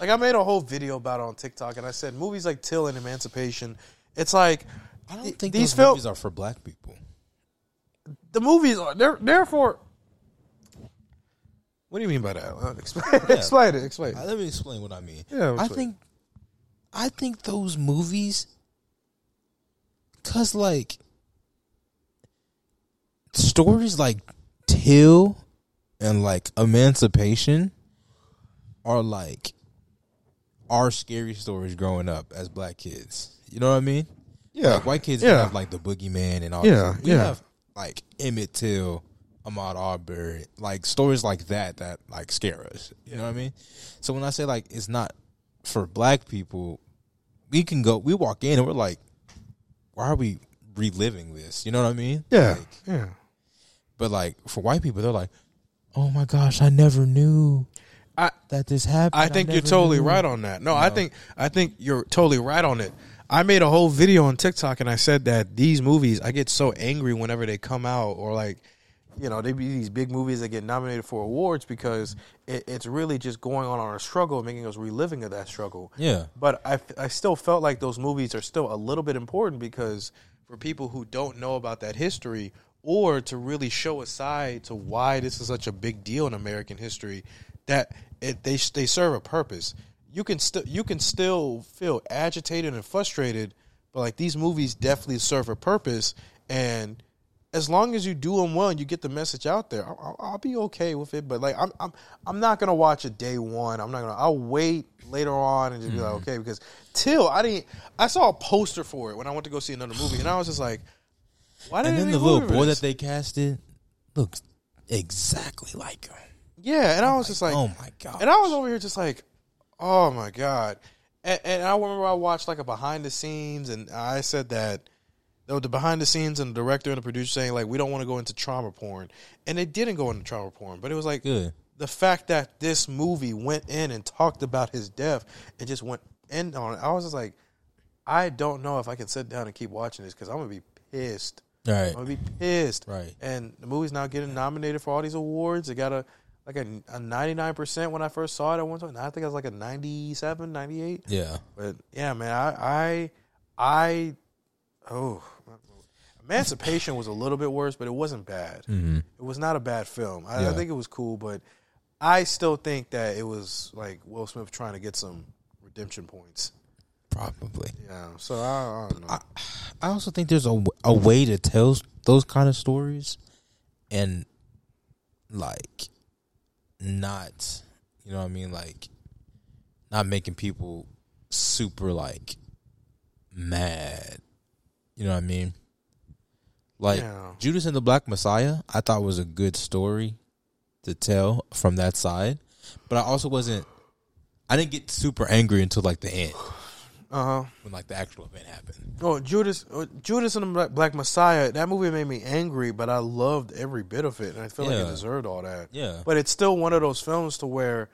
Like I made a whole video about it on TikTok and I said movies like Till and Emancipation, it's like I don't think these those films movies are for black people. the movies are they're therefore What do you mean by that? Uh, Explain, explain it. Explain. Uh, Let me explain what I mean. Yeah, I explain. think, I think those movies, cause like stories like Till and like Emancipation are like our scary stories growing up as black kids. You know what I mean? Yeah. Like, white kids Yeah. have like the boogeyman and all. Yeah, this. We yeah. have like Emmett Till, Ahmaud Arbery, like stories like that that like scare us. You know what I mean? So when I say like it's not for black people, we can go. We walk in and we're like, why are we reliving this? You know what I mean? Yeah. Like, yeah. But like for white people, they're like, "Oh my gosh, I never knew that this happened." I think you're never totally knew." right on that. No, I No. think I think you're totally right on it. I made a whole video on TikTok and I said that these movies, I get so angry whenever they come out or like, you know, they be these big movies that get nominated for awards because it, it's really just going on our struggle, making us reliving of that struggle. Yeah. But I, f- I still felt like those movies are still a little bit important because for people who don't know about that history or to really show a side to why this is such a big deal in American history, that it, they s- they serve a purpose. You can still you can still feel agitated and frustrated, but like these movies definitely serve a purpose, and as long as you do them well and you get the message out there, I'll, I'll, I'll be okay with it. But like, I'm, I'm, I'm not gonna watch it day one. I'm not gonna. I'll wait later on and just be like, Mm-hmm. okay, because till I didn't. I saw a poster for it when I went to go see another movie, and I was just like, why didn't And then they the little cover boy this? that they casted looks exactly like Oh, him. Yeah, and I was just like, oh my god! And I was over here just like, oh my god. And, and I remember I watched like a behind the scenes, and I said that though the behind the scenes and the director and the producer saying like we don't want to go into trauma porn, and they didn't go into trauma porn, but it was like Good. the fact that this movie went in and talked about his death and just went in on it. I was just like, I don't know if I can sit down and keep watching this because I'm gonna be pissed. Right. I'm gonna be pissed. Right. And the movie's now getting nominated for all these awards. It got a like a, a 99% when I first saw it at one time. Now I think I was like a 97, 98. Yeah. But yeah, man, I I I oh, Emancipation was a little bit worse, but it wasn't bad. Mhm. It was not a bad film. I, I Yeah. think it was cool, but I still think that it was like Will Smith trying to get some redemption points. Probably. Yeah. So I, I don't know. I also think there's a, w- a way to tell s- those kind of stories and like not, you know what I mean? Like not making people super like mad. You know what I mean? Like Yeah. Judas and the Black Messiah, I thought was a good story to tell from that side, but I also wasn't I didn't get super angry until like the end uh huh. when like the actual event happened. Oh, Judas, uh, Judas and the Black- Black Messiah. That movie made me angry, but I loved every bit of it, and I feel like it Yeah. deserved all that. Yeah. But it's still one of those films to where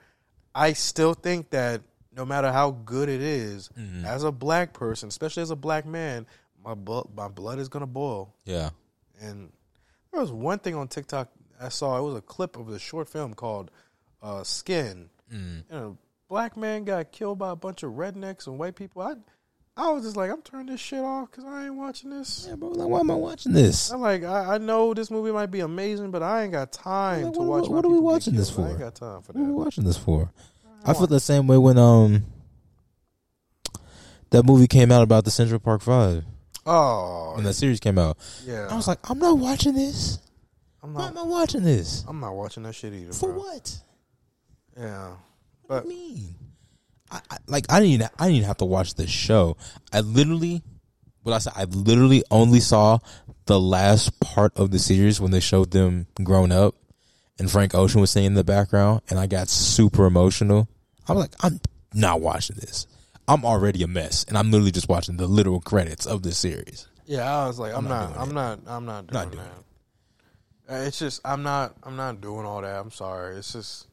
I still think that no matter how good it is, Mhm. as a black person, especially as a black man, my bu- my blood is gonna boil. Yeah. And there was one thing on TikTok I saw. It was a clip of a short film called uh, "Skin," Mm. and a black man got killed by a bunch of rednecks and white people. I, I was just like, I'm turning this shit off because I ain't watching this. Yeah, bro. Like, why am I watching this? I'm like, I, I know this movie might be amazing, but I ain't got time to watch. what, my what are people we get watching this killed. for? I ain't got time for What are we that. watching this for? I felt the same way when um that movie came out about the Central Park Five Oh, when that series came out. yeah. I was like, I'm not watching this. I'm Why not. am I watching this? I'm not watching that shit either. For bro. what? Yeah. What do you mean? I, I, like I didn't I didn't even have to watch this show. I literally what I said I literally only saw the last part of the series when they showed them grown up and Frank Ocean was singing in the background and I got super emotional. I was like, I'm not watching this. I'm already a mess and I'm literally just watching the literal credits of this series. Yeah, I was like, I'm, I'm not not, I'm not, I'm not doing Not doing that. Uh, It's just, I'm not, I'm not doing all that. I'm sorry. It's just,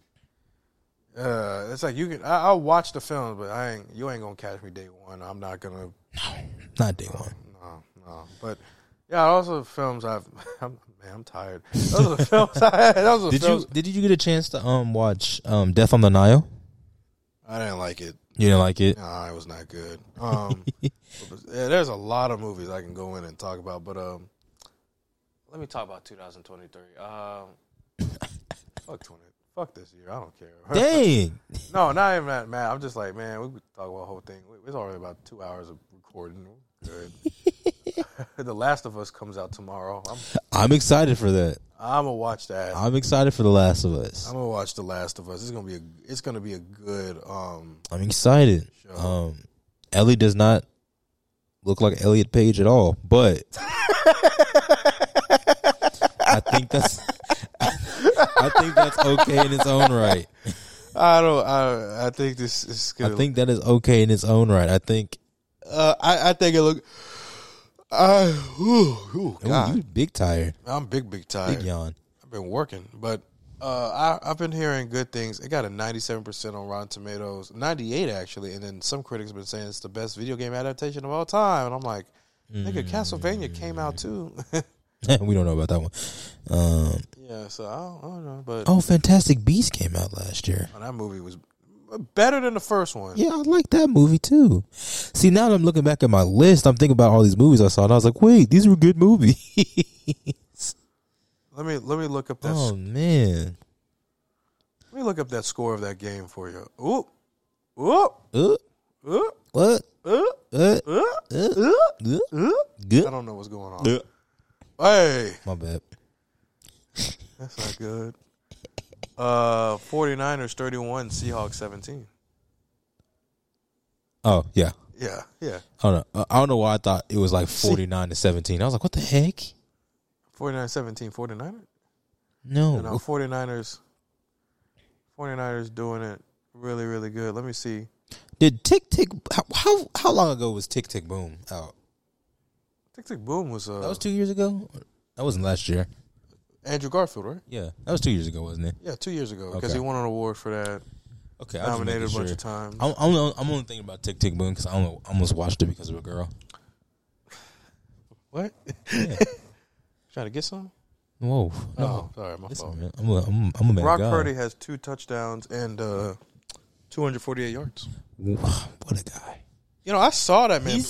uh, it's like you can, I, I'll watch the film, but I ain't, you ain't gonna catch me day one. I'm not gonna, Not day one. no, no. But yeah, those are the films I've, I'm, man, I'm tired. Those are the films I had. Those are the Did films. you did you get a chance to um watch um Death on the Nile? I didn't like it. You didn't like it? Nah, it was not good. Um, yeah, there's a lot of movies I can go in and talk about, but um, let me talk about 2023. Um, fuck 20, fuck this year. I don't care. Dang. no, not even that mad. I'm just like, man, we could talk about the whole thing. It's already about two hours of recording. We're Good. the Last of Us comes out tomorrow. I'm I'm excited for that. I'm gonna watch that. I'm excited for The Last of Us. I'm gonna watch The Last of Us. It's gonna be a it's gonna be a good um I'm excited. Um, Ellie does not look like Elliot Page at all, but I think that's I think that's okay in its own right. I don't. I I think this is. I Gonna, think that is okay in its own right. I think Uh, I I think it look. I. Ooh, ooh, Ooh, God. you big tired, I'm big, big tired. big yawn. I've been working, but uh, I, I've been hearing good things. It got a 97% on Rotten Tomatoes, 98 actually, and then some critics have been saying it's the best video game adaptation of all time. And I'm like, nigga, Mm. Castlevania came out too. we don't know about that one. Um, yeah, so I don't, I don't know, but oh, Fantastic Beasts came out last year. Oh, that movie was better than the first one. Yeah, I like that movie too. See, now that I'm looking back at my list, I'm thinking about all these movies I saw, and I was like, wait, these were good movies. Let me let me look up that. oh man, Let me look up that score of that game for you. Ooh, ooh, Uh, ooh. what? Uh, Uh, uh, uh, uh. Good. I don't know what's going on. Uh. Hey, My bad. that's not good. Uh, 49ers 31, Seahawks 17. Oh yeah. Yeah, yeah. I don't know. I don't know why I thought it was like 49 to 17. I was like, what the heck? 49 17, 49ers? No. You know, 49ers 49ers doing it really, really good. Let me see. Did Tick Tick how, how how long ago was Tick Tick Boom out? Tick Tick Boom was uh That was 2 years ago? That wasn't last year. Andrew Garfield, right? Yeah. That was 2 years ago, wasn't it? Yeah, two years ago because he Okay. won an award for that. Okay, I was just nominated a making bunch sure. of times. I'm, I'm, only- I'm only thinking about Tick Tick Boom because I only, I almost watched it because of a girl. what? Trying to get some? Whoa! No. Oh, sorry, my Listen, fault. man, I'm a, I'm, I'm a man. Brock God. Purdy has two touchdowns and uh, 248 yards. What a guy! You know, I saw that man.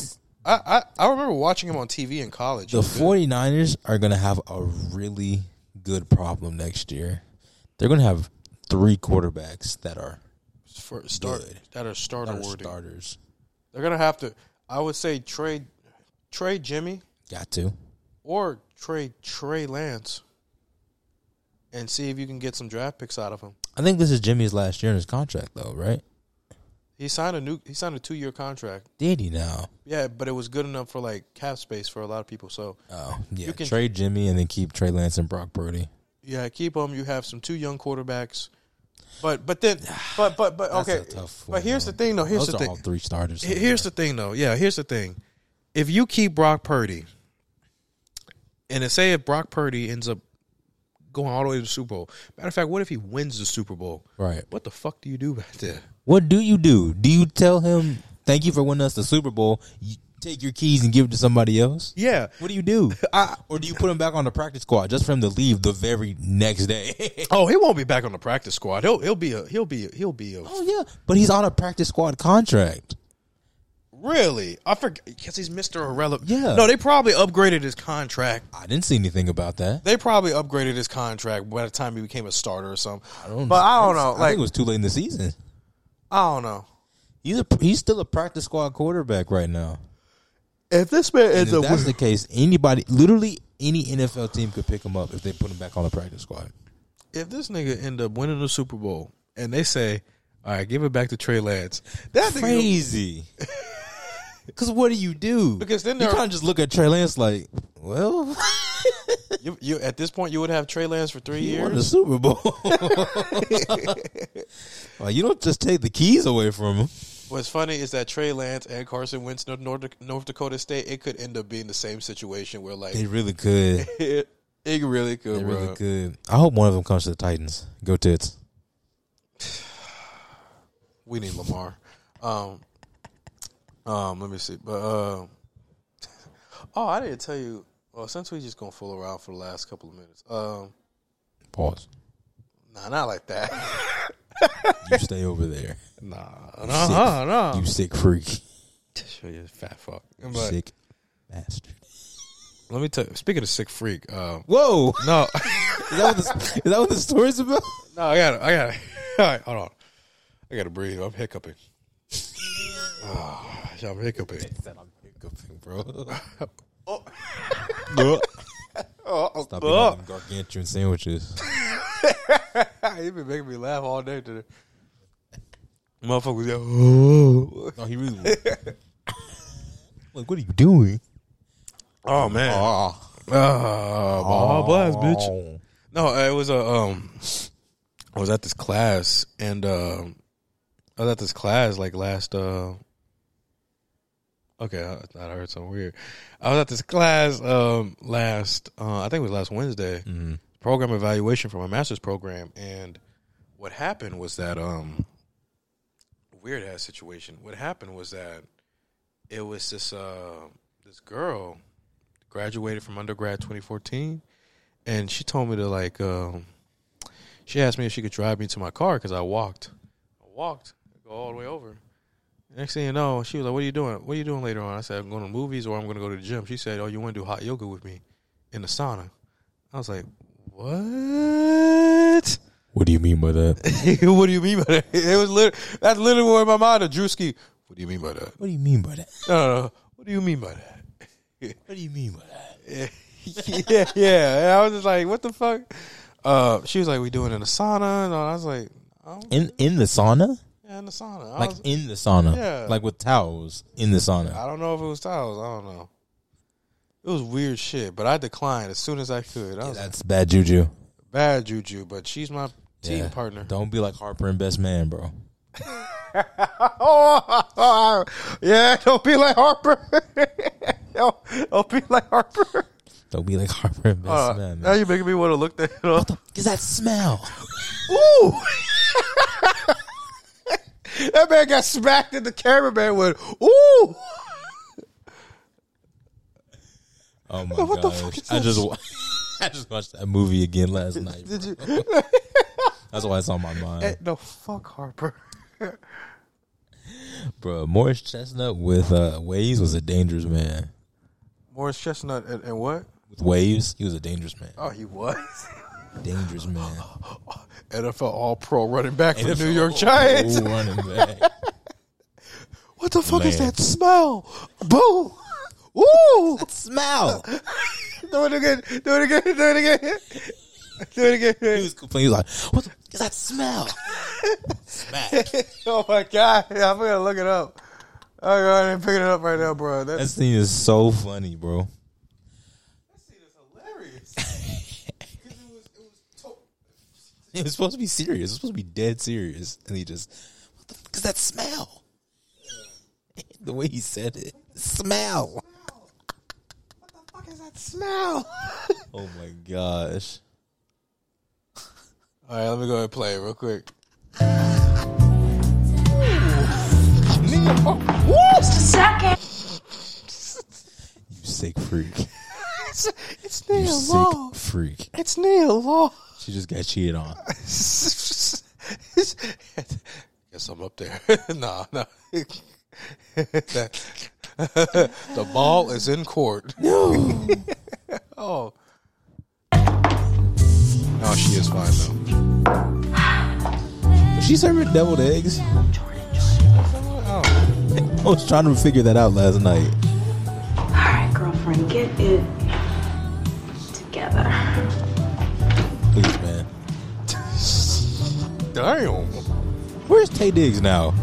I, I I remember watching him on TV in college. He The was good. 49ers are going to have a really good problem next year. They're going to have three quarterbacks that are for start that are starter that are worthy. starters. They're gonna have to. I would say trade trade Jimmy Got to. or trade Trey Lance and see if you can get some draft picks out of him. I think this is Jimmy's last year in his contract, though, right? He signed a new. He signed a two year contract. Did he now? Yeah, but it was good enough for like cap space for a lot of people. So oh Yeah, you can trade Jimmy and then keep Trey Lance and Brock Purdy. yeah keep him. You have some two young quarterbacks. But but then but but but That's okay. a tough but here's the thing though. Here's Those the are thing. all three starters. Here- Here's the thing, though. Yeah, here's the thing. If you keep Brock Purdy, and if, say if Brock Purdy ends up going all the way to the Super Bowl, matter of fact, what if he wins the Super Bowl? Right. What the fuck do you do back there? What do you do? Do you tell him, thank you for winning us the Super Bowl? You take your keys and give it to somebody else? Yeah. What do you do? or do you put him back on the practice squad just for him to leave the very next day? Oh, he won't be back on the practice squad. He'll he'll be a he'll be a, he'll be a oh, yeah. But he's on a practice squad contract. really. I forget because he's Mister Irrelevant. Yeah. No, they probably upgraded his contract. I didn't see anything about that. They probably upgraded his contract by the time he became a starter or something. I don't but I don't know. Like I think it was too late in the season. I don't know. He's a, he's still a practice squad quarterback right now. If this man And ends if up that's the case, anybody, literally any NFL team could pick him up if they put him back on the practice squad. if this nigga end up winning the Super Bowl and they say, "All right, give it back to Trey Lance," that nigga- Crazy. Because what do you do? Because then you there- kind of just look at Trey Lance like, well, you, you at this point you would have Trey Lance for three he won the years. Super Bowl. Like, you don't just take the keys away from him. What's funny is that Trey Lance and Carson Wentz of North, North Dakota State, it could end up being the same situation where like They really could. it, it really could, They bro. really could. I hope one of them comes to the Titans. Go Tits. We need Lamar. Um, um, let me see, but uh, oh, I didn't tell you. Well, since we just gonna fool around for the last couple of minutes, um, Pause. nah, not like that. You stay over there. nah, nah, You sick- nah, nah. You sick freak. Show you fat fuck. You But sick bastard. Let me tell you. Speaking of sick freak, uh, Whoa. no, Is that what the, is that what the story's about? no, I got it. I got it. All right, hold on. I got to breathe. I'm hiccuping. oh, I'm hiccuping. bro. Oh, Stop eating all oh, them gargantuan sandwiches. you been making me laugh all day today. Motherfuckers, Oh, No, he really. like, what are you doing? Oh man. Oh, Oh, ball blast, bitch. No, it was a um I was at this class and um I was at this class like last uh Okay, I, I heard something weird. I was at this class um last uh I think it was last Wednesday. program evaluation for my master's program, and what happened was that um, weird ass situation. What happened was that it was this uh, this girl graduated from undergrad 2014, and she told me to like. Um, she asked me if she could drive me to my car because I walked. I walked, go all the way over. Next thing you know, she was like, "What are you doing? What are you doing later on?" I said, "I'm going to the movies or I'm going to go to the gym." She said, "Oh, you want to do hot yoga with me in the sauna?" I was like, "What?" What do you mean by that? what do you mean by that? It was lit- that's literally what in my mind. A Drewski. What do you mean by that? What do you mean by that? No, no, no. What do you mean by that? What do you mean by that? yeah, yeah. And I was just like, "What the fuck?" Uh, she was like, "We doing it in the sauna," and I was like, In in the sauna? "Yeah, in the sauna." I Like was- in the sauna? Yeah. Like with towels in the sauna? I don't know if it was towels. I don't know. It was weird shit, but I declined as soon as I could. I was It's bad juju. like, bad juju, but she's my team Yeah. partner. Don't be like Harper and Best Man, bro. yeah, don't be like Harper. don't, don't be like Harper. Don't be like Harper and Best Uh, Man. now man. you're making me want to look that up. Is that smell? Ooh. that man got smacked in the cameraman with ooh. Oh my What the gosh! fuck is I that just shit? wa- I just watched that movie again last night. Did you? That's why it's on my mind, Eh, no, fuck Harper. bro. Morris Chestnut with uh, Waves was a dangerous man. Morris Chestnut and, and what? With Waves, he was a dangerous man. Oh, he was Dangerous man. NFL All Pro running back for the New NFL York Giants. All-Pro running back. what the fuck is Man. that smell? Boo! Ooh! smell. do it again! Do it again! Do it again! Do it again! He was like, "What the is that smell?" oh my god! I'm gonna look it up. Oh god, I'm picking it up right now, bro. That That's scene is so funny, bro. It was supposed to be serious. It was supposed to be dead serious, and he just, "What the fuck is that smell?" the way he said it, smell. what the fuck is that smell? Oh my gosh. All right, let me go ahead and play it real quick. Second. You sick freak. It's, it's You Neil Long. sick freak. It's Neil Long. She just got cheated on. Guess I'm up there. nah, nah. the ball is in court. No. oh. No, she is fine though. Was she serving deviled eggs? I was trying to figure that out last night. All right, girlfriend, get it together. Please, man. Damn. Where's Tay Diggs now?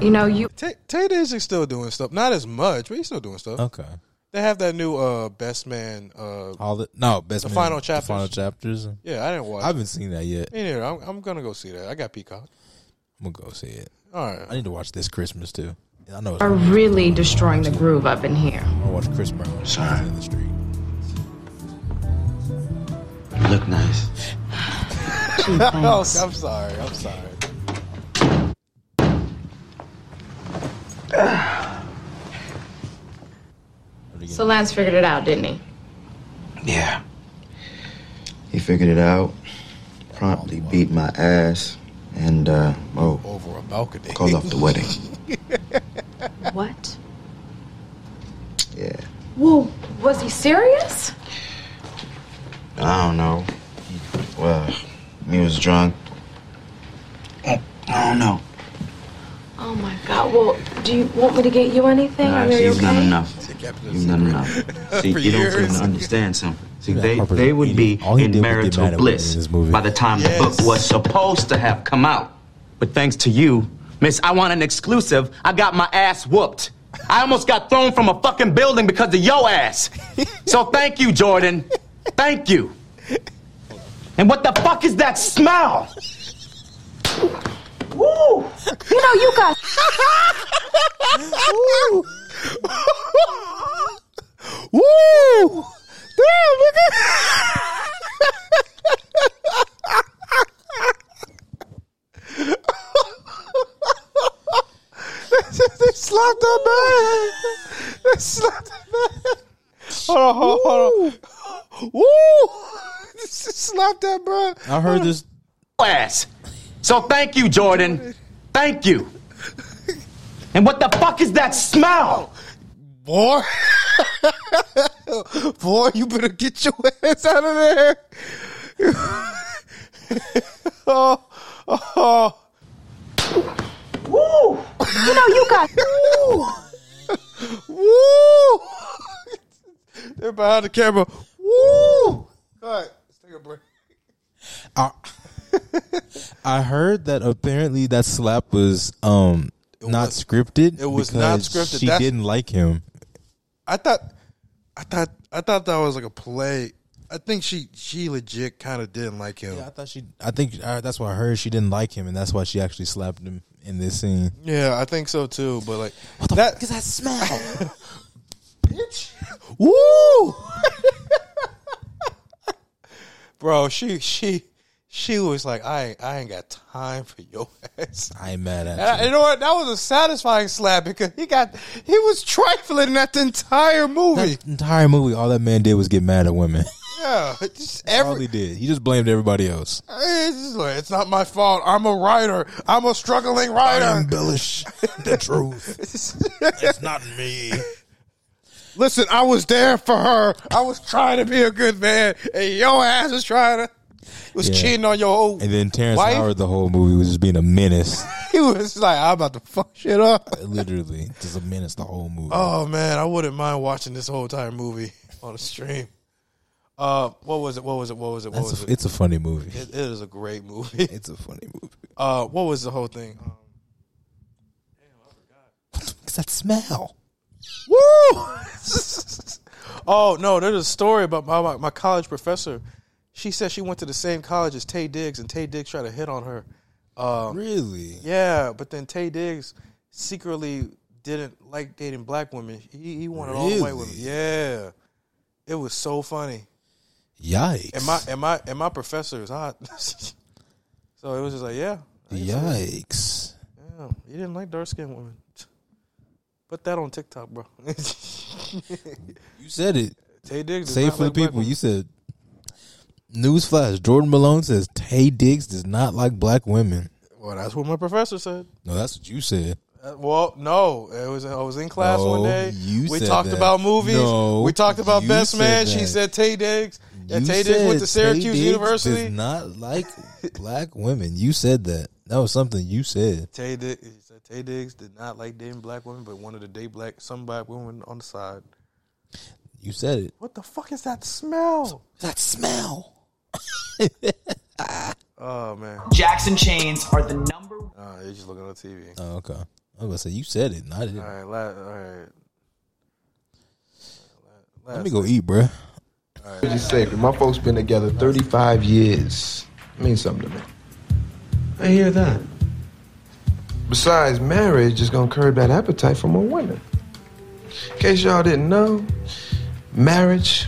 You know, you. Tay Tay Diggs is still doing stuff. Not as much, but he's still doing stuff. Okay. They have that new uh best man uh All the no best The man, final chapters. The final chapters. Yeah, I didn't watch I haven't seen that yet. Me neither. I'm, I'm gonna go see that. I got Peacock. I'm gonna go see it. All right. I need to watch this Christmas too. I know. It's Are really destroying the groove up in here. I watch Chris Brown. Sorry. In the street. Look nice. Oh, I'm sorry. I'm sorry. So Lance figured it out, didn't he? Yeah. He figured it out. Promptly beat my ass and uh oh over a balcony. Called off the wedding. What? Yeah. Well, was he serious? I don't know. Well, he was drunk. I don't know. Oh my God. Well, do you want me to get you anything? Are Nah, you see, he's okay? not enough. He's not enough. See, you don't seem years. to understand something. See, Yeah, they, Harper's they an would be idiot. All he did in was get mad at marital women in bliss this movie. by the time the book was supposed to have come out. But thanks to you, miss, I want an exclusive. I got my ass whooped. I almost got thrown from a fucking building because of your ass. So thank you, Jordan. Thank you. And what the fuck is that smell? Woo! You know you got. Woo! Woo! Damn, nigga! not bad. That's not that bad. Hold on, hold on, hold on. Woo! Slap that, bro. I heard this ass. So thank you, Jordan. Thank you. And what the fuck is that smell? Boy. Boy, you better get your ass out of there. oh, oh. Woo! You know you got woo. Woo! They're behind the camera. Woo! All right, let's take a break. I heard that apparently that slap was um not scripted. it was not because scripted. She That's- didn't like him. I thought, I thought, I thought that was like a play. I think she she legit kind of didn't like him. Yeah, I thought she. I think uh, that's what I heard. She didn't like him, and that's why she actually slapped him in this scene. Yeah, I think so too. But like what the that, fuck is that smell? Bitch. Woo! Bro, she she she was like, I ain't I ain't got time for your ass. I ain't mad And I- you know what? That was a satisfying slap because he got he was trifling that the entire movie. Entire movie, all that man did was get mad at women. yeah, just all every. he did, he just blamed everybody else. It's, just like, it's not my fault. I'm a writer. I'm a struggling writer. embellish the truth. it's not me. Listen, I was there for her. I was trying to be a good man, and your ass was trying to was Yeah. cheating on your old. And then Terrence Wife? Howard, the whole movie was just being a menace. He was like, I'm about to fuck shit up. Literally, just a menace the whole movie. Oh man, I wouldn't mind watching this whole entire movie on a stream. Uh, what was it? What was it? What was it? What That's was a- it? it's a funny movie. It, it is a great movie. It's a funny movie. Uh, what was the whole thing? Um, What's that smell? Woo! oh no, there's a story about my, my my college professor. She said she went to the same college as Tay Diggs, and Tay Diggs tried to hit on her. Um, really? Yeah, but then Tay Diggs secretly didn't like dating black women. He, he wanted all white women. Yeah, it was so funny. Yikes! And my and my and my professor is hot. so it was just like, yeah, Yikes! yeah, you didn't like dark skinned women. Put that on TikTok, bro. You said it. Tay Diggs. does Say it not for the like black people. You said. Newsflash: Jordan Malone says Tay Diggs does not like black women. Well, that's what my professor said. No, that's what you said. Uh, well, no, it was I was in class No, one day. Oh, you we said talked that. about movies. No, we talked about you Best said Man. that. She said Tay Diggs. Yeah, You Tay Diggs went said to Syracuse Tay Diggs University. Does not like black women. You said that. That was something you said. Tay Diggs, he said Tay Diggs did not like dating black women, but wanted to date black some black women on the side. You said it. What the fuck is that smell? That smell. oh man, Jackson Chains are the number. Oh, you're just looking on TV. Oh, okay. I was gonna say you said it, not it. All right, la- all right. Let me go eat, bruh. Pretty safe. My folks been together 35 years. Means something to me. I hear that. Besides, marriage is gonna curb that appetite for more women. In case y'all didn't know, marriage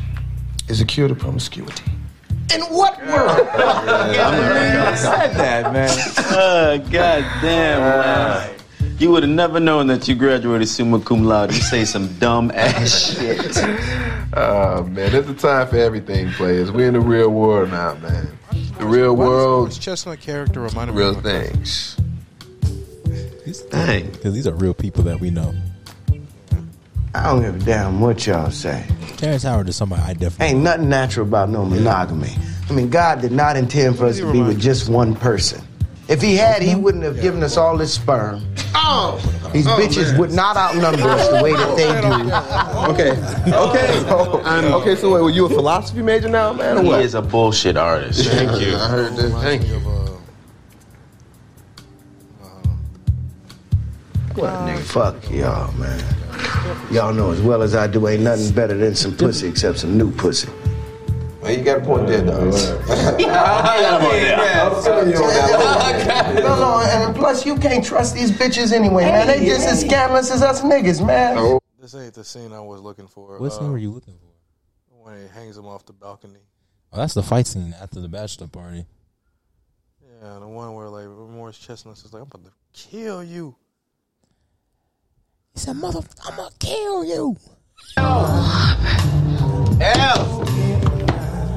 is a cure to promiscuity. In what world? Yeah. said that, man. Uh, God damn, man. You would have never known that you graduated summa cum laude. You say some dumb ass shit. Oh man, there's a time for everything, players. We're in the real world now, man. The real His world, chestnut character reminded me. real of my- things. Dang. Because these are real people that we know. I don't give a damn what y'all say. Terrence Howard is somebody I definitely Ain't nothing natural about no monogamy. I mean, God did not intend for us to be with just one person. If He had, He wouldn't have given us all this sperm. Oh, These bitches would not outnumber us the way that they do. Okay, okay, okay. So wait, were you a philosophy major now, man, or He what? is a bullshit artist. Thank you. I heard that. Thank you. What a nigga. Fuck y'all, man. Y'all know as well as I do, ain't nothing better than some pussy except some new pussy. Hey, you got a point there, though. No, no, and plus you can't trust these bitches anyway, man. They just as scandalous as us niggas, man. This ain't the scene I was looking for. What scene were you looking for? When it hangs him off the balcony. Oh, that's the fight scene after the bachelor party. Yeah, the one where like Morris Chestnut is like, I'm about to kill you. He said, "Mother, I'm gonna kill you." Elf.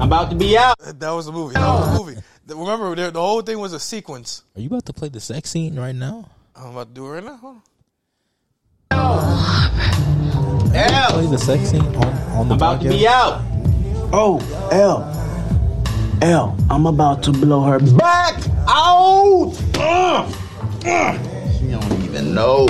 I'm about to be out. That was the movie. That was the movie. The- Remember, the the whole thing was a sequence. Are you about to play the sex scene right now? I'm about to do it right now. Hold on. L. Play the sex scene on, on the About to be out. Oh, L. L, I'm about to blow her back out. She don't even know.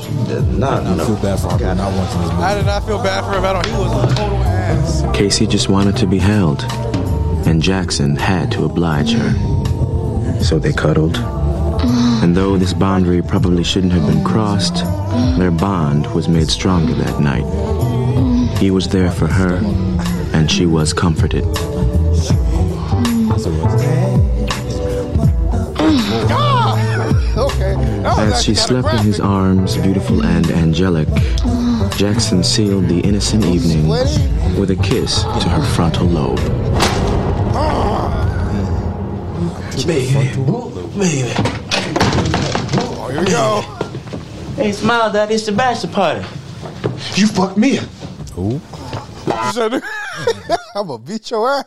She does not know. Feel bad for her. Not watching this movie. I did not feel bad for him at all. He was a total ass. Casey just wanted to be held, and Jackson had to oblige her. So they cuddled. And though this boundary probably shouldn't have been crossed, their bond was made stronger that night. He was there for her, and she was comforted. okay. That was As she actually kinda slept in graphic. his arms, beautiful and angelic, Jackson sealed the innocent evening with a kiss to her frontal lobe. Baby. Baby. Oh, here we go. Hey, smile, daddy. It's the bachelor party. You fucked me up. He said, I'm gonna beat your ass.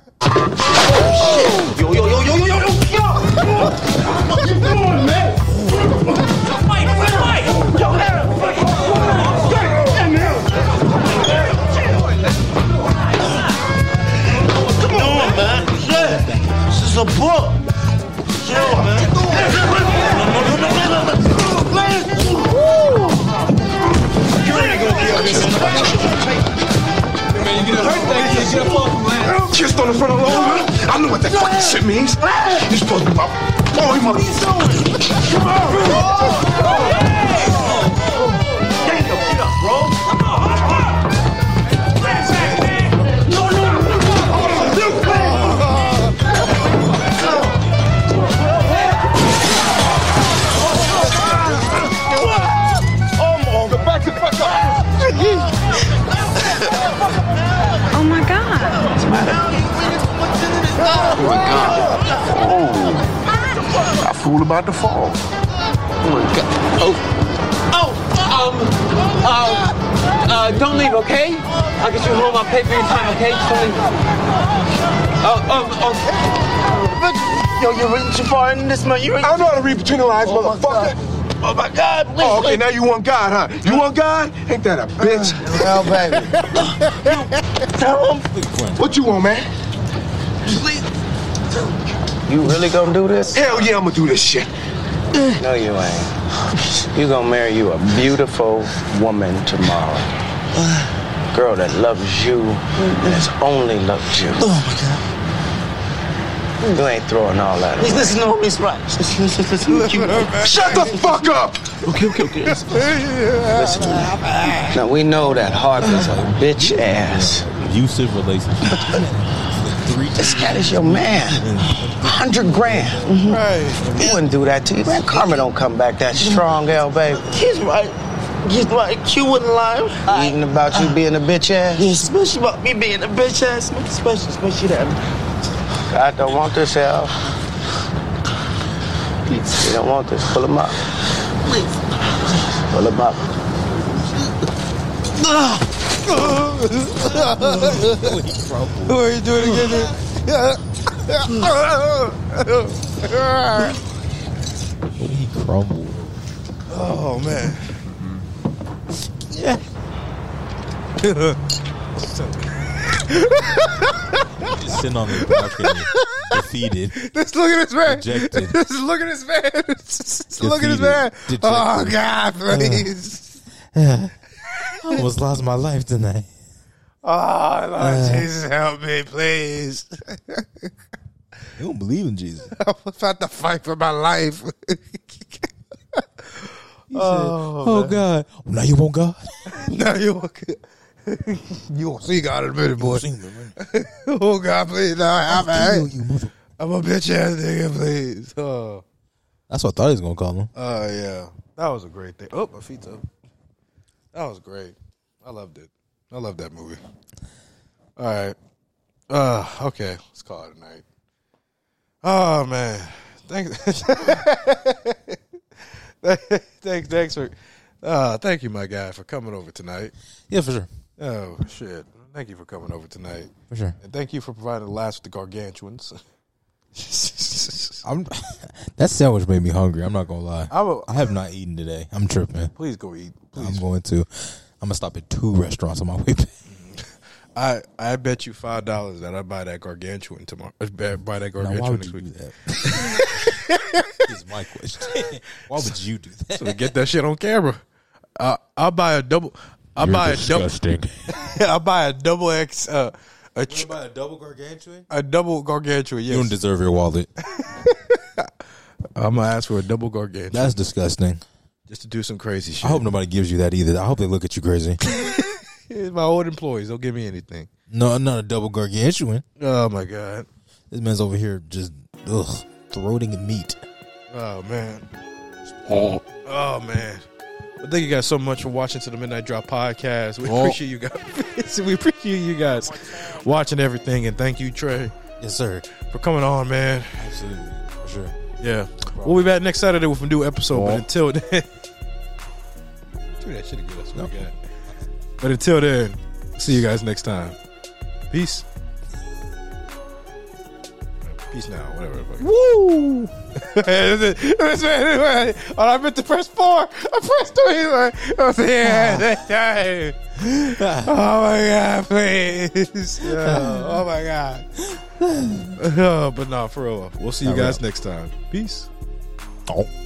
Yo, yo, yo, yo, yo, yo, yo. What you doing, man? Fight, fight, fight! Yo, Aaron, fight! Get in there! Come on, man. Shit. This is a book. Chill, man. Kissed on the front of the line. I know what that fucking shit means. You supposed to be my boy, mother. Come on. Oh my god. I fool about to fall. Oh, um, um, uh, don't leave, okay? I'll get you home. I'll pay for your time, okay? Just don't leave. Oh, um, oh. But, yo, you're reaching too far in this, man. You're I don't know how to read between the lines, motherfucker. Oh, my God. Please, Oh, okay, please. now you want God, huh? You want God? Ain't that a bitch? Well, baby. Tell him. What you want, man? You really gonna do this? Hell yeah, I'ma do this shit. No, you ain't. You gonna marry you a beautiful woman tomorrow. Girl that loves you and has only loved you. Oh You ain't throwing all that my away. god. Listen to Miss Rice. Listen, listen, listen, listen. Shut the fuck up! Okay, okay, okay. Listen to me. Now we know that Harvey's a bitch ass. Abusive relationship. This cat is your man. Hundred grand. Right. He wouldn't do that to you, man. Karma don't come back that strong, L, baby. He's right. He's right. You wouldn't lie. Eating about you being a bitch ass. Especially about me being a bitch ass. Especially, especially that. I don't want this, Al. You don't want this. Pull him up. Pull him up. Who are you doing again? dude? What did he crumble? oh man. Yeah. Just sitting on the balcony, defeated. Just look at his man. Rejected. Just look at his man. Just look at his Defeated. man. Oh Dejected. God, please. Uh, Almost lost my life tonight. Oh Lord Uh. Jesus, help me, please. You don't believe in Jesus. I'm about to fight for my life. Oh God! Now you want God? No, you won't. you won't see God in a minute, boy. oh God, please, no, I'm, Kill I, you, mother. I'm a bitch ass nigga, please. Oh, That's what I thought he was gonna call him. oh yeah, that was a great thing. Oh, my feet's up. That was great. I loved it. I loved that movie. All right. Uh, okay, let's call it a night. Oh man, thanks, thanks, thanks for, Uh, thank you, my guy, for coming over tonight. Yeah, for sure. Oh shit! Thank you for coming over tonight. For sure. And thank you for providing the last with the gargantuans. I'm, that sandwich made me hungry. I'm not gonna lie. I, will, I have not eaten today. I'm tripping. Please go eat. Please. I'm going to. I'm gonna stop at two restaurants on my way back. I I bet you five dollars that I buy that gargantuan tomorrow. Buy that gargantuan Now, why would next you week. do that? is my question. Why would you do that? So to get that shit on camera, uh, I'll buy a double. I You're buy a disgusting. double. I buy a double X. Uh, a tr- buy a double gargantuan? a double gargantuan. You don't Yes, deserve your wallet. I'm gonna ask for a double gargantuan That's disgusting. just to do some crazy shit. I hope nobody gives you that either. I hope they look at you crazy. Yeah, my old employees don't give me anything. No, not a double gargantuan. Oh my god. This man's over here just ugh, throating meat. Oh man. Oh, man. Well, thank you guys so much for watching to the Midnight Drop podcast. We Oh. appreciate you guys. we appreciate you guys watching everything, and thank you, Trey, Yes, sir. for coming on, man. Absolutely, for sure. Yeah, we'll be back next Saturday with a new episode. Oh. But until then, do that shit again. That's what I got. But until then, see you guys next time. Peace. Peace now. Whatever. the fuck. Woo! oh, I meant to press four. I pressed three. Like, oh, yeah, that time. Oh my god, please. Oh, oh my god. Oh, but no, for real. We'll see you Not real. guys next time. Peace. Oh.